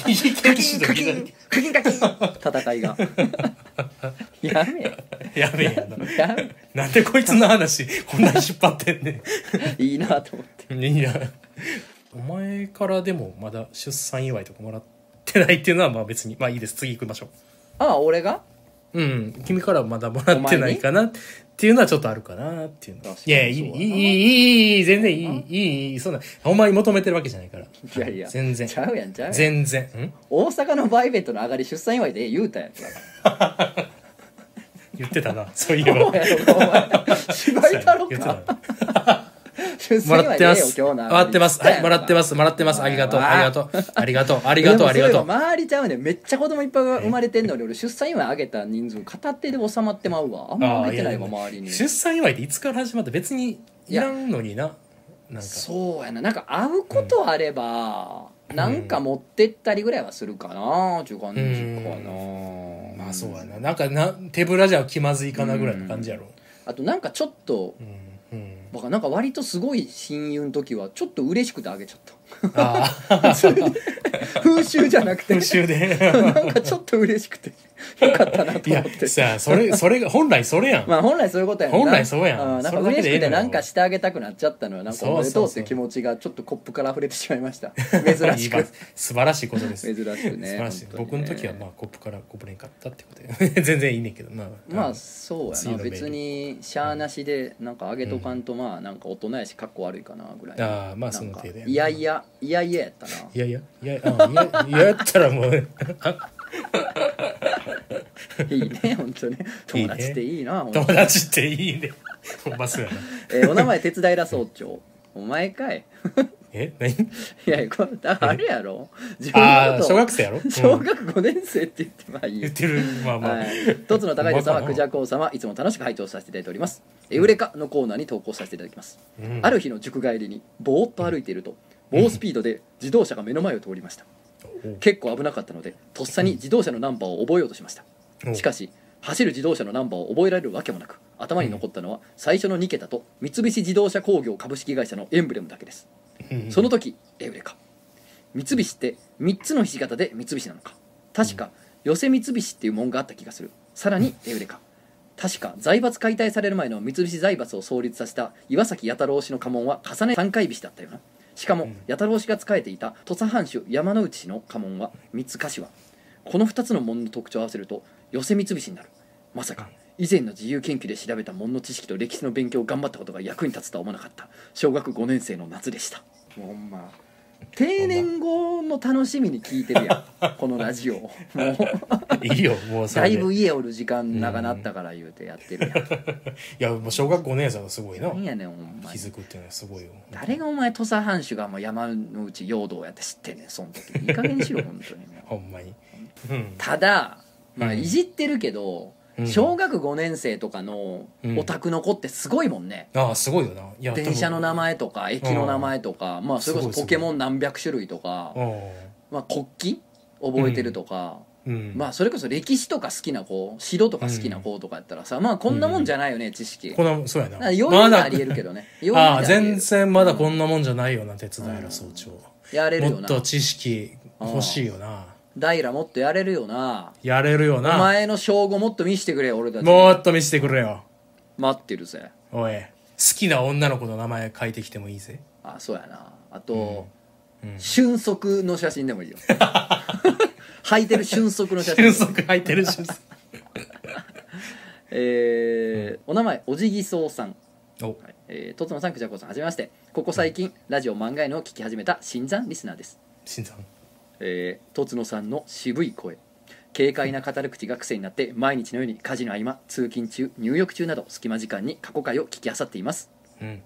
S2: 右
S1: カ
S2: 拳
S1: キ
S2: 手
S1: ン
S2: と
S1: カキン
S2: 左
S1: カキンカキン 戦いが やめよ
S2: やべえやな
S1: やめ
S2: なんでこいつの話こんなに引っ張ってんねん
S1: いいなと思って
S2: いやお前からでもまだ出産祝いとかもらってないっていうのはまあ別にまあいいです次行きましょ
S1: ああ俺が
S2: ううん君からはまだもらってないかなっていうのはちょっとあるかなっていうの
S1: 確か
S2: い
S1: に
S2: やいいいいいいいいい全然いいいいいいそんなお前に求めてるわけじゃないから
S1: いやいや
S2: 全然
S1: ちゃうやんちゃうやん
S2: 全然ん
S1: 大阪のバイベットの上がり出産祝いで言うたやつだから
S2: 言ってた なそうい
S1: そ
S2: え
S1: う
S2: ば
S1: やろお前 芝居太郎
S2: 言って
S1: か
S2: たな
S1: 出
S2: も
S1: 産祝
S2: らっ
S1: いで
S2: て
S1: ええ
S2: ま
S1: よ
S2: す。
S1: 今日
S2: も
S1: の上
S2: ら
S1: が
S2: ってます。はい、もらって
S1: ま
S2: ます。もらってます。ありがとう。
S1: あー
S2: ありがとう。ありがとう。ありがとう。ありがとう。
S1: 周りちゃうねんめっちゃ子供いっぱい生まれてんのに俺出産祝いあげた人数片手で収まってまうわあんまあげてないわ
S2: あーや
S1: 周りに
S2: 出産祝いっていつから始まった別にいらんのにな。なんか。
S1: そうやななんか会うことあれば、なんか持ってったりぐらいはするかなっていう感じかな、
S2: まあそうやな。なんかな、手ぶらじゃ気まずいかなぐらいの感じやろ。
S1: あとなんかちょっと
S2: うん。うん。
S1: 僕なんか割とすごい親友の時はちょっと嬉しくてあげち ゃっ
S2: あ あ、
S1: たそれで 風習じゃなくて
S2: 復習で。
S1: なんかちょっと嬉しくて よかったなと
S2: い
S1: 思っ
S2: や、
S1: て
S2: さあ、それ、それが、本来それやん。
S1: まあ本来そういうことやねんな
S2: 本来そうやん
S1: うん、なん
S2: そ
S1: か
S2: れだけ
S1: 嬉
S2: で
S1: し
S2: ええ
S1: く
S2: の
S1: て
S2: よ
S1: なんかしてあげたくなっちゃったのよなんかおめで
S2: そ
S1: とう
S2: うそう
S1: っ
S2: そう
S1: て気持ちがちょっとコップから溢れてしまいました珍
S2: い
S1: し
S2: い
S1: く
S2: ば素晴らしいことです。
S1: 珍しくね
S2: 素晴らしい。
S1: 本当
S2: 僕
S1: にね
S2: の時はまあコップからこぼれんかったってことで。 全然いいねんけど、まあ。
S1: まあそう
S2: 次
S1: や
S2: の
S1: な
S2: メール
S1: 別にしゃあなしでなんかあげとかんとまあなんか大人やしかっこ悪いかなぐらい
S2: ああまあ
S1: な
S2: そ
S1: ん
S2: の
S1: か
S2: 程度
S1: いやいやいやいやや ったない
S2: やいやいやあいやいややった らもう
S1: いいね本当ね
S2: い
S1: 友
S2: いね
S1: 達っていいな本当
S2: 友達っていいねほんまそうやな
S1: えーお名前鉄平総長お前かい
S2: え何
S1: いやこれだあれや ろ自分
S2: あ
S1: の
S2: あ
S1: こと
S2: 小学 生やろ、うん
S1: 小学5年生って言ってまあいい
S2: 言ってるまあまあ、
S1: はい、一つの高い手様
S2: まあまあ
S1: クジャク王様いつも楽しく拝聴させていただいておりますエウレカのコーナーに投稿させていただきます、
S2: うん
S1: ある日の塾帰りにぼーっと歩いていると猛スピードで自動車が目の前を通りました
S2: お
S1: 結構危なかったのでとっさに自動車のナンバーを覚えようとしました
S2: お
S1: しかし走る自動車のナンバーを覚えられるわけもなく頭に残ったのは最初の2桁と三菱自動車工業株式会社のエンブレムだけです
S2: うん
S1: その時エウレカ三菱って3つのひし形で三菱なのか確か寄せ三菱っていう門があった気がするさらにエウレカ確か財閥解体される前の三菱財閥を創立させた岩崎弥太郎氏の家紋は重ね三回菱だったよなしかも
S2: ん
S1: 弥太郎氏が仕えていた土佐藩主山之内氏の家紋は三つ柏この2つの門の特徴を合わせると寄せ三菱になるまさか以前の自由研究で調べた門の知識と歴史の勉強を頑張ったことが役に立つとは思わなかった小学5年生の夏でしたもうほんま定年後の楽しみに聞いてるやん このラジオもう
S2: いいよもうそ
S1: だ
S2: れで
S1: いぶ家おる時間長なったから言うてやってる
S2: いやもう小学校年生がすごいな
S1: やんなんやねんほんま
S2: 気
S1: に
S2: づくっていうのはすごいよ
S1: 誰がお前土佐藩主がもう山の内陽道やって知ってんねんそん時いい加減にし ろ本当にもう
S2: ほんまにうん
S1: ただまあ
S2: うん
S1: いじってるけど、
S2: うん
S1: 小学5年生とかの
S2: うん
S1: オタクの子ってすごいもんね、
S2: ああすごいよないや
S1: 電車の名
S2: 前
S1: 前とか駅の名前とか、まあそれこ
S2: す
S1: そ
S2: ごいすごい
S1: ポケモン何百種類とか、
S2: うん
S1: まあ、国旗覚えてるとか、
S2: うん
S1: まあそれこそ歴史とか好きな子城とか好きな子とかやったらさ、まあこんなもんじゃないよね、知識
S2: こんなもんそうやな
S1: な余裕でありえ
S2: ま
S1: るけどね余裕で
S2: あ
S1: あ
S2: あ
S1: りえる
S2: 全然まだこんなもんじゃないよな鉄平総長、
S1: やれるよ
S2: もっ
S1: な
S2: と知識欲しいよな
S1: ダイラもっとやれるよな
S2: やれるよ
S1: お
S2: な
S1: 前の称号もっと見せてくれ俺たち
S2: もっと見せてくれよ
S1: 待ってるぜ
S2: おい好きな女の子の名前書いてきても いいぜ
S1: あそうやなあと、
S2: うんうん
S1: 瞬足の写真でも いいよ履いてる瞬足の写真
S2: 俊足入ってる俊足
S1: えーお名前おじぎそうさん
S2: お
S1: はいえー、とつのさんくじゃこさんはじめましてここ最近、ラジオ漫画へのを聞き始めた新参リスナーです
S2: 新さん
S1: えーとつのさんの渋い声軽快な語る口が癖になって毎日のように家事の合間通勤中入浴中など隙間時間に過去回を聞きあさっています
S2: うん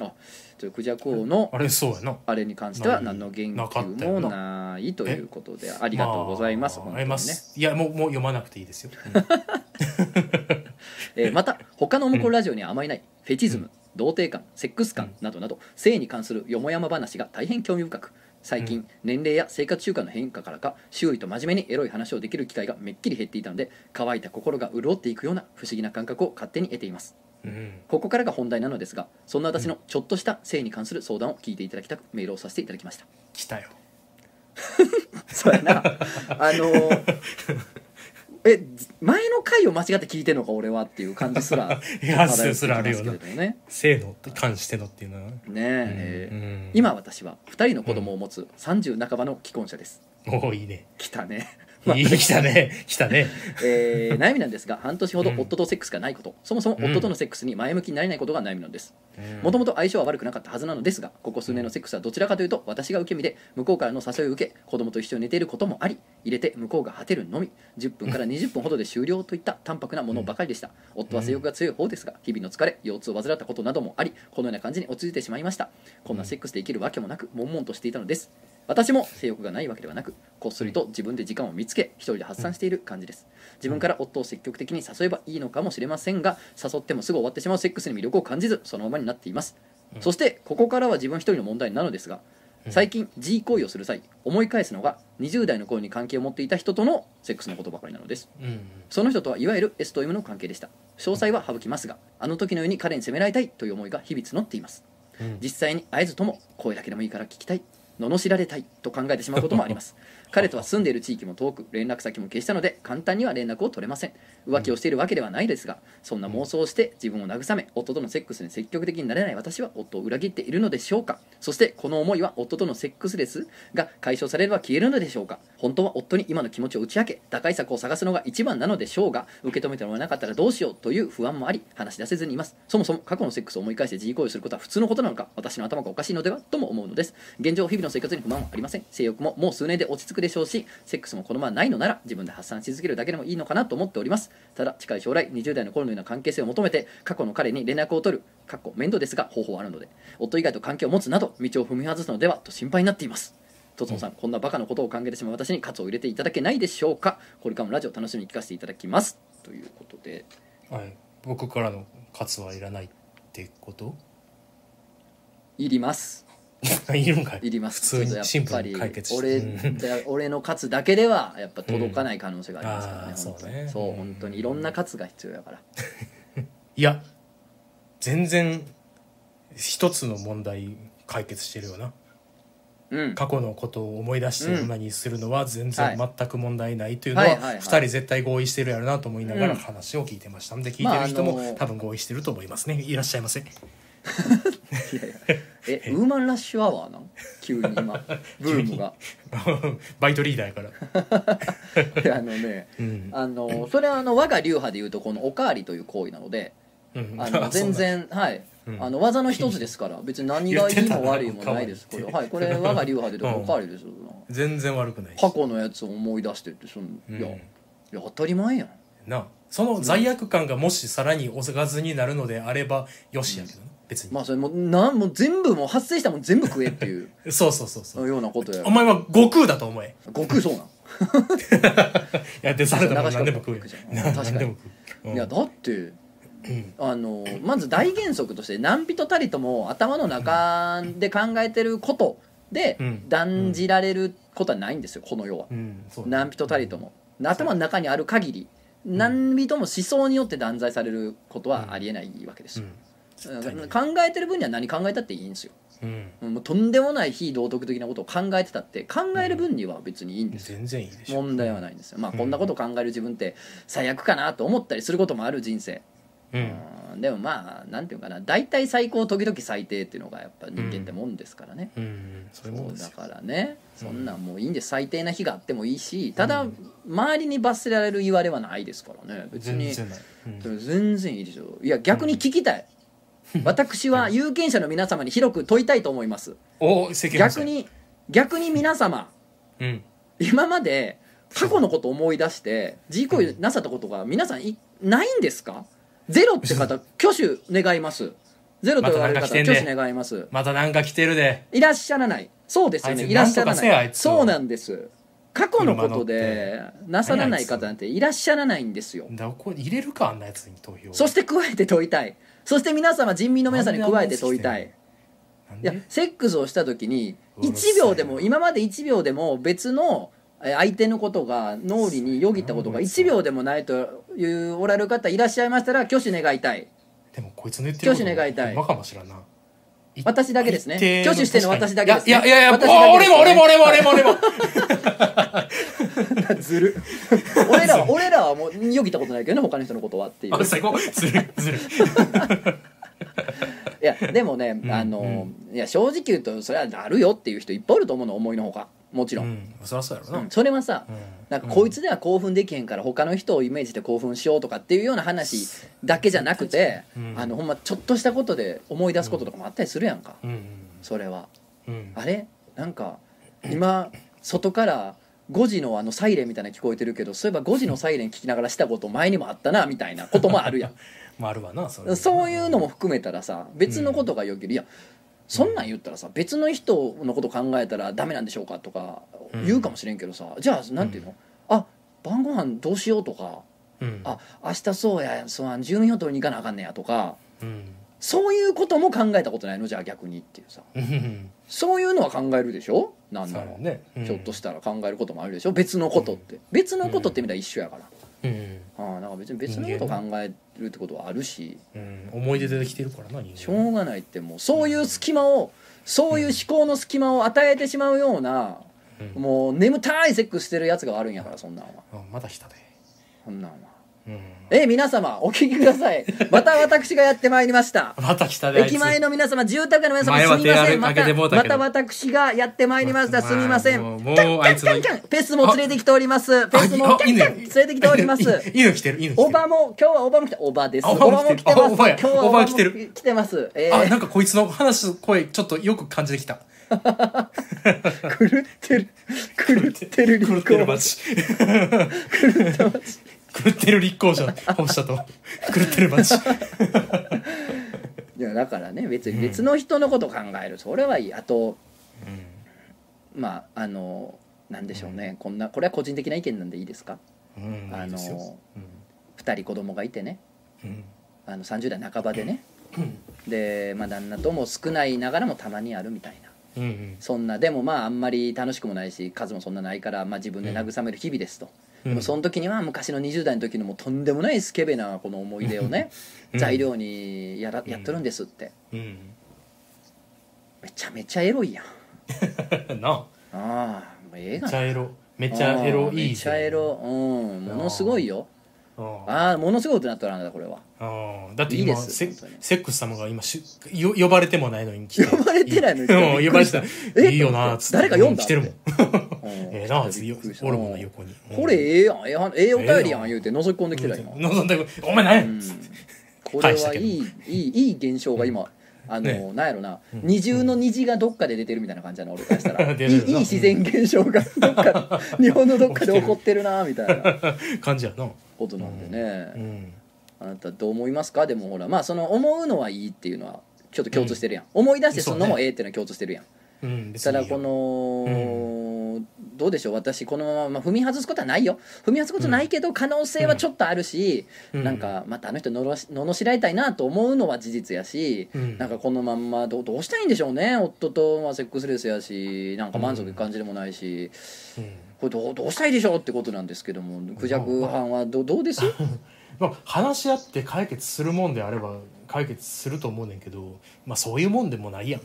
S1: あというクジャコの
S2: あれそうやな
S1: あれに関しては何の言
S2: なかった
S1: 及
S2: よ
S1: も
S2: な
S1: ないということであ
S2: あ
S1: りがとうございます、
S2: あ
S1: 本当
S2: あり
S1: に
S2: ま
S1: ね
S2: すいやもうもう読まなくてい いですよ、
S1: えーまた他のオムコンラジオにはあまりないフェチズム、童貞感セックス
S2: う
S1: 感
S2: ん
S1: などなど性に関するよもやま話が大変興味深く最近、
S2: うん
S1: 年齢や生活習慣の変化からか周囲と真面目にエロい話をできる機会がめっきり減っていたので乾いた心が潤っていくような不思議な感覚を勝手に得ています
S2: うん、
S1: ここからが本題なのですがそんな私のちょっとした性に関する相談を聞いていただきたくメールをさせていただきました
S2: 来たよ
S1: そうやなあのーえ前の回を間違って聞いてんのか俺はっていう感じす ら
S2: いやすらあるよな
S1: 漂ってきますけれどもね
S2: 性の関してのっていうのは
S1: ねえ
S2: うん
S1: えー
S2: うん
S1: 今私は2人の子供を持つ30半ばの既婚者です
S2: おおいいね
S1: 来たね、まあ
S2: いい来たね来たね
S1: え ー悩みなんですが半年ほど
S2: うん
S1: 夫とセックスがないこと、そもそも
S2: うん
S1: 夫とのセックスに前向きになれないことが悩みなんですもともと相性は悪くなかったはずなのですがここ数年のセックスはどちらかというと私が受け身で向こうからの誘いを受け子供と一緒に寝ていることもあり入れて向こうが果てるのみ10分から20分ほどで終了といった淡白なものばかりでした夫は性欲が強い方ですが日々の疲れ腰痛を患ったことなどもありこのような感じに落ち着いてしまいましたこんなセックスで生きるわけもなく悶々としていたのです私も性欲がないわけではなくこっそりと自分で時間を見つけ一人で発散している感じです自分から夫を積極的に誘えばいいのかもしれませんが誘ってもすぐ終わってしまうセックスに魅力を感じずそのままになっています、
S2: うん
S1: そしてここからは自分一人の問題なのですが
S2: うん
S1: 最近 G 行為をする際思い返すのが20代の頃に関係を持っていた人とのセックスのことばかりなのです
S2: うん
S1: その人とはいわゆる S と M の関係でした詳細は省きますがあの時のように彼に責められたいという思いが日々募っています
S2: うん
S1: 実際に会えずとも声だけでもいいから聞きたい罵られたいと考えてしまうこともあります 彼とは住んでいる地域も遠く連絡先も消したので簡単には連絡を取れません浮気をしているわけではないですがそんな妄想をして自分を慰め夫とのセックスに積極的になれない私は夫を裏切っているのでしょうかそしてこの思いは夫とのセックスレスが解消されれば消えるのでしょうか本当は夫に今の気持ちを打ち明け打開策を探すのが一番なのでしょうが受け止めてもらえなかったらどうしようという不安もあり話し出せずにいますそもそも過去のセックスを思い返して自慰行為をすることは普通のことなのか私の頭がおかしいのではとも思うのです現状日々の生活に不満はありません性欲ももう数年で落ち着くでしょうしセックスもこのままないのなら自分で発散し続けるだけでもいいのかなと思っておりますただ近い将来20代の頃のような関係性を求めて過去の彼に連絡を取る過去面倒ですが方法はあるので夫以外と関係を持つなど道を踏み外すのではと心配になっていますとつのさん、こんなバカなことを考えてしまう私に喝を入れていただけないでしょうかこれからもラジオ楽しみに聞かせていただきますということで
S2: はい僕からの喝はいらないってこと
S1: いります
S2: いるんかい
S1: いりますち
S2: 普通
S1: ょっ
S2: に
S1: と
S2: シンプルに解決して
S1: 俺
S2: うん
S1: だ俺の喝だけではやっぱ届かない可能性がありますからね,、
S2: うんあー
S1: 本当に
S2: そうね
S1: そう
S2: うん
S1: 本当にいろんな喝が必要やから
S2: いや全然一つの問題解決してるよな
S1: うん
S2: 過去のことを思い出して今にするのは全
S1: は
S2: 然
S1: い
S2: 全く問題ないというのは
S1: はいはいはい
S2: 2人絶対合意してるやろなと思いなが
S1: う
S2: ら
S1: ん
S2: 話を聞いてましたんで聞い
S1: ま
S2: て
S1: あ
S2: る人
S1: あの
S2: も多分合意してると思いますねいらっしゃいませ
S1: いやいやえウーマンラッシュアワーなん急に 今ブームが
S2: バイトリーダーやから
S1: いやあのね
S2: うん
S1: あのそれはあの我が流派でいうとこのおかわりという行為なので
S2: うん
S1: あ
S2: そうな
S1: の
S2: ん
S1: 全然はい、
S2: うん
S1: あの技の一つですから別に何がいいも悪いもないですこ
S2: 言
S1: れ
S2: って
S1: はいこれ我が流派でどこ
S2: うん
S1: かわりですよ、
S2: 全然悪くないし
S1: 過去のやつを思い出してってその、
S2: うん
S1: いやいや当たり前やん
S2: なあその罪悪感がもしさらにおがずになるのであればよしやけどな別に
S1: まあそれもうなんもう全部もう発生したもん全部食えっていう
S2: そうそうそうそう
S1: ようなことや
S2: お前は悟空だと思え
S1: 悟空そうなん
S2: やってされたもん何でも食うよ
S1: 流し込む
S2: な
S1: 確かに
S2: 何でも食ううん
S1: いやだって、
S2: ん
S1: あのまず大原則として何人たりとも頭の中で考えてることで、
S2: うん
S1: 断じられることはないんですよこの世は
S2: うんそう
S1: 何人たりとも頭の中にある限り何人も思想によって断罪されることはありえないわけです
S2: う
S1: よ、
S2: ん
S1: うん
S2: 絶対に
S1: 考えてる分には何考えたっていいんですよ
S2: うん
S1: もうとんでもない非道徳的なことを考えてたって考える分には別にいいんですよ
S2: 全然いいでしょ
S1: 問題はないんですよまあこんなことを考える自分って最悪かなと思ったりすることもある人生
S2: うん
S1: うんでもまあなんていうかな大体最高時々最低っていうのがやっぱ人間ってもんですからね、
S2: うんそういうもんで
S1: だ
S2: すよ
S1: からねそんなんもういいんです最低な日があってもいいしただ周りに罰せられる言われはないですからね別に
S2: 全然ないうん
S1: それ全然いいでしょいや逆に聞きたい、私は有権者の皆様に広く問いたいと思います
S2: お世間話
S1: 逆に逆に皆様
S2: うん
S1: 今まで過去のこと思い出して自己行為なさったことが皆さんいないんですかゼロって方挙手願いますゼロと言われる
S2: ま
S1: 方
S2: たなんか来てん
S1: 挙
S2: ね
S1: 手願います
S2: またなんか来てるで
S1: いらっしゃらないそうですよね
S2: あいつ
S1: いらっしゃら
S2: なんとかせえ
S1: な
S2: あ
S1: い
S2: いつを
S1: そうなんです過去のことでなさらない
S2: 何あいつ
S1: 方なんていらっしゃらないんですよ
S2: だこれ入れるかあんなやつに投票
S1: そして加えて問いたいそして皆様人民の皆さんに加えて問いたい
S2: なん
S1: いや
S2: で
S1: セックスをした時に
S2: うるさい
S1: 1秒でも今まで1秒でも別のえー相手のことが脳裏によぎったことが1秒でもないというおられる方いらっしゃいましたら挙手願いたい
S2: でもこいつの言ってること
S1: 挙手願いたい
S2: ほんまかもしらんな
S1: 私だけですね
S2: 一定の
S1: 挙手してるの私だけです
S2: い
S1: ね
S2: やいやいや
S1: 私だけですね
S2: お俺も俺も俺も俺も 俺も
S1: ずる 俺らは俺らはもうよぎったことないけどね他の人のことはっていう
S2: あ最高ずるずる
S1: いやでもね、
S2: うん
S1: あの、いや正直言うとそれはなるよっていう人いっぱいいると思うの思いのほかもち
S2: う
S1: ろん、
S2: んそりゃそうやろな
S1: うんそれはさ、
S2: うん
S1: なんかこいつでは興奮できへんから他の人をイメージして興奮しようとかっていうような話だけじゃなくて、
S2: うん
S1: あのほんまちょっとしたことで思い出すこととかもあったりするやんか、
S2: うん
S1: それは
S2: うんうん
S1: あれなんか今外から5時のあのサイレンみたいなの聞こえてるけどそういえば5時のサイレン聞きながらしたこと前にもあったなみたいなこともあるやん
S2: まああるわなそ
S1: そういうのも含めたらさ別のことがよけるいやそんなん言ったらさ別の人のこと考えたらダメなんでしょうかとか
S2: うん
S1: 言うかもしれんけどさじゃあなんていうのあ晩ご飯どうしようとか
S2: うん
S1: あ明日そうやそうや住民票取りに行かなあかんねやとか
S2: うん
S1: そういうことも考えたことないのじゃあ逆にっていうさ
S2: うん
S1: そういうのは考えるでしょなん
S2: そう
S1: だ
S2: や
S1: ろ
S2: ろね
S1: うちょっとしたたら考えることもあるでしょ別のことって別のことってみたら一緒やから
S2: うん
S1: ああなんか別に別のことを考えるってことはあるし
S2: うん思い出出てきてるからな人間
S1: しょうがないってもうそういう隙間をそういう思考の隙間を与えてしまうような
S2: うん
S1: もう眠たいセックスしてるやつがあるんやからそんなんは
S2: あまだ来たで
S1: そんなんは
S2: うん
S1: え皆様お聞きください また私がやってまいりました
S2: また来たであいつ
S1: 駅前の皆様住宅の皆様
S2: 前
S1: す
S2: は
S1: みませんま
S2: 手上げ
S1: た
S2: てもうた
S1: ま
S2: け
S1: た
S2: ど
S1: 私がやってまいりました
S2: まあ
S1: すみません
S2: もうもうあいつの
S1: キャンキャンキャンキャンペスも連れてきておりますペスも
S2: あ
S1: キャンキャン連れてきており ます
S2: 犬来てる犬来てる
S1: おばも今日はおばも来ておばです
S2: あ
S1: お
S2: おば
S1: ばも
S2: も
S1: 来
S2: 来
S1: て
S2: てる
S1: ます
S2: あおばや
S1: 今日は
S2: おば来てる
S1: 来てますえー
S2: あなんかこいつの話す声ちょっとよく感じてきた
S1: 狂ってる狂ってる
S2: 狂
S1: 立
S2: ってる
S1: 候
S2: 街狂ってる立候者本社と狂ってる街
S1: いやだからね別に別の人のこと考えるそれはいいあとまああのなんでしょうねこんなこれは個人的な意見なんでいいですか
S2: うん
S1: あの
S2: いいですよ
S1: 2人子供がいてね
S2: うんうん
S1: あの30代半ばでねでまあ旦那とも少ないながらもたまにあるみたいな
S2: うんうん
S1: そんなでもまああんまり楽しくもないし数もそんなないから、まあ、自分で慰める日々ですと、
S2: うん
S1: でもその時には昔の20代の時のもうとんでもないスケベなこの思い出をね、
S2: うん
S1: 材料にやらやってるんですって
S2: うん
S1: めちゃめちゃエロいやん
S2: な
S1: ああもう映
S2: め
S1: 画
S2: ちゃエロめちゃエロいい
S1: めちゃエロうんものすごいよ
S2: あ
S1: ああものすごいことになったらなんだこれは
S2: あだって
S1: いいで
S2: 今
S1: す
S2: セ
S1: 本当に
S2: セックス様が今しよ呼ばれてもないのに来て
S1: 呼ばれてないのに来て
S2: うん呼ばれて
S1: え
S2: ないいいよなっつって
S1: 誰か読んだ
S2: 来てるもん
S1: うん
S2: ええなあ
S1: びっくりした
S2: おるもんな横に
S1: これええやんええやんええお便りや
S2: ええや
S1: ん
S2: ん
S1: 言うて覗き込んできてた今
S2: 望んでお前何や
S1: うん
S2: つって
S1: これ
S2: 返した
S1: はい
S2: けど
S1: いいいいい現象が今、あの、
S2: ね
S1: なんやろな、
S2: うん
S1: 二重の虹がどっかで出てるみたいな感じやな俺からしたらいい
S2: 出
S1: い
S2: てるない
S1: 自然現象がどっ かで日本のどっかで起こってるなみたいな
S2: 感じやな
S1: ことなんで
S2: う
S1: ね、
S2: ん
S1: あなたどう思いますかでもほらまあその思うのはいいっていうのはちょっと共通してるやん、思い出してするのもええっていうのは共通してるやん、
S2: うん別
S1: た
S2: に
S1: だ
S2: いいよ
S1: この、のどうでしょう私このまま、まあ、踏み外すことはないよ踏み外すことないけど、可能性はちょっとあるし、
S2: うん
S1: なんかまたあの人のろし罵られたいなと思うのは事実やし、
S2: うん
S1: なんかこのまんまどうどうしたいんでしょうね夫と、まあ、セックスレスやしなんか満足いく感じでもないし、
S2: うん
S1: これどうどうしたいでしょうってことなんですけどもクジャク班はどどうです
S2: まあ、話し合って解決するもんであれば解決すると思うねんけど、まあ、そういうもんでもないやん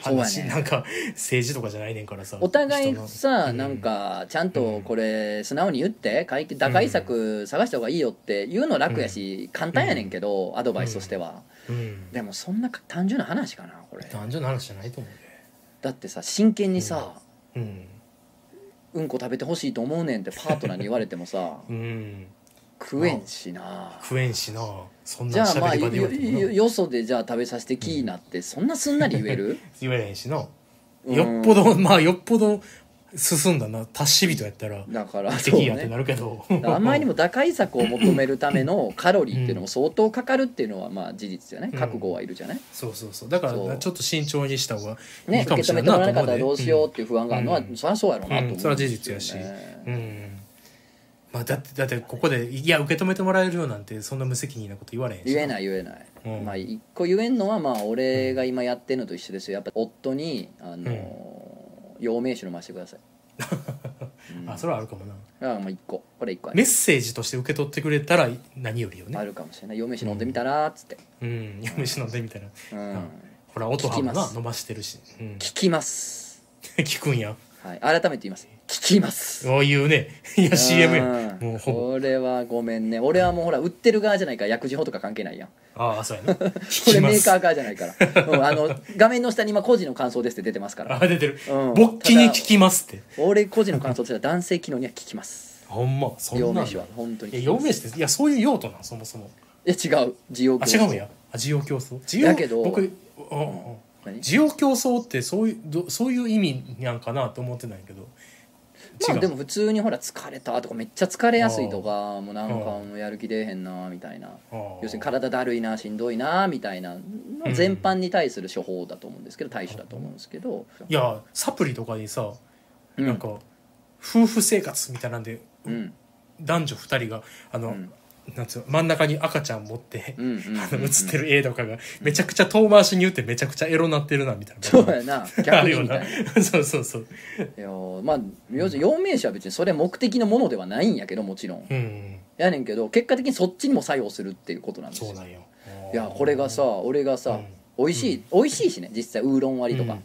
S1: そうやね
S2: 話、なんか政治とかじゃないねんからさ
S1: お互い
S2: 人の
S1: さ、
S2: うん
S1: なんかちゃんとこれ素直に言って解決打開策探した方がいいよって言うの楽やし、簡単やねんけど、アドバイスとしては、
S2: うん
S1: でもそんなか単純な話かなこれ
S2: 男女の話じゃないと思う
S1: だってさ真剣にさ、
S2: で
S1: うん、こ食べてほしいと思うねんってパートナーに言われてもさ
S2: うん、うん、
S1: 食えんしな
S2: 食えんしなそん
S1: じ
S2: な
S1: ゃあま
S2: 喋
S1: あ
S2: り
S1: よ
S2: 場で言
S1: よ
S2: われてもな
S1: よそでじゃあ食べさせてきいなってそんなすんなり言える
S2: 言われへんしな
S1: うん
S2: よっぽどまあよっぽど進んだな達し人やったら
S1: だからそう
S2: 敵やって
S1: ね
S2: なるけど、
S1: だからあまりにも打開策を求めるためのカロリーっていうのも相当かかるっていうのはまあ事実じゃない
S2: うん
S1: 覚悟はいるじゃない
S2: そうそうそうだか
S1: そ
S2: ら
S1: う
S2: ちょっと慎重にした方がい
S1: ね
S2: い
S1: 受
S2: か
S1: け
S2: も
S1: 止
S2: し
S1: め
S2: れん
S1: て
S2: な
S1: もらわな
S2: と思うで
S1: かったらどうしようっていう不安があるのは、
S2: うん
S1: そりゃそうやろうなと思う、んですよね
S2: うんそれは事実やしうんまあ、だってだってここでいや受け止めてもらえるよなんてそんな無責任なこと言われへんし
S1: 言えない言えない、
S2: うん
S1: まあ一個言えんのはまあ俺が今やってるのと一緒ですよやっぱ夫にあのー陽明酒飲ませてください、うん
S2: あそれはあるかもな
S1: だからまあ一個これ一個ある
S2: メッセージとして受け取ってくれたら何よりよ
S1: あ
S2: ね
S1: るかもしれない陽明酒飲んでみたらっつって、
S2: うんむし飲んでみたいな
S1: うん
S2: うんほら音波も
S1: 聞きま
S2: な
S1: す
S2: 伸ばしてるし、うん、
S1: 聞きます、
S2: 聞くんや
S1: はい、改めて言います聞きます
S2: そういうねい や CM や
S1: うん
S2: もうほぼ
S1: これはごめんね俺はもうほら売ってる側じゃないから薬事法とか関係ないやん
S2: ああそうやな聞
S1: これ
S2: きま
S1: メー
S2: す
S1: カー側じゃないから、うん、あの画面の下に今個人の感想ですって出てます から
S2: あ出てる、
S1: うん
S2: 勃起に聞きますって
S1: 俺個人の感想としては男性機能には効きます
S2: ほんまそんな
S1: 陽
S2: んだ
S1: 明酒は本当に
S2: いや
S1: い
S2: 陽明酒っていやそういう用途なんそもそも
S1: や違う需要
S2: あ違うんやあ需要競争需要
S1: だけど
S2: 僕、うんうん
S1: 何
S2: 需要競争ってそういうどそういう意味なんかなと思ってないけど
S1: ま
S2: 違
S1: あ
S2: う
S1: でも普通にほら疲れたとかめっちゃ疲れやすいとかもうなんかもうやる気出えへんなみたいな
S2: あー
S1: 要するに体だるいなしんどいなみたいなの全般に対する処方だと思うんですけど対処だと思うんですけど、
S2: いやサプリとかにさ、
S1: うん
S2: なんか夫婦生活みたいなんで
S1: うん
S2: 男女2人があの、
S1: うん
S2: なんつうの真ん中に赤ちゃん持って、
S1: うんうんうんうん
S2: あの映ってる絵とかがめちゃくちゃ遠回しに言ってめちゃくちゃエロなってるなみたいな
S1: そうやな
S2: あ
S1: 逆に
S2: るよ
S1: みたいな
S2: な そうそうそう
S1: いやーまあ要するに陽明酒は別にそれ目的のものではないんやけどもちろん
S2: うん
S1: やねんけど結果的にそっちにも作用するっていうことなんです
S2: そう
S1: よ
S2: なんよ
S1: いやこれがさ俺がさ、
S2: うん
S1: 美味しい、美味しいしね実際ウーロン割りとか、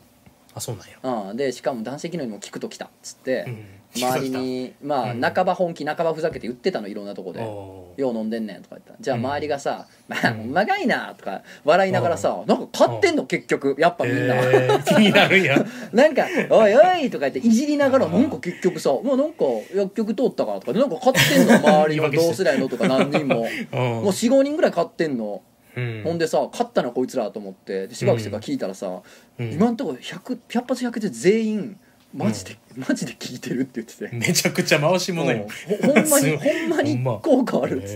S2: あそうなんや、
S1: うんでしかも男性機能にも効くときたっつって、
S2: うん
S1: 周りにまあ
S2: うん
S1: 半ば本気半ばふざけて言ってたのいろんなとこで
S2: お
S1: 「
S2: ー
S1: よう飲んでんねん」とか言ったらじゃあ
S2: うん
S1: 周りがさ「まあ
S2: うん
S1: うまがいな」とか笑いながらさなんか買ってんの結局やっぱみんな、
S2: えー気になる んや
S1: なんか「おいおい」とか言っていじりながら
S2: あー
S1: なんか結局さ「もうなんか薬局通ったから」とかなんか買って んの周りの同世代のとか何人も
S2: も
S1: もう45人ぐらい買ってんの。
S2: うん
S1: ほんでさ勝ったなこいつらと思ってでしばらくしてから聞いたらさ、
S2: うん
S1: 今んとこ 100, 100発100で全員マジで、マジで聞いてるって言ってて、
S2: めちゃくちゃ回し
S1: も
S2: 物
S1: う
S2: よ
S1: ほほんま
S2: す
S1: に
S2: ごい
S1: ほんま
S2: ほんま
S1: に効果あるっつって、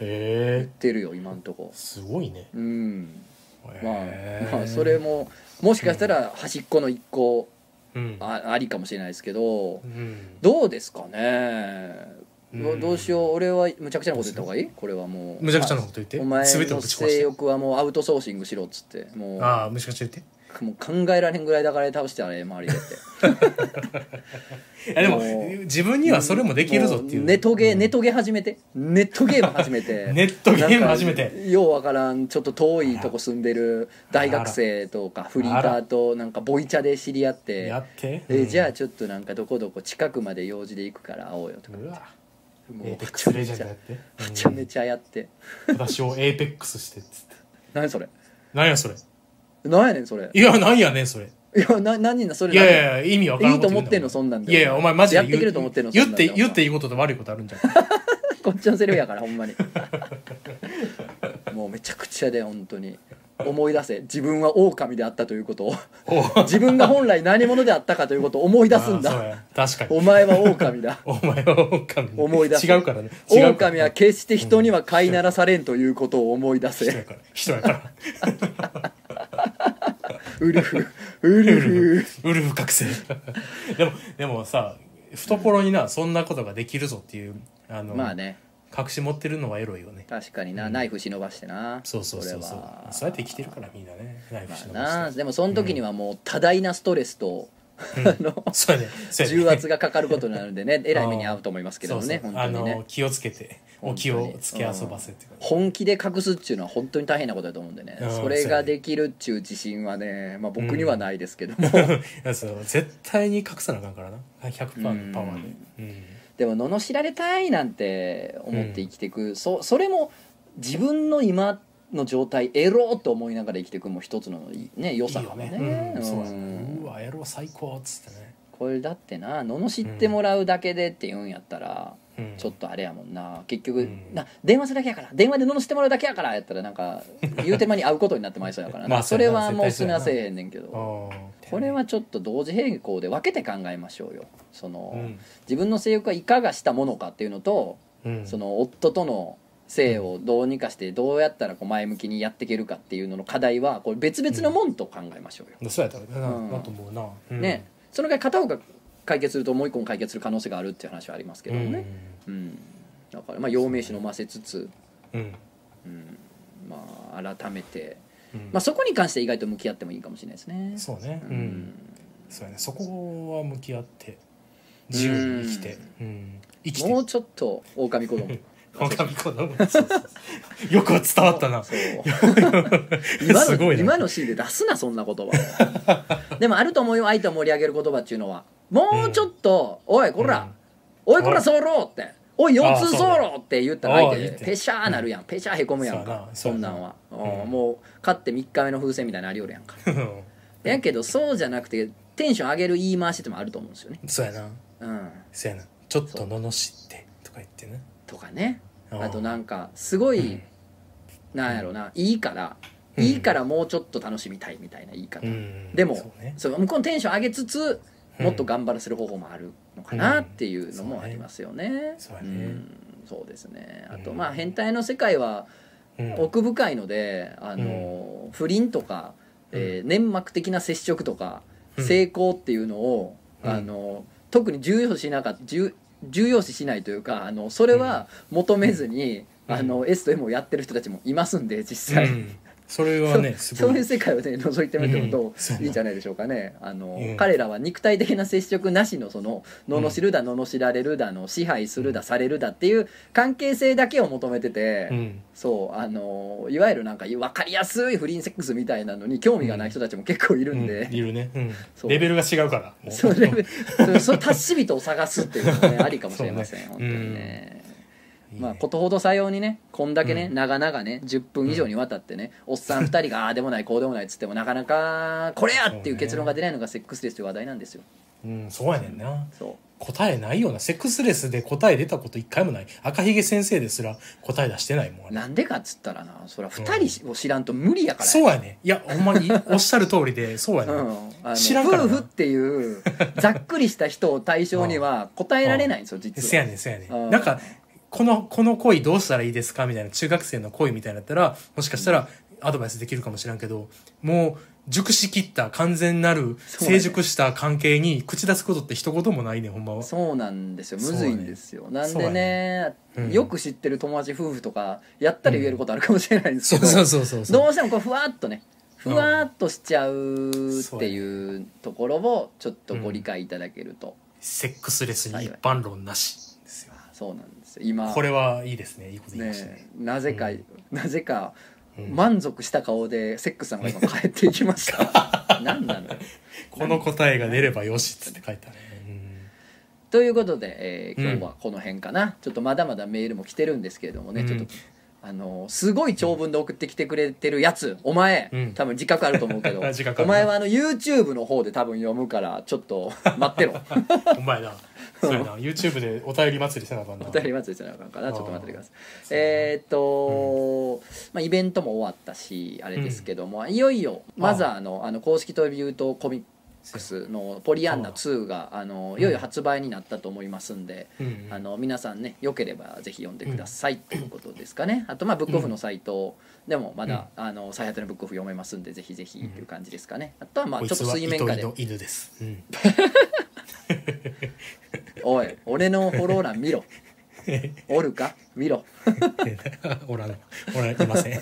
S2: へ
S1: 言っ
S2: え
S1: てるよ今んとこ
S2: すごいね
S1: うんまあ,、
S2: へえ
S1: まあそれももしかしたら端っこの一個
S2: うん
S1: あありかもしれないですけど
S2: うん
S1: どうですかねど
S2: うん
S1: どうしよう俺はむちゃくちゃなこと言った方がいいこれはもう
S2: むちゃくちゃなこと言って
S1: お前
S2: 全てを
S1: の
S2: ぶち壊し
S1: 性
S2: て
S1: 欲はもうアウトソーシングしろっつってもう
S2: ああむちゃくちゃ言っ
S1: もう考えられへんぐらいだから倒してたらええ周りでって
S2: ていやでも
S1: もう
S2: 自分には それもできるぞっていう
S1: もネトゲー
S2: うん
S1: ネトゲー始めてネットゲーム始めて
S2: ネットゲーム
S1: なんか
S2: 始めて
S1: ようわからんちょっと遠いとこ住んでる大学生とかフリーターとなんかボイチャで知り合って
S2: やって
S1: えじゃあ
S2: ち
S1: ちょっとなんかどこどこ近くまで用事で行くから会おうよとか
S2: うわ
S1: もう
S2: エ
S1: め
S2: ーペック
S1: ちゃ
S2: スレ
S1: め
S2: ジェン
S1: ちゃ
S2: ドやって
S1: めちゃめ
S2: ゃ
S1: ちゃやって
S2: 私をエーペックスしてっつって
S1: 何それ
S2: なんやそれ
S1: 何やねんそれ
S2: いやなんやねんそれ
S1: いやな何人だそれ
S2: いやいやいや意味わからん
S1: いいと思ってんの
S2: こと
S1: そ
S2: 言うん
S1: なんで
S2: いやいやお前マジで
S1: やっていけると思ってんの
S2: 言
S1: そ
S2: っ
S1: んなんで
S2: て
S1: お前
S2: 言っていいことと悪いことあるんじゃん
S1: こっちのセリフやからほんまにもうめちゃくちゃで本当に思い出せ自分は狼であったということを
S2: おう
S1: 自分が本来何者であったかということを思い出すん
S2: あーそう
S1: だ
S2: や確かに
S1: お前は狼だ
S2: お前は狼ね
S1: 思い出せ
S2: 違うからね違うから
S1: 狼は決して人には飼いならされんということを思い出
S2: 人や
S1: せ
S2: から人やから
S1: ウルフウルフ
S2: ウルフ覚醒でもでもさ懐になそんなことができるぞっていうあの、
S1: まあね
S2: 隠し持ってるのはエロいよね
S1: 確かにな、ナイフ忍ばしてな
S2: そうそうそうそ
S1: れ
S2: う
S1: は
S2: そうやって生きてるからみんなねナイフ忍ば
S1: まあな
S2: して
S1: でもその時にはもう多大なストレスと、あの
S2: そうやねそうやね
S1: 重圧がかかることになるんで ねえらい目に遭うと思いますけどもね
S2: そうそう
S1: 本当に
S2: あの
S1: ね
S2: 気をつけてお気をつけ遊ばせって感じ
S1: 本気で隠すっていうのは本当に大変なことだと思うんでね
S2: うん
S1: それができるっちゅう自信はね、まあ、僕にはないですけど も、
S2: そう絶対に隠さなあかんからな100%のパワーでうん
S1: でも罵られたいなんて思って生きていく、そそれも自分の今の状態エロと思いながら生きていくも一つのいいね良さ
S2: いい
S1: か
S2: よ
S1: もね
S2: ねう
S1: うんん
S2: そうやねうわエロ最高っつってね
S1: これだってな罵ってもらうだけでって言うんやったら、
S2: うん
S1: ちょっとあれやもんな結局、
S2: うん
S1: な電話するだけやから電話で罵ってもらうだけやからやったらなんか言うて間に会うことになってまいそうやからな、
S2: まあ
S1: それ
S2: そうや
S1: は
S2: な
S1: もう
S2: 絶
S1: す
S2: 対そう
S1: な
S2: やな
S1: せえへんねんけど。これはちょっと同時並行で分けて考えましょうよその、
S2: うん
S1: 自分の性欲がいかがしたものかっていうのと、
S2: うん
S1: その夫との性をどうにかしてどうやったらこう前向きにやっていけるかっていうのの課題はこれ別々のもんと考えましょうよ、
S2: そうやったらな,、
S1: うん
S2: なと思うな、うん
S1: ねそのぐらい片方が解決するともう一個も解決する可能性があるっていう話はありますけどもね、うんだからまあ陽明酒飲ませつつ、
S2: うんうん
S1: うん、まあ改めて、
S2: うん
S1: まあ、そこに関して意外と向き合ってもいいかもしれないですね
S2: そうねうん、
S1: うん
S2: そうやねそこは向き合って自由に生きて、うん生きて
S1: もうちょっと狼子供
S2: 狼子供そうそうそうよく伝わったな
S1: そう今
S2: すご
S1: の
S2: いな
S1: 今のシーンで出すなそんな言葉でもあると思うよ愛と盛り上げる言葉っていうのはもうちょっと「おいこら、おいこら
S2: おい
S1: 候」って「おい
S2: ああ
S1: 腰痛
S2: そうだ
S1: 候」って言ったら相
S2: ああ言
S1: 手
S2: って
S1: ペシャーなるやん、ペシャーへこむやんか
S2: そ
S1: そう
S2: や
S1: ん
S2: な
S1: なんは、
S2: そうやな
S1: うん
S2: うん
S1: もう勝って3日目の風船みたいになりよるやんか
S2: うん
S1: やけどそうじゃなくてテンション上げる言い回しでもあると思うんですよね
S2: そうやな
S1: うん
S2: そうやなちょっと罵ってとか言ってね
S1: とかね
S2: うん
S1: あとなんかすごい、
S2: ん
S1: なんやろないいから、
S2: うん
S1: いいからもうちょっと楽しみたいみたいな言い方、
S2: うん
S1: でも
S2: そうね
S1: そう向こうのテンション上げつつ
S2: うん
S1: もっと頑張らせる方法もあるのかなっていうのもありますよね。
S2: そうや
S1: う
S2: ね
S1: んそうですねあと
S2: うん
S1: まあ変態の世界は
S2: うん
S1: 奥深いので、あの不倫とか、えー粘膜的な接触とか、
S2: うん
S1: 性交っていうのを、
S2: うん
S1: あの特に重要視しなかった重重要視しないというかあのそれは求めずに、
S2: うん
S1: あの S と M をやってる人たちもいますんで実際。
S2: うんそれ はねす
S1: そう
S2: ご
S1: いう
S2: い
S1: 世界をね覗いてみてもど
S2: うんそう
S1: ういいんじゃないでしょうかね。あの、
S2: うん
S1: 彼らは肉体的な接触なしのその罵るだ罵られるだの支配するだされるだっていう関係性だけを求めてて、
S2: うん
S1: そうあのいわゆるなんか分かりやすい不倫セックスみたいなのに興味がない人たちも結構いるんで、
S2: うんいるねうん
S1: そう
S2: レベルが違うからもう
S1: それそれそれ達し人を探すっていうのも ねありかもしれません、
S2: そう
S1: 本
S2: ね
S1: 当にね。
S2: いいね
S1: まあ、ことほどさようにねこんだけね、
S2: うん
S1: 長々ね10分以上にわたってね、おっさん2人がああでもないこうでもないっつってもなかなかこれやっていう結論が出ないのがセックスレスという話題なんですよ
S2: うんそうやねんな
S1: そ
S2: 答えないようなセックスレスで答え出たこと一回もない赤ひげ先生ですら答え出してないもんあ
S1: う
S2: れ
S1: なんでかっつったらなそりゃ2人を知らんと無理やから
S2: そうやねいやほんまにおっしゃる通りでそうやね、
S1: うん、あの
S2: 知らんから
S1: 夫
S2: な
S1: 婦っていうざっくりした人を対象には答えられないんですよ
S2: せ
S1: 実
S2: や
S1: は
S2: ねんせやね
S1: うん
S2: んなんかこのこの恋どうしたらいいですかみたいな中学生の恋みたいになったらもしかしたらアドバイスできるかもしれんけどもう熟しきった完全なる
S1: そうやね
S2: 成熟した関係に口出すことって一言もないねんほんまは
S1: そうなんですよむずいんですよ、なん
S2: そう
S1: で
S2: や
S1: ね
S2: ねうん
S1: よく知ってる友達夫婦とかやったら言えることあるかもしれないんです
S2: そ
S1: け
S2: う
S1: ど、
S2: そうそうそうそう
S1: どうしてもこうふわっとねふわっとしちゃうっていうところをちょっとご理解いただけると、
S2: セックスレスに一般論なしですよ
S1: そうなんですよ今
S2: これはいいですねいいこと言いましたね
S1: ねなぜか、
S2: うん
S1: なぜか
S2: うん
S1: 満足した顔でセックスさんが今帰っていきました 何なのよ
S2: この答えが出ればよしっつって書いてあるね、
S1: ということで、えー
S2: うん
S1: 今日はこの辺かな、ちょっとまだまだメールも来てるんですけれどもね、
S2: うん
S1: ちょっとあのーすごい長文で送ってきてくれてるやつお前、
S2: うん
S1: 多分自覚あると思うけど
S2: 自覚ある
S1: お前はあの YouTube の方で多分読むからちょっと待 ってろ
S2: お前なそうやな YouTube でお便り祭りせなあかんな
S1: お便り祭りじゃなあかんかなちょっと待っててください
S2: そうね
S1: えーっと、まあ、イベントも終わったしあれですけども、いよいよまずはあのあの公式というとコミ6の「ポリアンナ2が」あのいよいよ発売になったと思いますんで、
S2: うん
S1: あの皆さんねよければぜひ読んでくださいということですかね、あとまあブックオフのサイトでもまだ、あの最果てのブックオフ読めますんでぜひぜひっていう感じですかねあとはまあ
S2: こい
S1: ちょっ
S2: つ
S1: と
S2: は
S1: 水
S2: 糸
S1: 面下で
S2: 井の犬です、うん、
S1: 「おい俺のフォロー欄見ろおるか見ろ」
S2: おらんおらんいません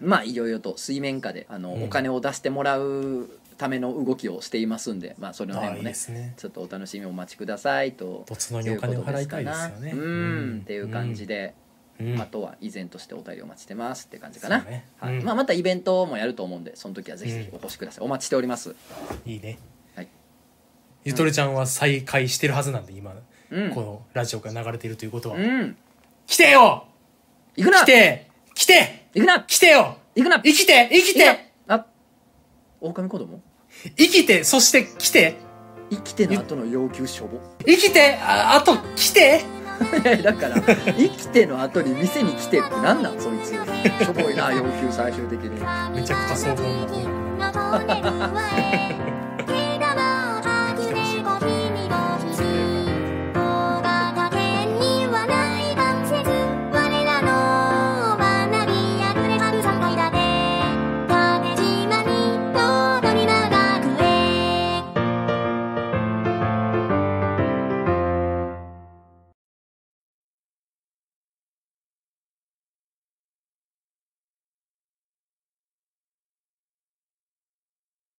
S1: まあいろいろと水面下であの、
S2: うん
S1: お金を出してもらうための動きをしていますんで、まあ、それの辺
S2: あ
S1: も
S2: あいい
S1: ね
S2: ですね
S1: ちょっとお楽しみお待ちくださいと。
S2: とつのにお金を払いたいですよね
S1: ということですかなうん、っていう感じ
S2: で、
S1: で、
S2: うん
S1: あとは依然としてお便りお待ちしてますって感じかな、
S2: そうね
S1: はい
S2: うん
S1: まあ、またイベントもやると思うんでその時はぜひぜひお越しください、お待ちしております
S2: いいね
S1: はい、
S2: ゆとりちゃんは再会してるはずなんで今、
S1: うん
S2: このラジオが流れているということは、
S1: うん、
S2: 来てよ
S1: 行くな
S2: 来て来て
S1: 行くな
S2: 来てよ
S1: 行くな
S2: 生きて生
S1: 行く
S2: きて
S1: なあ狼子供
S2: 生きてそして来て
S1: 生きての後の要求しょぼ
S2: 生きてああと来て
S1: いや だから生きての後に店に来てってなんなんそいつしょぼいな要求最終的に
S2: めちゃくちゃ荘厳な音楽
S3: 登れるわい